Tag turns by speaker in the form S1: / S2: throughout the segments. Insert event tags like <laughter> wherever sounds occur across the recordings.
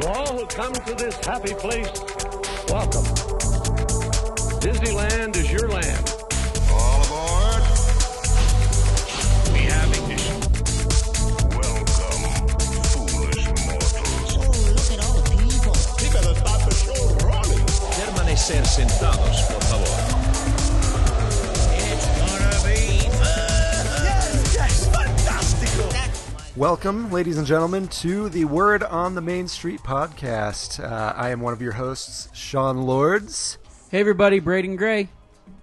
S1: come to this happy place, welcome. Disneyland is your land.
S2: All aboard.
S3: We have ignition.
S2: Welcome, foolish mortals.
S3: You better start the show running.
S4: Permanecer sentados, por favor.
S3: It's gonna be fun. Yes, yes, fantastical.
S5: Welcome, ladies and gentlemen, to the Word on the Main Street podcast. Uh, I am one of your hosts, Sean Lords.
S6: Hey everybody, Braden Gray.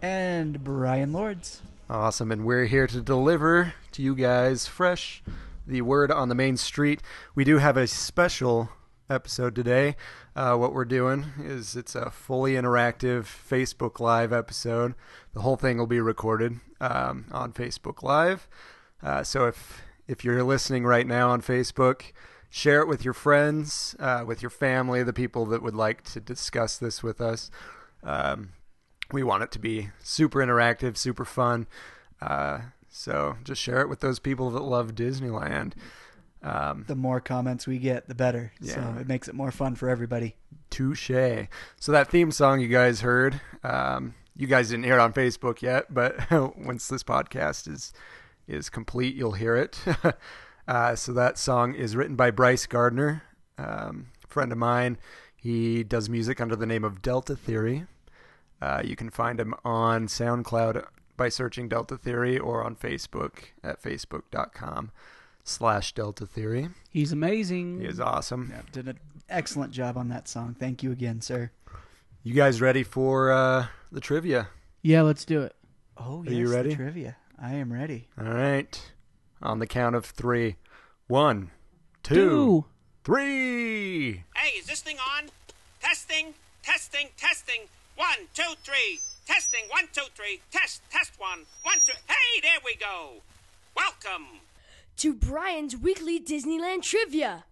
S7: and Brian Lords.
S5: Awesome, and we're here to deliver to you guys fresh the Word on the Main Street. We do have a special episode today. Uh, what we're doing is it's a fully interactive Facebook Live episode. The whole thing will be recorded um, on Facebook Live. Uh, so if if you're listening right now on Facebook, share it with your friends, uh, with your family, the people that would like to discuss this with us. Um, we want it to be super interactive, super fun. Uh, so just share it with those people that love Disneyland. Um,
S7: The more comments we get, the better.
S5: Yeah.
S7: So it makes it more fun for everybody.
S5: touche. So that theme song you guys heard, um, you guys didn't hear it on Facebook yet, but <laughs> once this podcast is is complete, you'll hear it. <laughs> uh, so that song is written by Bryce Gardner, um, friend of mine. He does music under the name of Delta Theory. Uh, you can find him on SoundCloud by searching Delta Theory or on Facebook at facebook.com slash Delta Theory.
S6: He's amazing.
S5: He is awesome.
S7: Did an excellent job on that song. Thank you again, sir.
S5: You guys ready for uh, the trivia?
S6: Yeah, let's do it.
S7: Oh,
S5: Are you yes, the ready?
S7: trivia. I am ready.
S5: All right. On the count of three. One, two,
S6: Two.
S5: three. <laughs>
S8: Hey, is this thing on? Testing, testing, testing. One, two, three. Testing, one, two, three. Test, test one, one, two. Hey, there we go. Welcome.
S9: to Brian's weekly Disneyland trivia.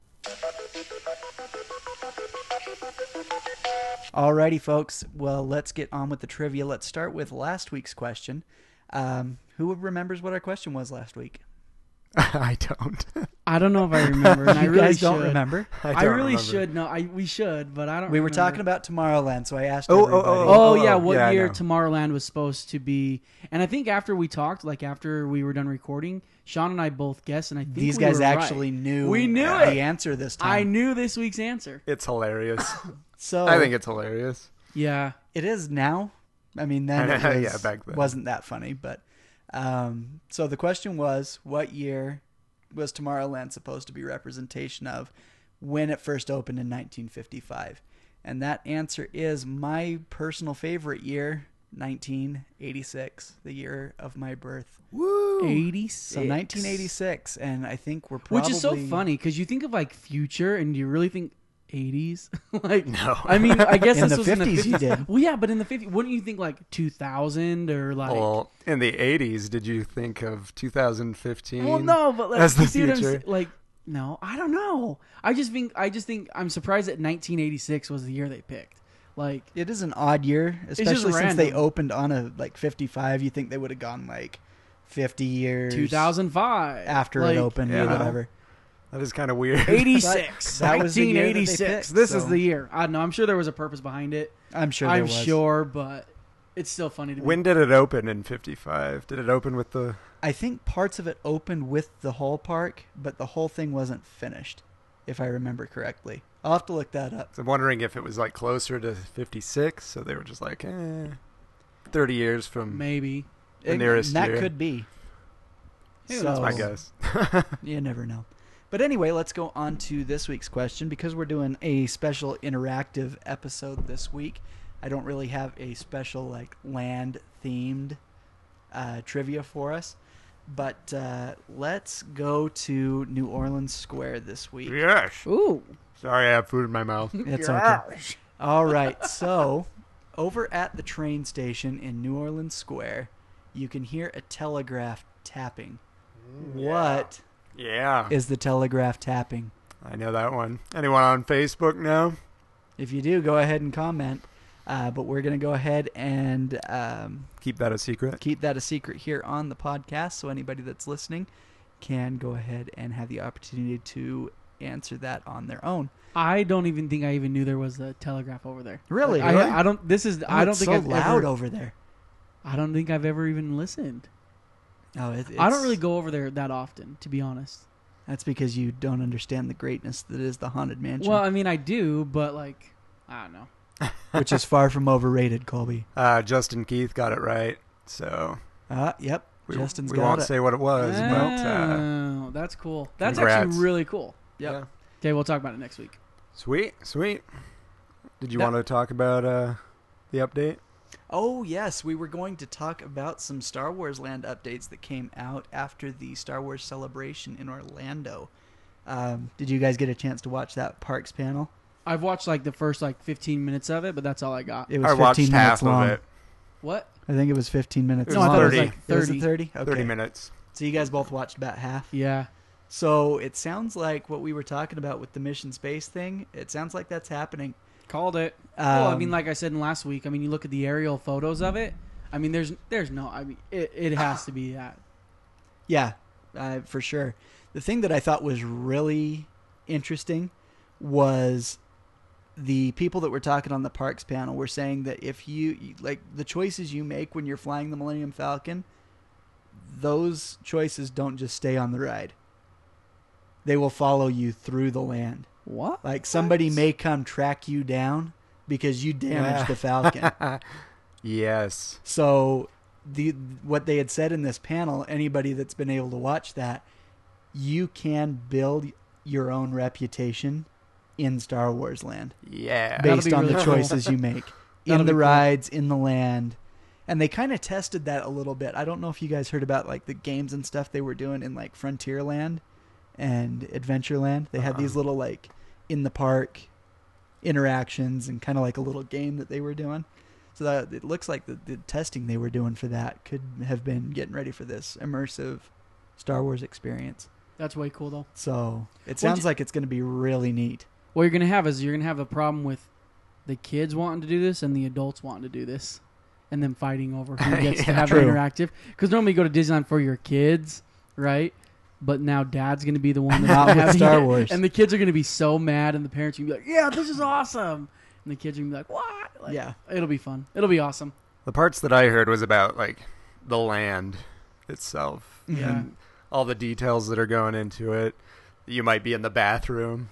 S7: Alrighty, folks. Well, let's get on with the trivia. Let's start with last week's question. Um, who remembers what our question was last week?
S5: I don't. <laughs>
S6: I don't know if I remember. And
S7: <laughs>
S6: I
S7: you
S6: really
S7: guys don't
S6: should.
S7: remember.
S5: I,
S6: <laughs> I,
S5: don't
S6: really
S5: remember.
S6: should know. I we should, but I don't.
S7: We were
S6: remember.
S7: talking about Tomorrowland, so I asked.
S5: Oh, oh,
S7: everybody.
S6: Oh,
S5: Oh,
S6: yeah,
S5: oh,
S6: what
S5: yeah, I
S6: year
S5: know.
S6: Tomorrowland was supposed to be? And I think after we talked, like after we were done recording, Sean and I both guessed, and I think
S7: These
S6: we
S7: guys
S6: were right.
S7: actually knew.
S6: We knew
S7: the
S6: it.
S7: answer this time.
S6: I knew this week's answer.
S5: It's hilarious.
S6: <laughs>
S7: So
S5: I think it's hilarious.
S6: Yeah,
S7: it is now. I mean, then it was,
S5: <laughs> Yeah, back then.
S7: wasn't that funny, but um, so the question was, what year was Tomorrowland supposed to be representation of when it first opened in 1955? And that answer is my personal favorite year, 1986, the year of my birth.
S6: eighty.
S7: So 1986, and I think we're probably
S6: which is so funny because you think of like future, and you really think. 80s, <laughs> like
S5: No.
S6: I mean, I guess
S7: In
S6: this
S7: the
S6: was in the
S7: 50s,
S6: 50s.
S7: you did.
S6: Well, yeah, but in the 50s, wouldn't you think like 2000 or like?
S7: Oh,
S5: Well, in the 80s, did you think of 2015?
S6: Well, no, but like,
S5: as the
S6: you see what I'm
S5: future.
S6: saying? Like, no, I don't know. I just think, I just think, I'm surprised that 1986 was the year they picked. Like,
S7: It is an odd year, especially since they
S6: random.
S7: opened on a like 55. You think they would have gone like 50 years
S6: 2005
S7: after
S6: like,
S7: it opened
S5: Yeah.
S7: or
S6: <laughs>
S7: whatever.
S5: That is kind of weird.
S6: 86.
S7: But that was the year that they
S6: 1986.
S7: picked,
S6: this is
S7: so-
S6: the year. I don't know. I'm sure there was a purpose behind it.
S7: I'm sure.
S6: I'm
S7: there was.
S6: sure, but it's still funny to
S5: <laughs>
S6: me.
S5: When did it open in 55? Did it open with the.
S7: I think parts of it opened with the whole park, but the whole thing wasn't finished, if I remember correctly. I'll have to look that up.
S5: I'm wondering if it was like closer to 56, so they were just like, eh. 30 years from
S6: Maybe.
S5: the nearest
S7: that
S5: year.
S7: could be.
S6: Who
S7: so,
S5: I guess.
S7: You never know. But anyway, let's go on to this week's question because we're doing a special interactive episode this week. I don't really have a special like land themed uh, trivia for us, but uh, let's go to New Orleans Square this week.
S5: yes.
S6: Ooh.
S5: Sorry, I have food in my mouth.
S7: It's okay. All right, so over at the train station in New Orleans Square, you can hear a telegraph tapping. What
S5: Yeah.
S7: is the telegraph tapping?
S5: I know that one. Anyone on Facebook now?
S7: If you do, go ahead and comment. Uh, but we're going to go ahead and um,
S5: Keep that a secret.
S7: keep that a secret here on the podcast. So anybody that's listening can go ahead and have the opportunity to answer that on their own.
S6: I don't even think I even knew there was a telegraph over there.
S7: Really?
S6: I,
S7: Really?
S6: I don't. This is. I
S7: Oh,
S6: don't
S7: it's
S6: think
S7: so
S6: I've
S7: loud
S6: ever,
S7: over there.
S6: I don't think I've ever even listened.
S7: Oh, it, it's,
S6: I don't really go over there that often, to be honest.
S7: That's because you don't understand the greatness that is the haunted mansion,
S6: Well, <laughs> I mean, I do, but like, I don't know.
S7: which is far from overrated, Colby.
S5: Uh, Justin Keith got it right, so
S7: Uh, yep.
S5: we,
S7: Justin's
S5: we
S7: got
S5: won't
S7: it. Ah.
S5: say what it was, but uh,
S6: Oh, that's cool. That's
S5: congrats.
S6: actually really cool.
S7: Yep.
S5: yeah.
S6: Okay, we'll talk about it next week.
S5: Sweet, sweet. Did you
S7: That-
S5: want to talk about uh, the update?
S7: Oh, yes. We were going to talk about some Star Wars Land updates that came out after the Star Wars celebration in Orlando. Um, did you guys get a chance to watch that Parks panel?
S6: I've watched like the first like 15 minutes of it, but that's all I got.
S7: It was
S5: I
S7: 15
S5: watched
S7: minutes
S5: half
S7: long.
S5: of it,
S6: What?
S7: I think it was 15 minutes
S5: It
S6: No, I
S5: was
S7: long.
S6: thought it was
S5: 30.
S6: like
S7: It was a
S6: 30.
S7: 30? Okay.
S5: thirty minutes.
S7: So you guys both watched about half?
S6: Yeah.
S7: So it sounds like what we were talking about with the mission space thing, it sounds like that's happening.
S6: Called it. well, I
S7: Um,
S6: mean, like I said in last week, I mean, you look at the aerial photos of it. I mean, there's there's no. I mean, it, it has to be that.
S7: Yeah, uh, for sure. The thing that I thought was really interesting was the people that were talking on the parks panel were saying that if you you- like the choices you make when you're flying the Millennium Falcon, those choices don't just stay on the ride. They will follow you through the land.
S6: What?
S7: Like somebody may come track you down because you damaged the Falcon.
S5: Yes.
S7: So the what they had said in this panel, anybody that's been able to watch that, you can build your own reputation in Star Wars land
S5: Yeah.
S6: That'll
S7: based
S6: be
S7: on the
S6: really cool.
S7: choices you
S6: <laughs>
S7: make
S6: That'll
S7: in the
S6: be cool.
S7: rides, in the land. And they kind of tested that a little bit. I don't know if you guys heard about like the games and stuff they were doing in like Frontierland and Adventureland. They had
S6: Uh-huh.
S7: these little like in the park interactions and kind of like a little game that they were doing. So that it looks like the, the testing they were doing for that could have been getting ready for this immersive Star Wars experience.
S6: That's way cool though.
S7: So it sounds
S6: you-
S7: like it's going to be really neat.
S6: What you're gonna have is you're gonna have a problem with the kids wanting to do this and the adults wanting to do this, and them fighting
S7: <laughs>
S6: over who gets to have
S7: True.
S6: an interactive. Because normally you go to Disneyland for your kids, right? But now dad's gonna be the one
S7: Not
S6: that's
S7: with
S6: having
S7: Star
S6: <laughs> it,
S7: Wars.
S6: and the kids are gonna be so mad, and the parents are gonna be like, "Yeah, this is awesome," and the kids are gonna be like, "What?" Like,
S7: Yeah.
S6: it'll be fun. It'll be awesome.
S5: The parts that I heard was about like the land itself,
S7: Mm-hmm.
S6: Yeah,
S5: all the details that are going into it. You might be in the bathroom,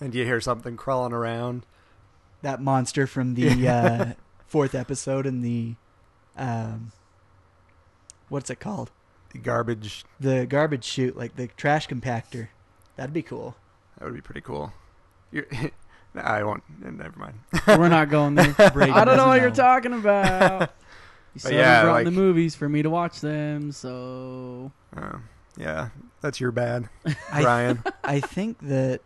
S5: and you hear something crawling around.
S7: that monster from
S6: <laughs>
S7: the uh, fourth episode in the um, what's it called?
S5: Garbage.
S7: The garbage chute, like the trash compactor. That'd be cool.
S5: That would be pretty cool. You're, <laughs> Nah, I won't. Never mind.
S6: we're not
S7: <laughs>
S6: going there.
S7: Braden
S6: <laughs> I don't know
S7: doesn't
S6: what you're
S7: <laughs>
S6: talking about. You said
S5: yeah,
S6: yeah, brought
S5: like-
S6: the movies for me to watch them, so
S5: Oh, yeah, that's your bad,
S7: <laughs> I-
S5: Brian.
S7: I think that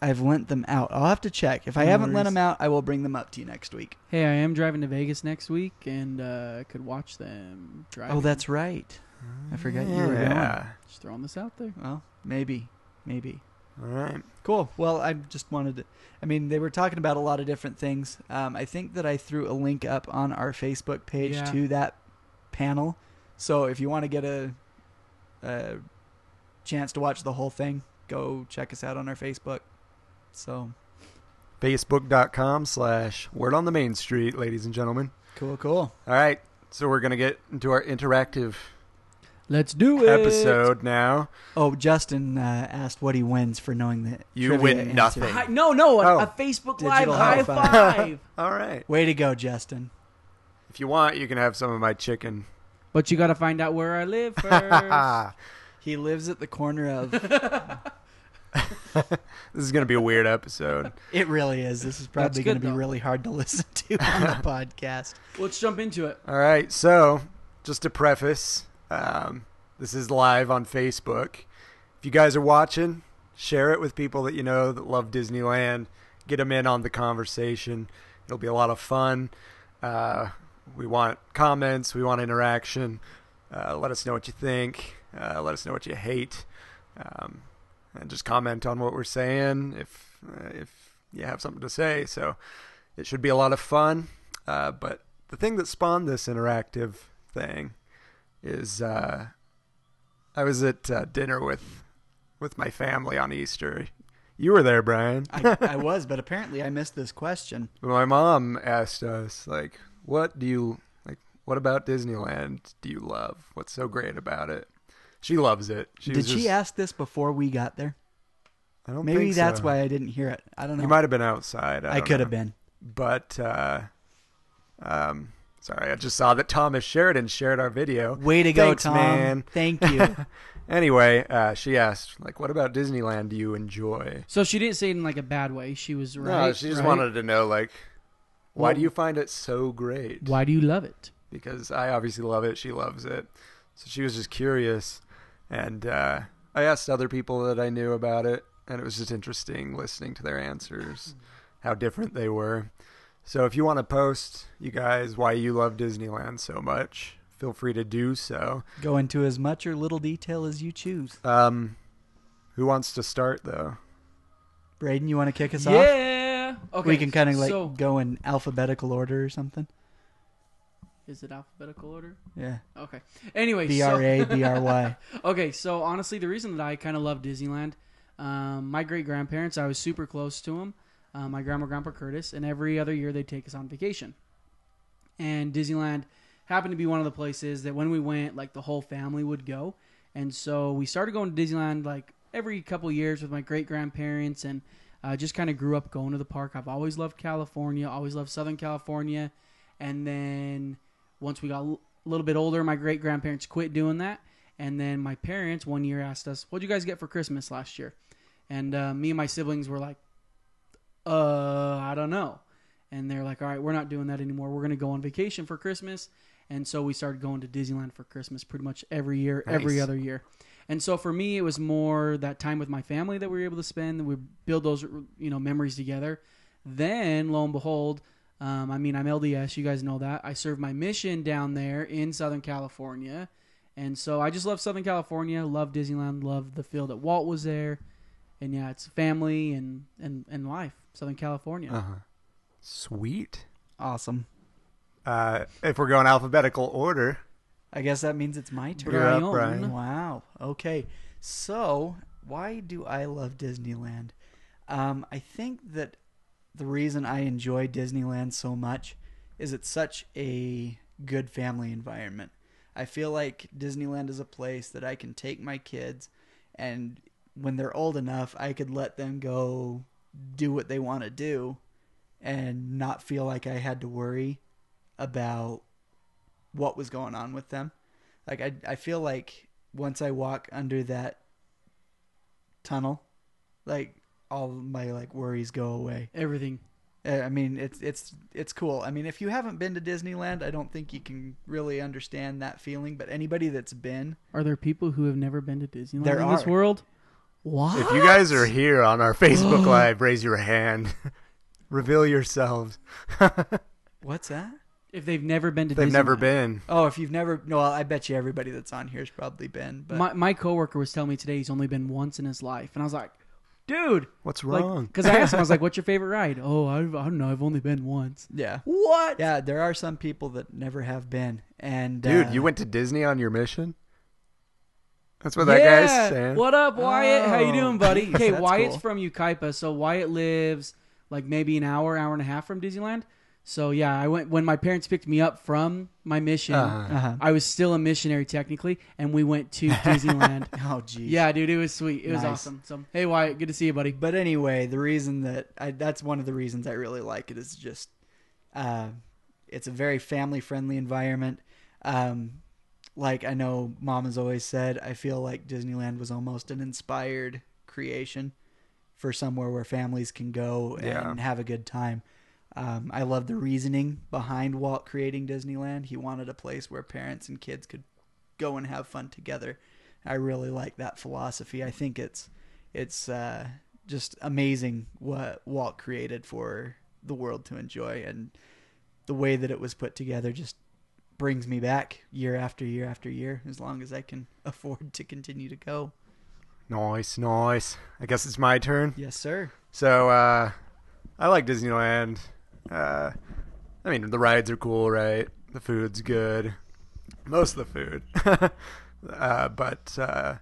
S7: I've lent them out. I'll have to check. If I
S6: No
S7: haven't lent
S6: worries.
S7: them out, I will bring them up to you next week.
S6: Hey, I am driving to Vegas next week, and uh, I could watch them drive.
S7: Oh, that's right. I forgot
S5: <laughs>
S7: you were going.
S5: yeah.
S6: just throwing this out there.
S7: Well, maybe, maybe.
S5: All right.
S7: Cool. Well, I just wanted to. I mean, they were talking about a lot of different things. Um, I think that I threw a link up on our Facebook page
S6: Yeah.
S7: to that panel. So if you want to get a, a chance to watch the whole thing, go check us out on our Facebook. So
S5: Facebook.com slash word on the main street, ladies and gentlemen.
S7: cool, cool.
S5: All right. So we're going to get into our interactive
S6: Let's do it.
S5: episode now.
S7: Oh, Justin uh, asked what he wins for knowing that
S5: You
S7: trivia
S5: win
S7: answer.
S5: nothing.
S6: Hi- no, no, a,
S5: Oh.
S6: a Facebook
S7: Digital
S6: Live
S7: high
S6: high
S7: five. <laughs>
S6: five.
S5: All right.
S7: Way to go, Justin.
S5: If you want, you can have some of my chicken.
S6: but you got to find out where
S5: <laughs>
S6: I live first.
S5: Ah,
S7: He lives at the corner
S6: <laughs>
S7: of.
S5: this is going to be a weird episode.
S7: it really is. This is probably
S6: good,
S7: going to be
S6: though.
S7: really hard to <laughs> listen to on
S6: <laughs>
S7: the podcast.
S6: Let's jump into it.
S5: All right. So, just to preface, um, this is live on Facebook. If you guys are watching, share it with people that you know that love Disneyland. Get them in on the conversation. It'll be a lot of fun. Uh, we want comments. We want interaction. Uh, let us know what you think. Uh, let us know what you hate. Um, and just comment on what we're saying if uh, if you have something to say. So it should be a lot of fun. Uh, but the thing that spawned this interactive thing is uh, I was at uh, dinner with with my family on Easter You were there, Brian.
S7: I, I was, but apparently I missed this question.
S5: my mom asked us like what do you like what about disneyland do you love what's so great about it she loves it she
S7: Did
S5: was
S7: she
S5: just-
S7: ask this before we got there?
S5: i don't
S7: Maybe
S5: think
S7: that's
S5: so.
S7: why I didn't hear it. I don't know.
S5: you might have been outside i,
S7: I
S5: don't
S7: could
S5: know.
S7: have been.
S5: but uh um sorry i just saw that thomas sheridan shared our video
S7: Way to go,
S5: Thanks,
S7: Tom.
S5: man. <laughs>
S7: Thank you.
S5: anyway uh she asked like what about disneyland do you enjoy
S6: So she didn't say it in like a bad way. She was right.
S5: no she just
S6: right?
S5: wanted to know like why
S6: Well-
S5: do you find it so great
S6: Why do you love it?
S5: because I obviously love it. She loves it. So she was just curious. And uh, I asked other people that I knew about it. And it was just interesting listening to their answers, how different they were. So if you want to post, you guys, why you love Disneyland so much, feel free to do so.
S7: go into as much or little detail as you choose.
S5: Um, who wants to start, though?
S7: Braden, you want to kick us off?
S6: Yeah. Okay.
S7: we can kind of like
S6: so,
S7: go in alphabetical order or something.
S6: Is it alphabetical order?
S7: Yeah.
S6: Okay. Anyway,
S7: B
S6: so-
S7: R A B R Y.
S6: Okay, so honestly, the reason that I kind of love Disneyland, um, my great grandparents, I was super close to them. Uh, my grandma, grandpa Curtis, and every other year they'd take us on vacation. And Disneyland happened to be one of the places that when we went, like the whole family would go. And so we started going to Disneyland like every couple years with my great grandparents, and uh, just kind of grew up going to the park. I've always loved California, always loved Southern California, and then once we got a little bit older, my great grandparents quit doing that. And then my parents one year asked us, "What'd you guys get for Christmas last year?" And uh, me and my siblings were like, "Uh, I don't know." And they're like, "All right, we're not doing that anymore. We're gonna go on vacation for Christmas." And so we started going to Disneyland for Christmas pretty much every year, every
S5: Nice.
S6: other year. And so for me, it was more that time with my family that we were able to spend. We build those, you know, memories together. Then, lo and behold, um, I mean, I'm LDS. You guys know that. I serve my mission down there in Southern California, and so I just love Southern California. Love Disneyland. Love the field that Walt was there, and yeah, it's family and and and life. Southern California.
S5: Sweet.
S7: Awesome.
S5: Uh, if we're going alphabetical order,
S7: I guess that means it's my turn.
S5: you're up,
S6: Brian.
S5: Brian.
S7: Wow. Okay. So, why do I love Disneyland? Um, I think that the reason I enjoy Disneyland so much is it's such a good family environment. I feel like Disneyland is a place that I can take my kids, and when they're old enough, I could let them go do what they want to do and not feel like I had to worry about what was going on with them. Like I I feel like once I walk under that tunnel, like all my like worries go away.
S6: Everything.
S7: Uh, I mean, it's it's it's cool. I mean, if you haven't been to Disneyland, I don't think you can really understand that feeling, but anybody that's been,
S6: Are there people who have never been to Disneyland
S7: There
S6: in this
S7: are.
S6: world? What?
S5: If you guys are here on our Facebook Live, raise your hand. <laughs> Reveal yourselves.
S7: what's that?
S6: If they've never been to
S5: They've never
S6: Disneyland.
S5: been.
S7: Oh, if you've never no, I bet you everybody that's on here's probably been, but
S6: My my coworker was telling me today he's only been once in his life, and I was like, dude,
S5: What's wrong?
S6: like, because I asked him, I was like, what's your favorite ride? Oh, I, I don't know, I've only been once.
S7: yeah.
S6: What?
S7: Yeah, there are some people that never have been. And
S5: Dude,
S7: uh, <laughs>
S5: you went to Disney on your mission? That's what
S6: yeah.
S5: that guy's saying.
S6: What up, Wyatt? How you doing, buddy?
S7: Oh,
S6: Okay,
S7: that's
S6: Wyatt's
S7: cool.
S6: from Ukaipa, so Wyatt lives like maybe an hour, hour and a half from Disneyland. So yeah, I went when my parents picked me up from my mission. I was still a missionary technically, and we went to Disneyland.
S7: Oh geez.
S6: yeah, dude, it was sweet. It was
S7: Nice.
S6: awesome. So hey, Wyatt, good to see you, buddy.
S7: But anyway, the reason that I, that's one of the reasons I really like it is just uh, it's a very family friendly environment. Um, like I know mom has always said, I feel like Disneyland was almost an inspired creation for somewhere where families can go and
S5: Yeah.
S7: have a good time. Um, I love the reasoning behind Walt creating Disneyland. He wanted a place where parents and kids could go and have fun together. I really like that philosophy. I think it's it's uh, just amazing what Walt created for the world to enjoy, and the way that it was put together just brings me back year after year after year as long as I can <laughs> afford to continue to go.
S5: Nice, nice. I guess it's my turn.
S7: Yes, sir.
S5: So, uh, I like Disneyland. Uh, I mean, the rides are cool, right? The food's good. <laughs> Most of the food. uh, but, uh,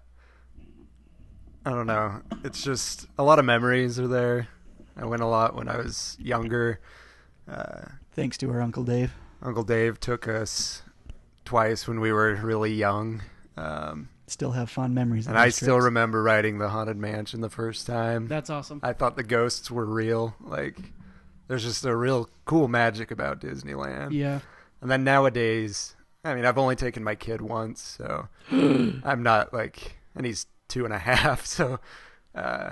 S5: I don't know. It's just a lot of memories are there. I went a lot when I was younger.
S7: Thanks to her Uncle Dave.
S5: Uncle Dave took us twice when we were really young. Um,
S7: Still have fond memories. of
S5: and I
S7: those
S5: still
S7: trips.
S5: remember riding the Haunted Mansion the first time.
S6: That's awesome.
S5: I thought the ghosts were real. Like, there's just a real cool magic about Disneyland.
S6: yeah.
S5: And then nowadays, I mean, I've only taken my kid once, so I'm not like, and he's two and a half, <laughs> so uh,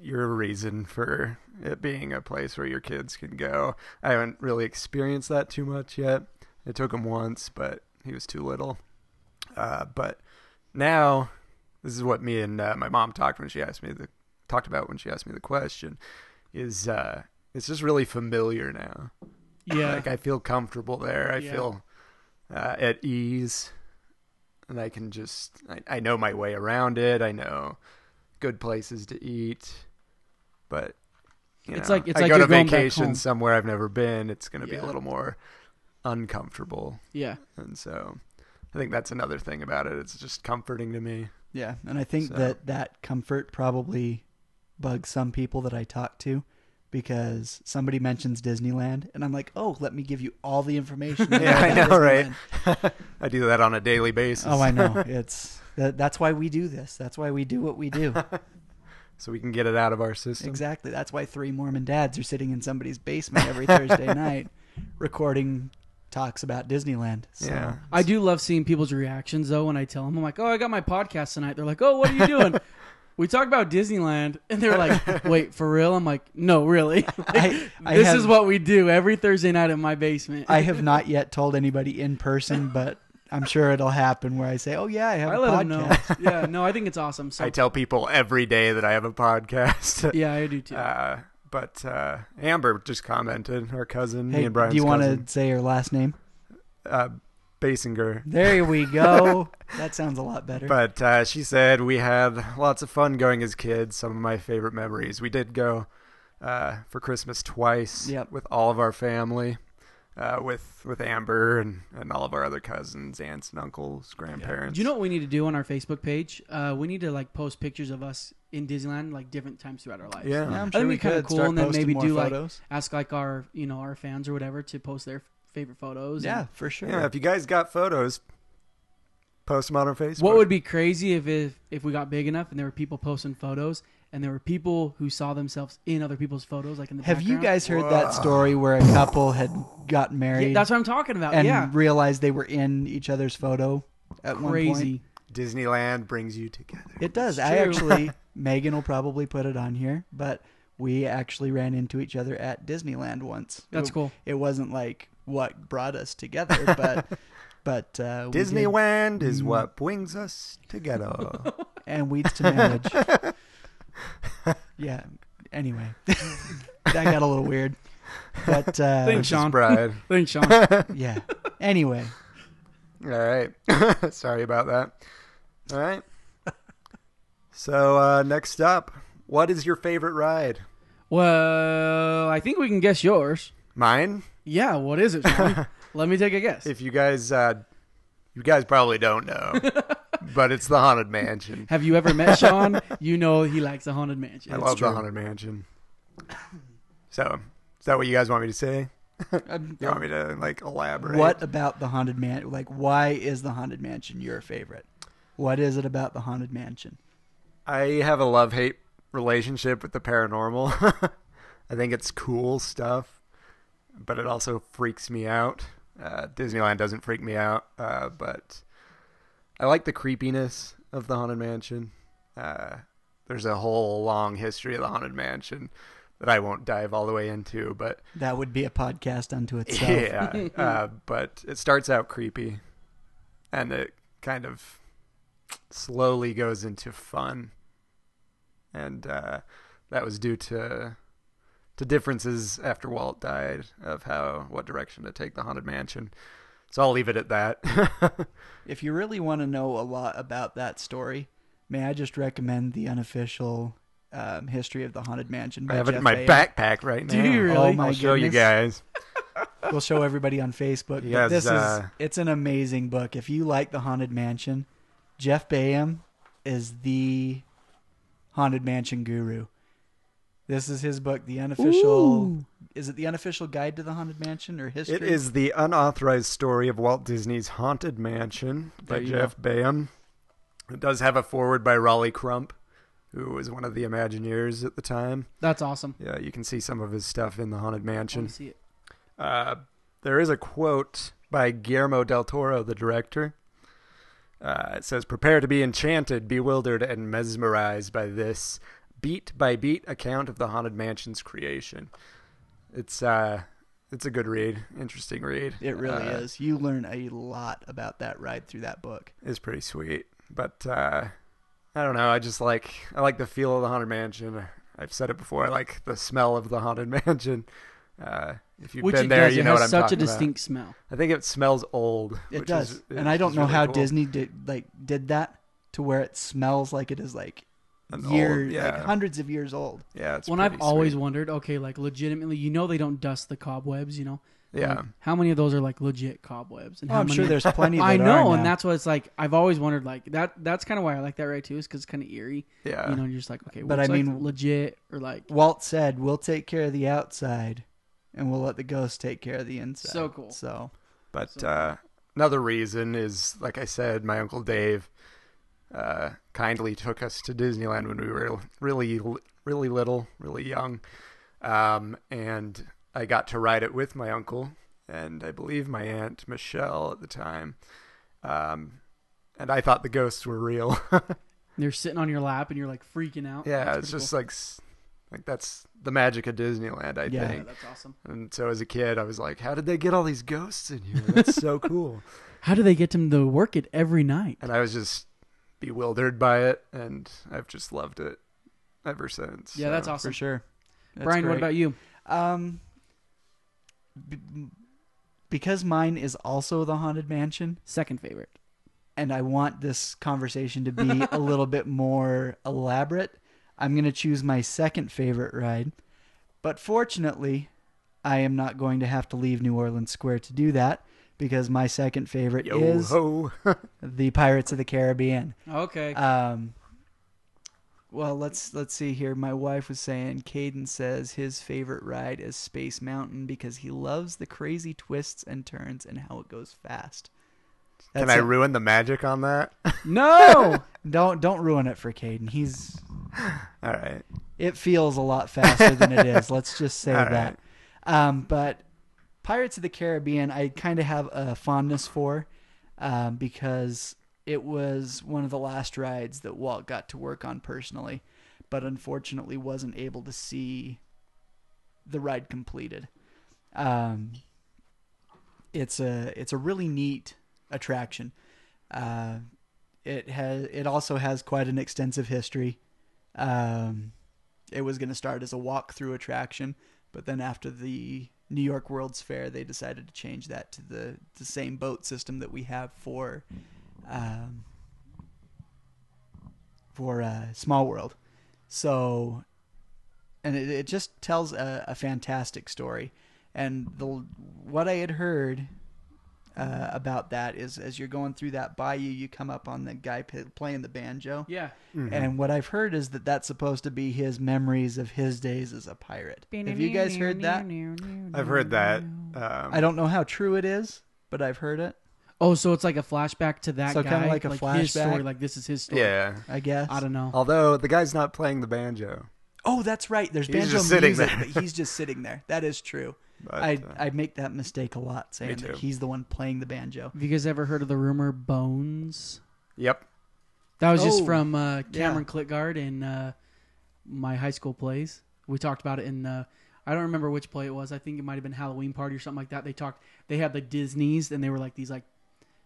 S5: your reason for it being a place where your kids can go. I haven't really experienced that too much yet. I took him once, but he was too little. Uh, but now, this is what me and uh, my mom talked when she asked me the talked about when she asked me the question is uh, it's just really familiar now.
S6: Yeah.
S5: Like I feel comfortable there. I
S6: Yeah.
S5: feel uh, at ease, and I can just I, I know my way around it. I know good places to eat, but you
S6: It's
S5: know,
S6: like- it's
S5: I
S6: like
S5: go to
S6: you're going back home.
S5: vacation somewhere I've never been. It's going to be
S6: Yeah.
S5: a little more uncomfortable,
S6: yeah.
S5: and so I think that's another thing about it. It's just comforting to me.
S7: Yeah, and I think
S5: So-
S7: that that comfort probably bugs some people that I talk to because somebody mentions Disneyland and I'm like, "Oh, let me give you all the information."
S5: <laughs>
S7: I
S5: Yeah, I
S7: about
S5: know, right?
S7: Disneyland."
S5: <laughs> I do that on a daily basis.
S7: Oh,
S5: <laughs>
S7: I know. It's that, that's why we do this. That's why we do what
S5: <laughs>
S7: we do.
S5: so we can get it out of our system.
S7: exactly. That's why three Mormon dads are sitting in somebody's basement
S5: <laughs>
S7: every Thursday night recording talks about Disneyland. So,
S5: Yeah.
S6: I do love seeing people's reactions though when I tell them I'm like, "Oh, I got my podcast tonight." They're like, "Oh, what are
S7: <laughs>
S6: you doing?" we talked about Disneyland, and they're like, "Wait, for real?" I'm like, "No, really. Like,
S7: I, <laughs> I
S6: <laughs> this
S7: have,
S6: is what we do every Thursday night in my basement."
S7: I have not yet told anybody in person, but I'm sure it'll happen where I say, "Oh yeah, I have
S6: <laughs> I
S7: a
S6: let
S7: podcast."
S6: them know. <laughs> yeah, no, I think it's awesome. So
S5: I tell people every day that I have a podcast.
S6: yeah, I do too.
S5: Uh, but uh, Amber just commented, her cousin, <laughs> me
S7: Hey,
S5: and Brian's
S7: do you want
S5: cousin,
S7: to say your last name?
S5: uh, Basinger.
S7: There <laughs> we go. that sounds a lot better.
S5: But uh, she said we had lots of fun going as kids. Some of my favorite memories. We did go uh, for Christmas twice
S7: Yep.
S5: with all of our family, uh, with with Amber and, and all of our other cousins, aunts and uncles, grandparents.
S6: do you know what we need to do on our Facebook page? Uh, we need to like post pictures of us in Disneyland like different times throughout our lives.
S5: Yeah.
S7: Yeah, I'm sure
S6: I think
S7: we
S6: it'd be kind
S7: could
S6: of cool,
S7: start
S6: and then
S7: posting
S6: maybe
S7: more
S6: do
S7: photos.
S6: like ask like our you know our fans or whatever to post their favorite photos.
S7: yeah,
S6: and-
S7: for sure.
S5: Yeah, if you guys got photos, post them on our Facebook.
S6: What would be crazy if, if if we got big enough and there were people posting photos and there were people who saw themselves in other people's photos, like in the
S7: have you
S6: background?
S7: guys heard that story where a couple had got married
S6: Yeah, that's what I'm talking about.
S7: and
S6: yeah,
S7: realized they were in each other's photo at one point?
S6: crazy.
S5: Disneyland brings you together?
S7: It does. I
S6: true. <laughs>
S7: actually, Megan will probably put it on here, but we actually ran into each other at Disneyland once.
S6: That's
S7: It-
S6: cool.
S7: It wasn't like what brought us together,
S6: <laughs>
S7: but but uh, we did-
S5: Disneyland is what brings us together.
S7: and weeds to marriage. yeah. Anyway, <laughs> that got a little weird, but uh,
S6: Thanks,
S5: Just
S6: Sean.
S5: Bride.
S6: Thanks,
S7: <laughs>
S6: Sean.
S7: yeah. Anyway,
S5: <laughs> All right. <laughs> Sorry about that. All right. So uh, next up, what is your favorite ride?
S6: well, I think we can guess yours.
S5: Mine.
S6: Yeah, what is it?
S7: <laughs>
S6: Sean? Let me take a guess.
S5: If you guys, uh, you guys probably don't know, but it's the Haunted Mansion.
S6: have you ever met Sean? You know he likes the
S7: <laughs>
S6: haunted mansion.
S5: I love the Haunted Mansion. So is that what you guys want me to say? You want me to like elaborate?
S7: what about the haunted man? Like, why is the haunted mansion your favorite? What is it about the haunted mansion?
S5: I have a love hate relationship with the paranormal. <laughs> I think it's cool stuff, but it also freaks me out. Uh, Disneyland doesn't freak me out, uh, but I like the creepiness of the Haunted Mansion. Uh, there's a whole long history of the Haunted Mansion that I won't dive all the way into, but
S7: That would be a podcast unto itself.
S5: <laughs> yeah, uh, but it starts out creepy, and it kind of slowly goes into fun, and uh, that was due to to differences after Walt died of how what direction to take the haunted mansion. So I'll leave it at that. <laughs>
S7: If you really want to know a lot about that story, may I just recommend the unofficial um, history of the haunted mansion? By
S5: I have it
S7: Jeff
S5: in my
S7: Bayer.
S5: backpack right now.
S6: you really?
S7: Oh my
S5: I'll show you
S7: goodness.
S5: guys.
S7: <laughs> we'll show everybody on Facebook.
S5: You
S7: but
S5: guys,
S7: this
S5: uh,
S7: is it's an amazing book. If you like The Haunted Mansion, Jeff Bayham is the Haunted Mansion Guru. This is his book, the unofficial. Is it the unofficial guide to the Haunted Mansion or history?
S5: It is the unauthorized story of Walt Disney's Haunted Mansion by Jeff Bayham. It does have a forward by Raleigh Crump, who was one of the Imagineers at the time.
S6: That's awesome.
S5: Yeah, you can see some of his stuff in the Haunted
S6: I
S5: Mansion.
S6: see it.
S5: Uh, there is a quote by Guillermo del Toro, the director. Uh, it says, Prepare to be enchanted, bewildered, and mesmerized by this beat by beat account of the Haunted Mansion's creation. It's, uh, it's a good read, interesting read.
S7: It really
S5: Uh,
S7: is. You learn a lot about that ride through that book.
S5: It's pretty sweet. But, uh, I don't know. I just like I like the feel of the haunted mansion. I've said it before. I like the smell of the haunted <laughs> mansion. Uh, if you've
S6: Which
S5: been
S6: it
S5: there,
S6: does.
S5: you
S6: it
S5: know
S6: has
S5: what I'm
S6: such a
S5: talking about.
S6: distinct smell.
S5: I think it smells old.
S7: It
S5: which
S7: does,
S5: is-
S7: and I
S5: which
S7: don't
S5: is
S7: know
S5: really
S7: how
S5: cool.
S7: Disney did like did that to where it smells like it is like
S5: An old-
S7: year, like
S5: yeah.
S7: hundreds of years old.
S5: Yeah, it's
S6: When I've
S5: pretty
S6: always
S5: sweet.
S6: wondered, okay, like legitimately, you know they don't dust the cobwebs, you know?
S5: yeah.
S6: Like, how many of those are like legit cobwebs? And
S7: Oh,
S6: how
S7: I'm
S6: many-
S7: sure
S6: <laughs>
S7: there's plenty. That
S6: I know,
S7: are
S6: and
S7: now.
S6: that's what it's like. I've always wondered, like that. That's kind of why I like that ride too, is because it's kind of eerie.
S5: Yeah.
S6: you know, you're just like, okay,
S7: But
S6: what's,
S7: I
S6: like,
S7: mean-
S6: legit or like
S7: Walt said, "We'll take care of the outside, and we'll let the ghost take care of the inside."
S6: So cool.
S7: So
S5: But uh, another reason is, like I said, my uncle Dave uh, kindly took us to Disneyland when we were really, really little, really young, um, and I got to ride it with my uncle and I believe my aunt Michelle at the time. Um, and I thought the ghosts were real. <laughs>
S6: they're sitting on your lap and you're like freaking out.
S5: yeah,
S6: That's
S5: it's
S6: pretty
S5: just
S6: cool.
S5: like s- like that's the magic of Disneyland, I
S7: Yeah.
S5: think.
S6: that's awesome.
S5: And so as a kid, I was like, how did they get all these ghosts in here? That's so cool.
S6: How do they get them to work it every night?
S5: And I was just bewildered by it, and I've just loved it ever since.
S6: Yeah, that's
S5: So,
S6: awesome.
S7: for sure, That's
S6: Brian, what
S7: great.
S6: about you?
S7: Um, b- because mine is also the haunted mansion,
S6: Second favorite.
S7: and I want this conversation to be a little bit more elaborate, I'm going to choose my second favorite ride. But fortunately, I am not going to have to leave New Orleans Square to do that because my second favorite
S5: Yo
S7: is
S5: ho. <laughs>
S7: the Pirates of the Caribbean.
S6: Okay.
S7: Um, well, let's let's see here. My wife was saying Caden says his favorite ride is Space Mountain because he loves the crazy twists and turns and how it goes fast.
S5: Can
S7: That's
S5: I
S7: it.
S5: ruin the magic on that?
S6: <laughs>
S5: <laughs>
S7: <laughs>
S6: no.
S7: Don't don't ruin it for Caden. He's
S5: all right.
S7: it feels a lot faster than it is. Let's just say
S5: All
S7: that. Um, but Pirates of the Caribbean, I kind of have a fondness for um, because it was one of the last rides that Walt got to work on personally, but unfortunately wasn't able to see the ride completed. Um, it's a it's a really neat attraction. Uh, it has it also has quite an extensive history. Um, it was going to start as a walk-through attraction, but then after the New York World's Fair, they decided to change that to the the same boat system that we have for um, for uh, Small World. So, and it, it just tells a, a fantastic story. And the what I had heard uh, about that is, as you're going through that bayou, you come up on the guy p- playing the banjo.
S6: Yeah.
S5: Mm-hmm.
S7: And what I've heard is that that's supposed to be his memories of his days as a pirate. Have you guys heard that?
S5: I've heard that. Um,
S7: I don't know how true it is, but I've heard it.
S6: Oh, so it's like a flashback to that
S7: So
S6: guy.
S7: kinda like a
S6: His story,
S7: flashback?
S6: like this is his story.
S5: yeah.
S7: I guess.
S6: I don't know.
S5: Although the guy's not playing the banjo.
S7: Oh, that's right. There's
S5: He's
S7: banjo
S5: just sitting
S7: music,
S5: there.
S7: but he's just sitting there. That is true.
S5: But,
S7: I
S5: uh,
S7: I make that mistake a lot, saying that
S5: too.
S7: he's the one playing the banjo.
S6: Have you guys ever heard of the rumor Bones?
S5: Yep.
S6: That was just
S7: Oh,
S6: from uh,
S7: yeah.
S6: Cameron Clitgard in uh, my high school plays. We talked about it in uh, I don't remember which play it was. I think it might have been Halloween Party or something like that. They talked. They had the Disney's and they were like these like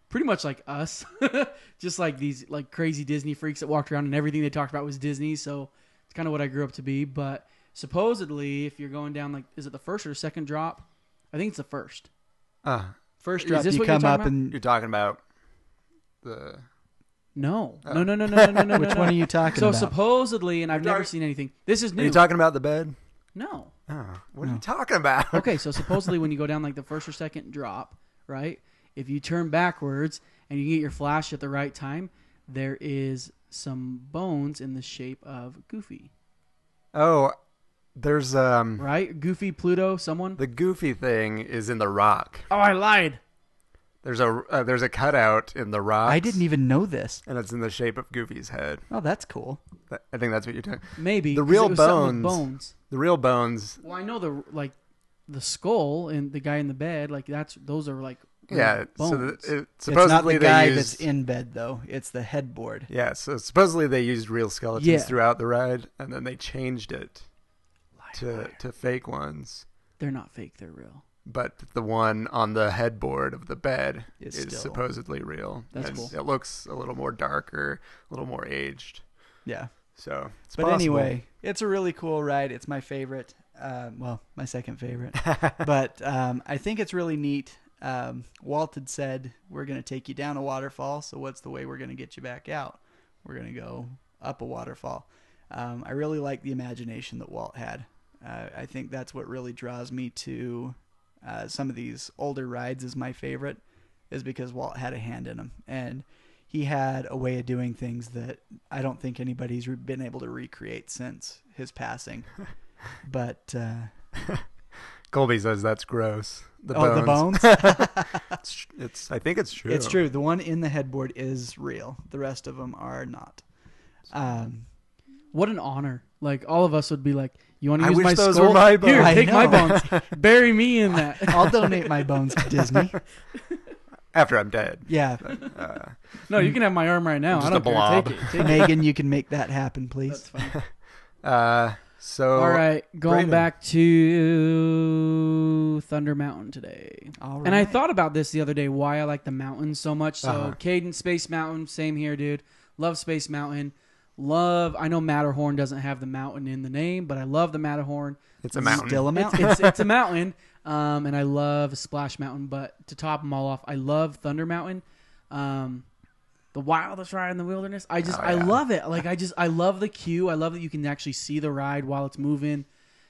S6: pretty much like us, <laughs> just like these like crazy Disney freaks that walked around and everything they talked about was Disney. So it's kind of what I grew up to be. But supposedly, if you're going down like, is it the first or second drop? I think it's the first.
S5: Uh,
S6: First
S7: Drop,
S6: drop. Ah. Is this
S7: you
S6: what you're
S7: come
S6: talking
S7: up
S6: about?
S7: and
S6: <laughs>
S5: you're talking about the.
S6: No. No, no, no, no, no, no, <laughs> no.
S7: which
S6: no,
S7: one are
S6: no.
S7: you talking
S6: So
S7: about?
S6: supposedly, and I've never seen anything. This is
S5: Are
S6: new.
S5: you talking about the bed? <laughs>
S6: no.
S5: Oh, what are you talking about?
S6: <laughs> Okay, so supposedly when you go down like the first or second drop, right? If you turn backwards and you get your flash at the right time, there is some bones in the shape of Goofy.
S5: <laughs> Oh, there's um
S6: Right? Goofy, Pluto, someone?
S5: the goofy thing is in the rock.
S6: oh, I lied.
S5: There's a uh, there's a cutout in the rock.
S7: I
S6: e-
S7: didn't even know this.
S5: And it's in the shape of Goofy's head.
S7: Oh, that's cool.
S5: Th- I think that's what you're doing.
S6: Maybe
S5: The
S6: 'cause
S5: real
S6: it was something with
S5: bones.
S6: bones.
S5: The real bones.
S6: Well, I know the like the skull and the guy in the bed. Like that's those are like real
S5: Yeah.
S6: bones.
S5: So th- it,
S7: It's not
S5: supposedly
S7: the guy
S5: they used.
S7: that's in bed though. It's the headboard.
S5: yeah. So supposedly they used real skeletons
S6: Yeah.
S5: throughout the ride, and then they changed it to to fake ones.
S6: They're not fake. They're real.
S5: But the one on the headboard of the bed
S7: Is
S5: is,
S7: still-
S5: supposedly real.
S6: That's
S5: And
S6: cool.
S5: It looks a little more darker, a little more aged.
S7: Yeah.
S5: So, it's
S7: But
S5: possible.
S7: anyway, it's a really cool ride. It's my favorite. Um, well, my second
S5: <laughs>
S7: favorite. but um, I think it's really neat. Um, Walt had said, We're going to take you down a waterfall. So, what's the way we're going to get you back out? We're going to go up a waterfall. Um, I really like the imagination that Walt had. Uh, I think that's what really draws me to uh, some of these older rides, is my favorite, is because Walt had a hand in them. And he had a way of doing things that I don't think anybody's re- been able to recreate since his passing. But uh,
S5: Colby says that's gross. The
S7: oh,
S5: bones.
S7: the bones?
S5: It's, <laughs> it's. I think it's true.
S7: it's true. The one in the headboard is real. The rest of them are not. Um,
S6: What an honor! Like all of us would be like, "You want to
S5: I
S6: use
S5: wish
S6: my
S5: those
S6: skull?
S5: were my
S6: Here,
S5: bones."
S6: take
S7: I
S6: my
S7: know.
S6: bones.
S5: <laughs>
S6: Bury me in that."
S7: I'll donate my bones to Disney.
S5: After I'm dead.
S7: Yeah,
S6: <laughs> No, you can have my arm right now. I
S5: Just
S6: don't
S5: a
S6: care.
S5: blob.
S6: Take it.
S5: <laughs>
S6: Take it.
S7: Megan, you can make that happen,
S6: That's
S7: please.
S6: fine.
S5: Uh, so
S6: All right, going
S5: Brandon.
S6: back to Thunder Mountain today.
S7: All
S6: And I
S7: right.
S6: thought about this the other day why I like the mountains so much. So,
S5: Uh-huh.
S6: Caden, Space Mountain, same here, dude. Love Space Mountain. Love, I know Matterhorn doesn't have the mountain in the name, but I love the Matterhorn.
S5: It's a mountain.
S7: Still a mountain.
S6: It's, it's a mountain, um, and I love Splash Mountain. But to top them all off, I love Thunder Mountain, um, the wildest ride in the wilderness. I
S5: Oh,
S6: just I love it. Like I just I love the queue. I love that you can actually see the ride while it's moving.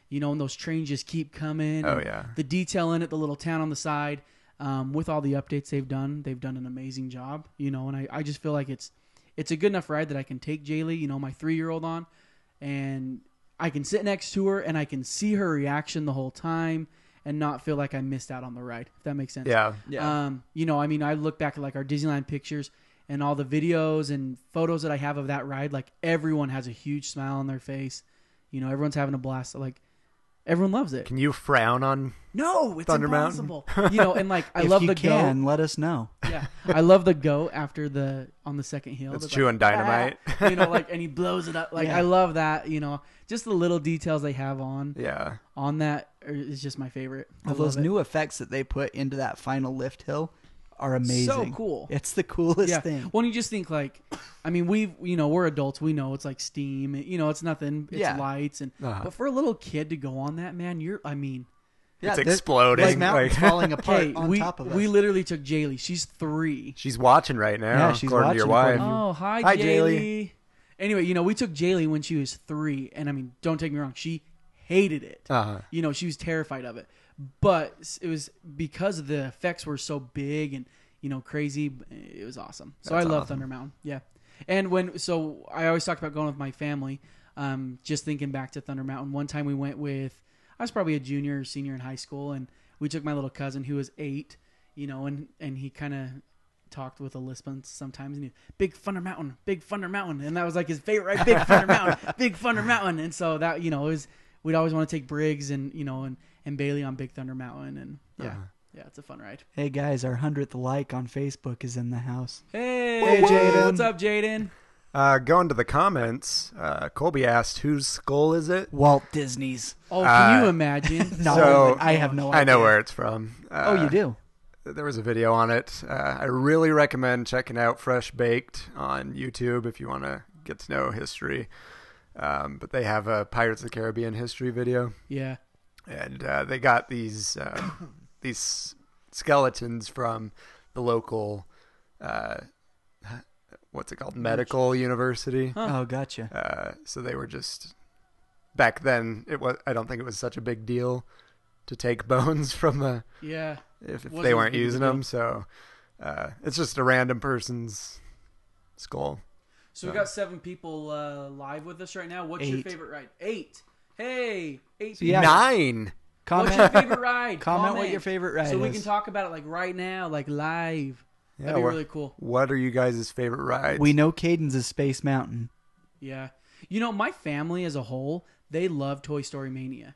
S6: You know, and those trains just keep coming.
S5: Oh,
S6: and
S5: yeah.
S6: the detail in it, the little town on the side. Um, with all the updates they've done, they've done an amazing job. You know, and I, I just feel like it's it's a good enough ride that I can take Jaylee, you know, my three year old on, and I can sit next to her and I can see her reaction the whole time and not feel like I missed out on the ride. If that makes sense.
S5: Yeah.
S7: Yeah.
S6: Um, you know, I mean, I look back at like our Disneyland pictures and all the videos and photos that I have of that ride. Like everyone has a huge smile on their face. You know, everyone's having a blast. Like everyone loves it.
S5: Can you frown on?
S6: no, it's
S5: Thunder Mountain?
S6: impossible. you know, and
S7: <laughs>
S6: like I
S7: if
S6: love
S7: you
S6: the
S7: can,
S6: go.
S7: let us know.
S6: Yeah, I love the go after the on the second hill.
S5: It's
S6: That's
S5: chewing dynamite.
S6: "Ah," <laughs> you know, like and he blows it up. Like
S7: Yeah.
S6: I love that. You know, just the little details they have on
S5: Yeah.
S6: on that are- is just my favorite. I
S7: All those
S6: love it.
S7: new effects that they put into that final lift hill are amazing.
S6: cool.
S7: It's the coolest
S6: yeah.
S7: thing.
S6: When you just think like, I mean, we've you know we're adults. We know it's like steam. You know, it's nothing. It's
S7: Yeah.
S6: lights and.
S5: Uh-huh.
S6: But for a little kid to go on that, man, you're. I mean,
S7: Yeah,
S5: It's
S7: this-
S5: exploding,
S7: This mountain's
S5: like-
S7: falling <laughs> apart
S6: hey,
S7: on
S6: we
S7: top of us.
S6: we literally took Jaylee. She's three.
S5: She's watching right now.
S7: Yeah, she's
S5: according to your
S7: watching,
S5: wife.
S7: according
S6: Oh, hi,
S5: Hi,
S6: Jaylee.
S5: Jaylee.
S6: Anyway, you know, we took Jaylee when she was three, and I mean, don't take me wrong, she hated it.
S5: Uh-huh.
S6: You know, she was terrified of it. But it was because the effects were so big and you know crazy. It was awesome. So I love Thunder Mountain. Yeah, and when so I always talk about going with my family. Um, just thinking back to Thunder Mountain, one time we went with I was probably a junior or senior in high school, and we took my little cousin who was eight. You know, and and he kind of talked with a lisp on sometimes and he big thunder mountain big thunder mountain and that was like his favorite right? big <laughs> thunder mountain big thunder mountain and so that you know it was we'd always want to take briggs and you know and and bailey on big thunder mountain and yeah yeah it's a fun ride
S7: Hey guys, our hundredth like on Facebook is in the house.
S6: hey,
S7: Jaden.
S6: what's up jaden
S5: Uh, going to the comments, uh, Colby asked, "Whose skull is it?"
S7: Walt Disney's.
S6: oh can you
S5: Uh,
S6: imagine
S7: <laughs> No,
S5: So-
S7: I have no. Idea.
S5: I know where it's from. Uh,
S7: Oh, you do.
S5: There was a video on it. Uh, I really recommend checking out Fresh Baked on YouTube if you want to get to know history. Um, but they have a Pirates of the Caribbean history video.
S6: <laughs> yeah
S5: and uh, they got these uh, <coughs> these skeletons from the local uh, what's it called medical university.
S7: Oh, gotcha.
S5: Uh, so they were just back then. It was I don't think it was such a big deal to take <laughs> bones from the
S6: yeah
S5: if, if
S6: Wasn't
S5: they
S6: a
S5: weren't
S6: big
S5: using
S6: deal.
S5: them. So uh, it's just a random person's skull.
S6: So we got seven people uh, live with us right now. What's your
S7: Eight.
S6: favorite ride? Eight. Hey, eight.
S7: So, yeah,
S5: Nine.
S6: What's
S7: Comment.
S6: your favorite
S7: <laughs>
S6: ride?
S7: Comment what your favorite ride
S6: So we
S7: is.
S6: can talk about it like right now, like live. That'd be
S5: wha-
S6: really cool.
S5: What are you guys' favorite rides?
S7: We know Caden's is Space Mountain.
S6: Yeah. You know, my family as a whole, they love Toy Story Mania.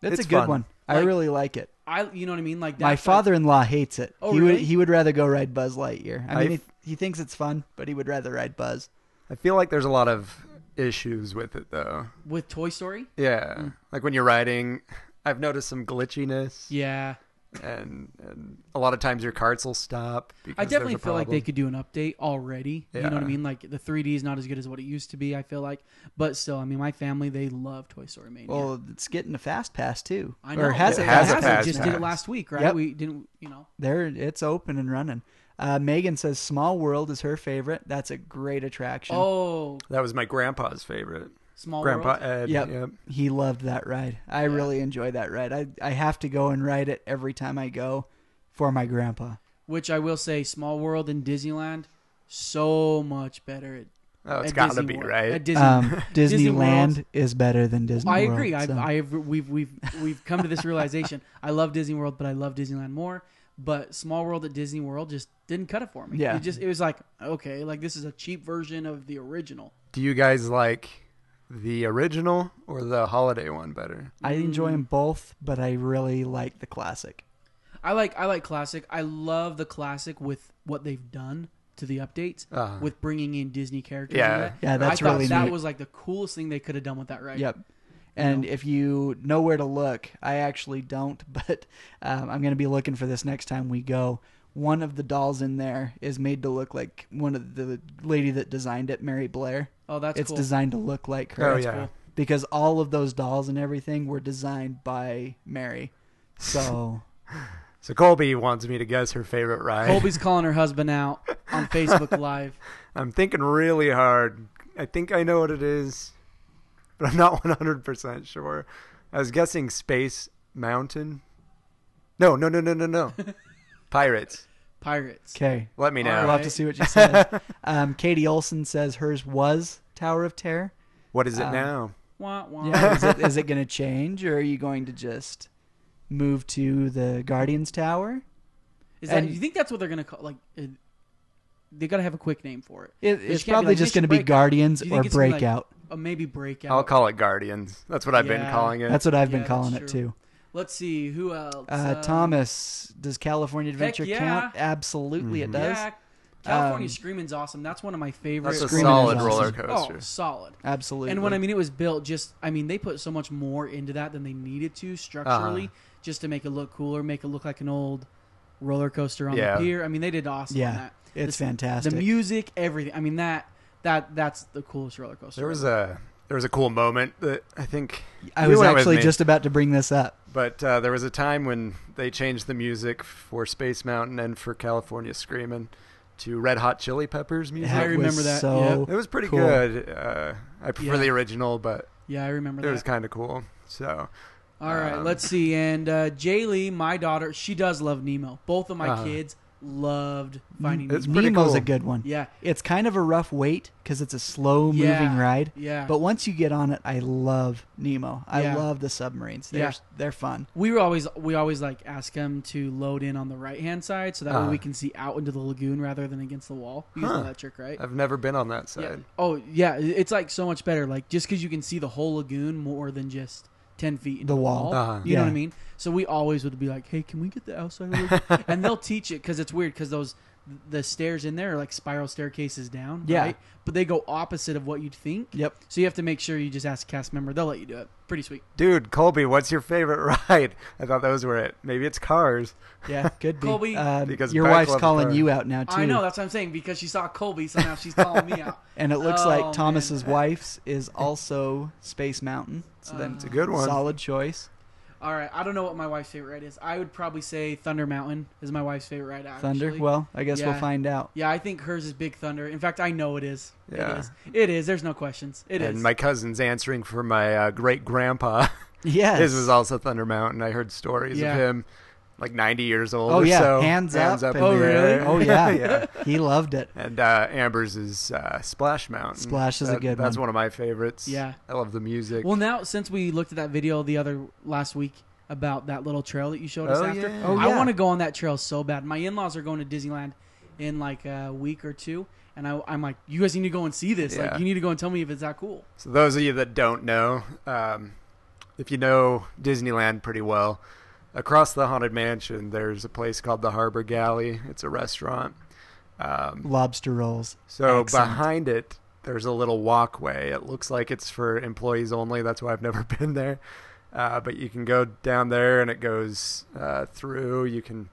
S7: That's
S5: It's
S7: a good
S5: fun.
S7: one. I
S6: Like-
S7: really like it.
S6: I, you know what I mean? Like
S7: My
S6: that's, like-
S7: father-in-law hates it.
S6: Oh,
S7: he would
S6: really?
S7: he would rather go ride Buzz Lightyear. I mean,
S5: I've-
S7: he, he thinks it's fun, but he would rather ride Buzz.
S5: I feel like there's a lot of issues with it though.
S6: with Toy Story.
S5: Yeah,
S6: Hmm.
S5: like when you're riding, I've noticed some glitchiness,
S6: Yeah.
S5: and, and a lot of times your carts will stop. Because
S6: I
S5: there's
S6: definitely
S5: a
S6: feel like they
S5: problem.
S6: could do an update already. You know what I
S5: Yeah.
S6: mean? Like the 3D is not as good as what it used to be. I feel like, but still, I mean, my family they love Toy Story Mania.
S7: Well, it's getting a fast pass too,
S6: I know
S7: or has
S5: It
S7: it?
S5: has a
S7: fast
S5: pass
S6: Just
S5: now.
S6: did it last week, right?
S7: Yep.
S6: We didn't, you know.
S7: There, it's open and running. Uh, Megan says Small World is her favorite. That's a great attraction.
S6: Oh,
S5: That was my grandpa's favorite.
S6: small
S5: Grandpa uh,
S6: world.
S5: Ed.
S7: Yep. He loved that ride. I really enjoy that ride. I, I have to go and ride it every time I go for my grandpa.
S6: which I will say, Small World in Disneyland, so much better. At,
S5: Oh, it's
S6: at
S5: got to
S6: Disney
S5: be
S6: World-
S5: right.
S6: At Disney,
S7: Um,
S6: <laughs> Disney
S7: Disneyland
S6: World.
S7: is better than Disney
S6: I
S7: World,
S6: agree. I,
S7: so-
S6: I have, we've we've we've come to this realization. I love Disney World, but I love Disneyland more. But Small World at Disney World just didn't cut it for me.
S7: Yeah.
S6: it just it was like okay, like this is a cheap version of the original.
S5: Do you guys like the original or the holiday one better?
S7: I enjoy
S6: mm.
S7: them both, but I really like the classic.
S6: I like I like classic. I love the classic with what they've done to the updates
S5: Uh-huh.
S6: with bringing in Disney characters.
S5: Yeah.
S6: and that.
S7: Yeah, that's
S6: I thought
S7: really
S6: that
S7: neat.
S6: was like the coolest thing they could have done with that, right?
S7: Yep. And if you know where to look, I actually don't, <laughs> but um, I'm going to be looking for this next time we go. One of the dolls in there is made to look like one of the lady that designed it, Mary Blair.
S6: Oh, that's
S7: it's
S6: cool.
S7: designed to look like her.
S5: Oh
S7: It's
S5: yeah.
S6: cool.
S7: because all of those dolls and everything were designed by Mary.
S6: <laughs>
S7: So
S5: So Colby wants me to guess her favorite ride.
S6: Colby's calling her husband out on
S7: <laughs>
S6: Facebook Live.
S5: <laughs> I'm thinking really hard. I think I know what it is, but I'm not <laughs> 100% sure. I was guessing Space Mountain. No, no, no, no, no,
S6: <laughs>
S5: no. Pirates.
S6: Pirates.
S7: okay,
S5: Let me know.
S7: we'll have to see what
S5: <laughs>
S7: you said. um, Katie Olson says hers was Tower of Terror.
S5: What
S6: Um,
S5: is it now?
S6: Wah, wah.
S7: Yeah, is it, is it going to change, or are you going to just move to the Guardians Tower?
S6: Is that,
S7: And-
S6: you think that's what they're gonna call like? It, they gotta have a quick name for it.
S7: It,
S6: They
S7: it's
S6: can't be
S7: probably
S6: like,
S7: just
S6: "Mission
S7: going to be
S6: Breakout."
S7: Guardians
S6: Do you
S7: or
S6: think it's gonna be like-
S7: Breakout.
S6: Uh, maybe breakout.
S5: I'll call it Guardians. That's what I've been
S6: Yeah.
S5: calling it.
S7: That's what I've
S6: Yeah,
S7: been calling it
S6: that's true.
S7: too.
S6: Let's see who else. Um,
S7: Uh, Thomas, does California Adventure
S6: yeah.
S7: count? Absolutely,
S5: Mm-hmm.
S7: it does.
S6: Yeah, California
S7: Um,
S6: Screaming's awesome. That's one of my favorite.
S5: That's a
S7: Screaming
S5: solid
S7: is awesome.
S5: roller
S6: Oh,
S5: coaster.
S6: solid.
S7: Absolutely.
S6: And when I mean it was built, just I mean they put so much more into that than they needed to structurally,
S5: Uh-huh.
S6: just to make it look cooler, make it look like an old roller coaster on
S5: Yeah.
S6: the pier. I mean they did awesome. on
S7: yeah,
S6: that.
S7: it's
S6: The-
S7: fantastic.
S6: The music, everything. I mean that that that's the coolest roller coaster.
S5: There was a there was a cool moment that I think
S7: I
S5: you
S7: was
S5: went with
S7: actually
S5: me.
S7: just about to bring this up.
S5: But uh, there was a time when they changed the music for Space Mountain and for California Screamin' to Red Hot Chili Peppers music.
S6: I
S7: That
S6: remember
S7: was
S6: that,
S7: So
S5: It was pretty
S7: cool.
S5: good. Uh, I prefer
S6: Yeah.
S5: the original, but
S6: yeah, I remember
S5: it was um,
S6: that.
S5: kind of cool. So
S6: All right, let's see. And uh, Jaylee, my daughter, she does love Nemo. Both of my
S5: Uh-huh. Mm-hmm.
S6: kids loved Finding
S5: It's
S6: Nemo.
S5: pretty
S7: Nemo's
S5: cool.
S7: a good one.
S6: Yeah.
S7: It's kind of a rough wait because it's a slow moving
S6: Yeah,
S7: ride.
S6: yeah.
S7: But once you get on it, I love Nemo. I
S6: Yeah.
S7: love the submarines. They're,
S6: Yeah.
S7: they're fun.
S6: We were always we always like ask them to load in on the right hand side so that way
S5: Uh-huh.
S6: we can see out into the lagoon rather than against the wall. You guys know that trick, right?
S5: I've never been on that
S6: Yeah.
S5: side.
S6: Oh yeah, it's like so much better. Like just because you can see the whole lagoon more than just ten feet into
S7: The wall.
S5: Uh-huh.
S6: You know what I
S7: Yeah.
S6: mean? So we always would be like, "Hey, can we get the outside?" lagoon?"
S7: <laughs>
S6: and they'll teach it because it's weird because those the stairs in there are like spiral staircases down.
S7: Yeah.
S6: Right? But they go opposite of what you'd think.
S7: Yep.
S6: So you have to make sure you just ask a cast member. They'll let you do it. Pretty sweet.
S5: Dude, Colby, what's your favorite <laughs> ride? I thought those were it. Maybe it's Cars.
S7: <laughs> Yeah, could be.
S6: Colby-
S7: Um,
S5: Because
S7: your
S5: back
S7: wife's
S5: left
S7: calling
S5: turn.
S7: you out now, too.
S6: I know that's what I'm saying because she saw Colby, so now she's calling me out. <laughs>
S7: And it looks
S6: Oh,
S7: like Thomas's
S6: man.
S7: wife's is also Space Mountain. So
S6: Uh,
S7: then
S5: It's a good one.
S7: Solid choice.
S6: All right, I don't know what my wife's favorite ride is. I would probably say Thunder Mountain is my wife's favorite ride. Actually.
S7: Thunder. Well, I guess
S6: Yeah.
S7: we'll find out.
S6: Yeah, I think hers is Big Thunder. In fact, I know it is. It
S5: Yeah.
S6: is. It is. There's no questions. It is.
S5: and my cousin's answering for my uh, great grandpa. <laughs>
S7: Yes.
S5: His was also Thunder Mountain. I heard stories
S6: Yeah.
S5: of him like 90 years old
S7: Oh
S5: or
S7: yeah,
S5: so.
S7: hands, up.
S5: in
S7: and-
S5: the air.
S7: Oh yeah,
S5: <laughs> yeah.
S7: He loved it.
S5: And uh, Amber's is uh, Splash Mountain.
S7: Splash is a
S5: That-
S7: good
S5: That's
S7: one.
S5: one of my favorites.
S6: Yeah.
S5: I love the music.
S6: Well, now since we looked at that video the other last week about that little trail that you showed us
S5: Oh,
S6: after,
S5: yeah. Oh,
S6: I
S7: yeah.
S6: want to go on that trail so bad. My in-laws are going to Disneyland in like a week or two, and I, I'm like, you guys need to go and see this.
S5: Yeah.
S6: Like, you need to go and tell me if it's that cool.
S5: So those of you that don't know, um, if you know Disneyland pretty well, across the Haunted Mansion, there's a place called the Harbor Galley. It's a restaurant.
S7: Lobster rolls.
S5: So
S7: Excellent.
S5: behind it, there's a little walkway. It looks like it's for employees only. That's why I've <laughs> never been there. Uh, but you can go down there, and it goes uh, through. You can,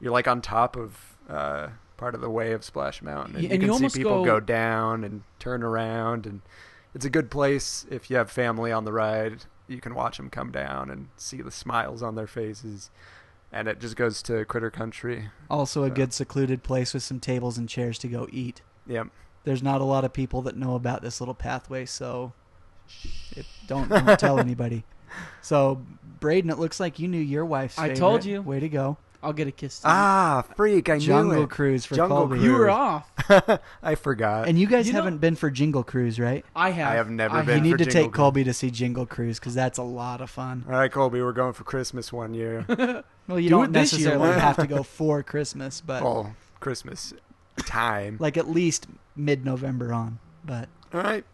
S5: you're like on top of uh, part of the way of Splash Mountain, and
S6: Yeah,
S5: you
S6: and you
S5: can
S6: almost
S5: see people
S6: go-
S5: go down and turn around. And it's a good place if you have family on the ride. You can watch them come down and see the smiles on their faces. And it just goes to Critter Country.
S7: Also a good secluded place with some tables and chairs to go eat.
S5: Yep.
S7: There's not a lot of people that know about this little pathway, so it,
S5: <laughs>
S7: don't, don't tell anybody. So Braden, it looks like you knew your wife's.
S6: I
S7: favorite.
S6: told you.
S7: Way to go.
S6: I'll get a kiss. tonight.
S5: Ah, freak! I knew
S7: Jungle
S5: it.
S7: Cruise for
S5: Jungle
S7: Colby.
S5: Cruise.
S6: you were off.
S5: I forgot.
S7: And you guys
S6: You know-
S7: haven't been for Jingle Cruise, right?
S6: I
S5: <laughs>
S6: have.
S5: I have never
S6: I
S5: been.
S7: You
S6: have.
S7: need
S5: for
S7: to
S5: Jingle
S7: take
S5: Cruise.
S7: Colby to see Jingle Cruise because that's a lot of fun.
S5: All right, Colby, we're going for Christmas one
S7: <laughs>
S5: year.
S7: Well, you
S6: Do
S7: don't
S6: it this year.
S7: necessarily have
S6: <laughs>
S7: to go for Christmas, but
S5: oh, Christmas time.
S7: like at least mid-November on. But
S5: All right.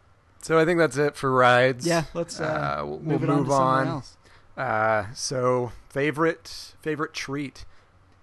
S5: So I think that's it for rides.
S7: yeah, let's uh,
S5: Uh, we'll,
S7: move,
S5: we'll
S7: it on
S5: move
S7: to somewhere
S5: on.
S7: else.
S5: Uh, so favorite favorite treat.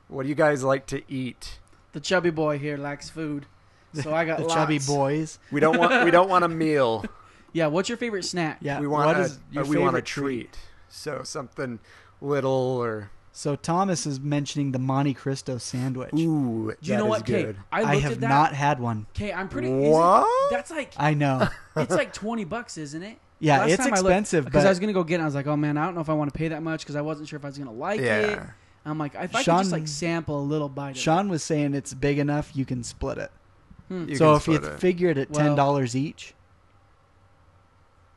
S5: What do you guys like to eat?
S6: The chubby boy here lacks food, so I
S7: <laughs>
S6: got
S7: The
S6: lots.
S7: chubby boys.
S5: We don't want we don't want a
S7: <laughs>
S5: meal.
S6: Yeah, what's your favorite snack?
S7: Yeah,
S5: We want
S7: what
S5: a,
S7: is your
S5: uh, we want a
S7: favorite treat?
S5: treat. So something little or
S7: So Thomas is mentioning the Monte Cristo sandwich.
S5: ooh.
S6: Do you know what, Kay?
S5: Good.
S6: I looked
S7: I have
S6: at that.
S7: not had one.
S6: Kay, I'm pretty.
S5: What?
S6: What? That's like
S7: I know.
S6: it's like twenty bucks, isn't it?
S7: <laughs> Yeah,
S6: Last
S7: it's
S6: time I looked-
S7: expensive,
S6: Because
S7: but-
S6: I was gonna go get, it, I was like, oh man, I don't know if I want to pay that much because I wasn't sure if I was gonna like it.
S5: Yeah.
S6: I'm like, if I
S7: Sean-
S6: could just like sample a little bite. Of
S7: Sean was saying it's big enough you can split it.
S5: You
S7: so
S5: can
S7: if you
S5: split it.
S7: figure it at
S6: Well-
S7: ten dollars each,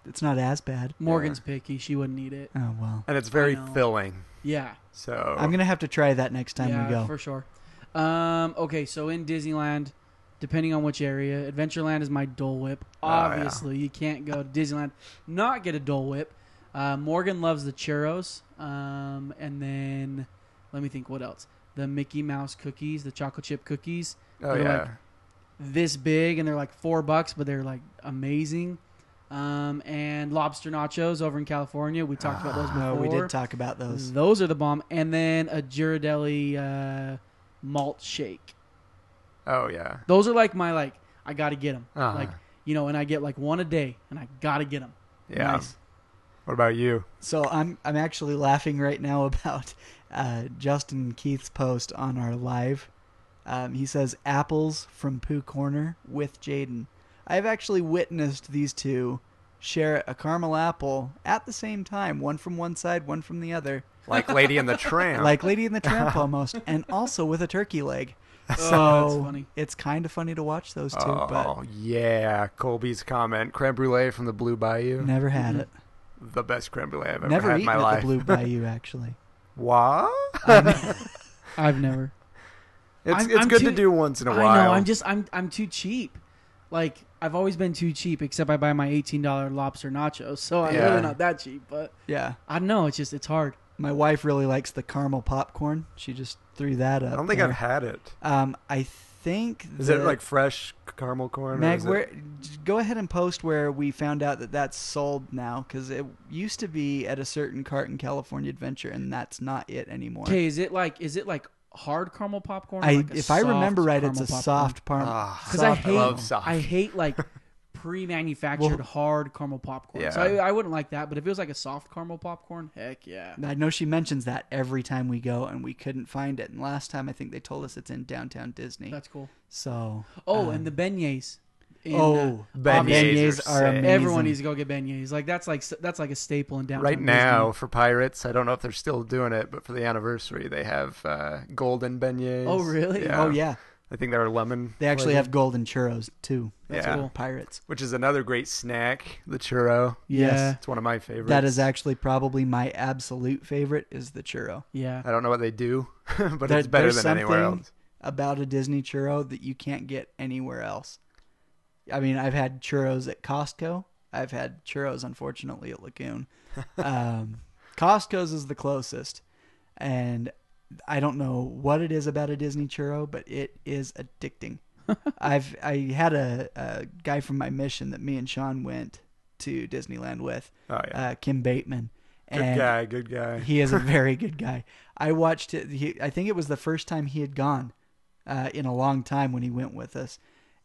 S7: it's not as bad.
S6: it. Morgan's picky, she wouldn't eat it.
S7: Oh well.
S5: and it's very
S6: know.
S5: filling.
S6: Yeah,
S5: So
S7: I'm gonna have to try that next time
S6: yeah,
S7: we go.
S6: for sure. Um, okay, so in Disneyland, depending on which area, Adventureland is my Dole Whip.
S7: Oh,
S5: yeah.
S6: Obviously, you can't go to Disneyland not get a Dole Whip. Uh, Morgan loves the churros, um, and then let me think, what else? The Mickey Mouse cookies, the chocolate chip cookies.
S5: oh
S6: They're
S5: yeah.
S6: like this big and they're like four bucks, but they're like amazing. Um, and lobster nachos over in California. We talked about those before.
S7: No, Ah, Oh, we did talk about those.
S6: Those are the bomb. And then a Girardelli uh, malt shake.
S5: oh yeah.
S6: Those are like my like I gotta get them.
S5: Uh-huh.
S6: Like you know, and I get like one a day, and I gotta get them.
S5: Yeah.
S7: Nice.
S5: What about you?
S7: So I'm I'm actually laughing right now <laughs> about uh, Justin Keith's post on our live. Um, he says apples from Pooh Corner with Jaden. I've actually witnessed these two share a caramel apple at the same time, one from one side, one from the other,
S5: Like Lady
S7: <laughs>
S5: and the Tramp.
S7: like Lady in
S5: <laughs>
S7: the Tramp almost, and also with a turkey leg. So
S6: that's funny.
S7: it's kind of funny to watch those two,
S5: Oh yeah, Colby's comment. Creme brulee from the Blue Bayou.
S7: but never had it.
S5: The best creme brulee I've ever
S7: Never
S5: had in
S7: eaten
S5: my
S7: at
S5: life. <laughs>
S7: the Blue Bayou actually.
S5: What?
S7: <laughs>
S6: I've never.
S5: It's,
S6: I'm-
S5: it's
S6: I'm
S5: good
S6: too-
S5: to do once in a while.
S6: I know. I'm just I'm I'm too cheap. Like I've always been too cheap, except I buy my eighteen dollar lobster nachos, so I'm
S5: Yeah.
S6: really not that cheap. But
S7: Yeah.
S6: I don't know. It's just it's hard.
S7: My wife really likes the caramel popcorn. She just threw that up.
S5: I don't think
S7: there.
S5: I've had it.
S7: Um, I think
S5: Is
S7: that,
S5: it like fresh caramel corn? or
S7: Meg?
S5: is it-
S7: Where, go ahead and post where we found out that that's sold now because it used to be at a certain cart in California Adventure, and that's not it anymore.
S6: Okay, is it like is it like hard caramel popcorn? or
S7: I,
S6: like a
S7: if I remember
S6: soft
S7: right, it's a
S6: caramel popcorn?
S7: soft par-
S5: Ah.
S6: Because I
S7: soft
S6: hate, I,
S5: love soft.
S6: hate like pre-manufactured hard caramel popcorn. So
S5: Yeah.
S6: I, I wouldn't like that. But if it was like a soft caramel popcorn, heck yeah.
S7: I know she mentions that every time we go, and we couldn't find it. And last time, I think they told us it's in downtown Disney.
S6: That's cool.
S7: so.
S6: Oh, and the beignets. In, uh,
S7: Oh,
S5: Beignets
S7: beignets
S5: are
S7: are
S5: sick.
S7: amazing.
S6: everyone needs to go get beignets. Like that's like s- that's like a staple in downtown.
S5: Right
S6: Disney.
S5: now, for Pirates, I don't know if they're still doing it, but for the anniversary, they have uh, golden beignets.
S6: Oh, really?
S5: Yeah.
S7: Oh yeah,
S5: I think they were lemon.
S7: They actually
S5: flavored,
S7: have golden churros too. That's
S5: Yeah.
S7: cool. Pirates.
S5: which is another great snack, the churro.
S6: Yeah.
S5: It's one of my favorites.
S7: That is actually probably my absolute favorite is the churro.
S6: Yeah.
S5: I don't know what they do, <laughs> but
S7: There-
S5: it's better
S7: there's
S5: than anywhere
S7: something
S5: else.
S7: About a Disney churro that you can't get anywhere else. I mean, I've had churros at Costco. I've had churros, unfortunately,
S5: <laughs>
S7: at Lagoon. um, Costco's is the closest, and I don't know what it is about a Disney churro, but it
S5: <laughs>
S7: is addicting. I've I had a, a guy from my mission that me and Sean went to Disneyland with,
S5: Oh, yeah.
S7: uh, Kim Bateman.
S5: Good
S7: and
S5: guy, good guy.
S7: <laughs> he is a very good guy. I watched it. He, I think it was the first time he had gone uh, in a long time when he went with us,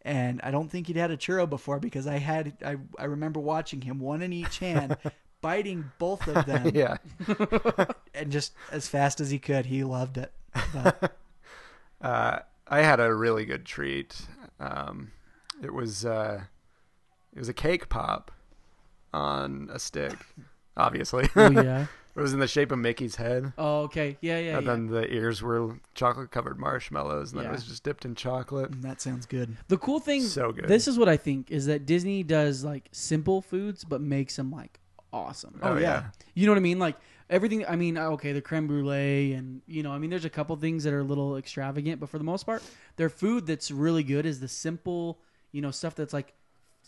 S7: and I don't think he'd had a churro before because I had. I I remember watching him one in each <laughs> hand, biting both of <laughs> them,
S5: yeah.
S7: and just as fast as he could, he loved it. But
S5: Uh, I had a really good treat. Um, it was uh, it was a cake pop on a stick, obviously. <laughs>
S6: Oh yeah.
S5: it was in the shape of Mickey's head.
S6: Oh okay. Yeah yeah.
S5: and
S6: yeah.
S5: then the ears were chocolate covered marshmallows, and then
S6: Yeah.
S5: it was just dipped in chocolate.
S7: that sounds good.
S6: The cool thing,
S5: So good.
S6: this is what I think, is that Disney does like simple foods, but makes them like awesome.
S5: Oh, yeah.
S6: You know what I mean? Like everything. I mean, uh, okay, the creme brulee, and you know, I mean, there's a couple things that are a little extravagant, but for the most part, their food that's really good is the simple, you know, stuff that's like,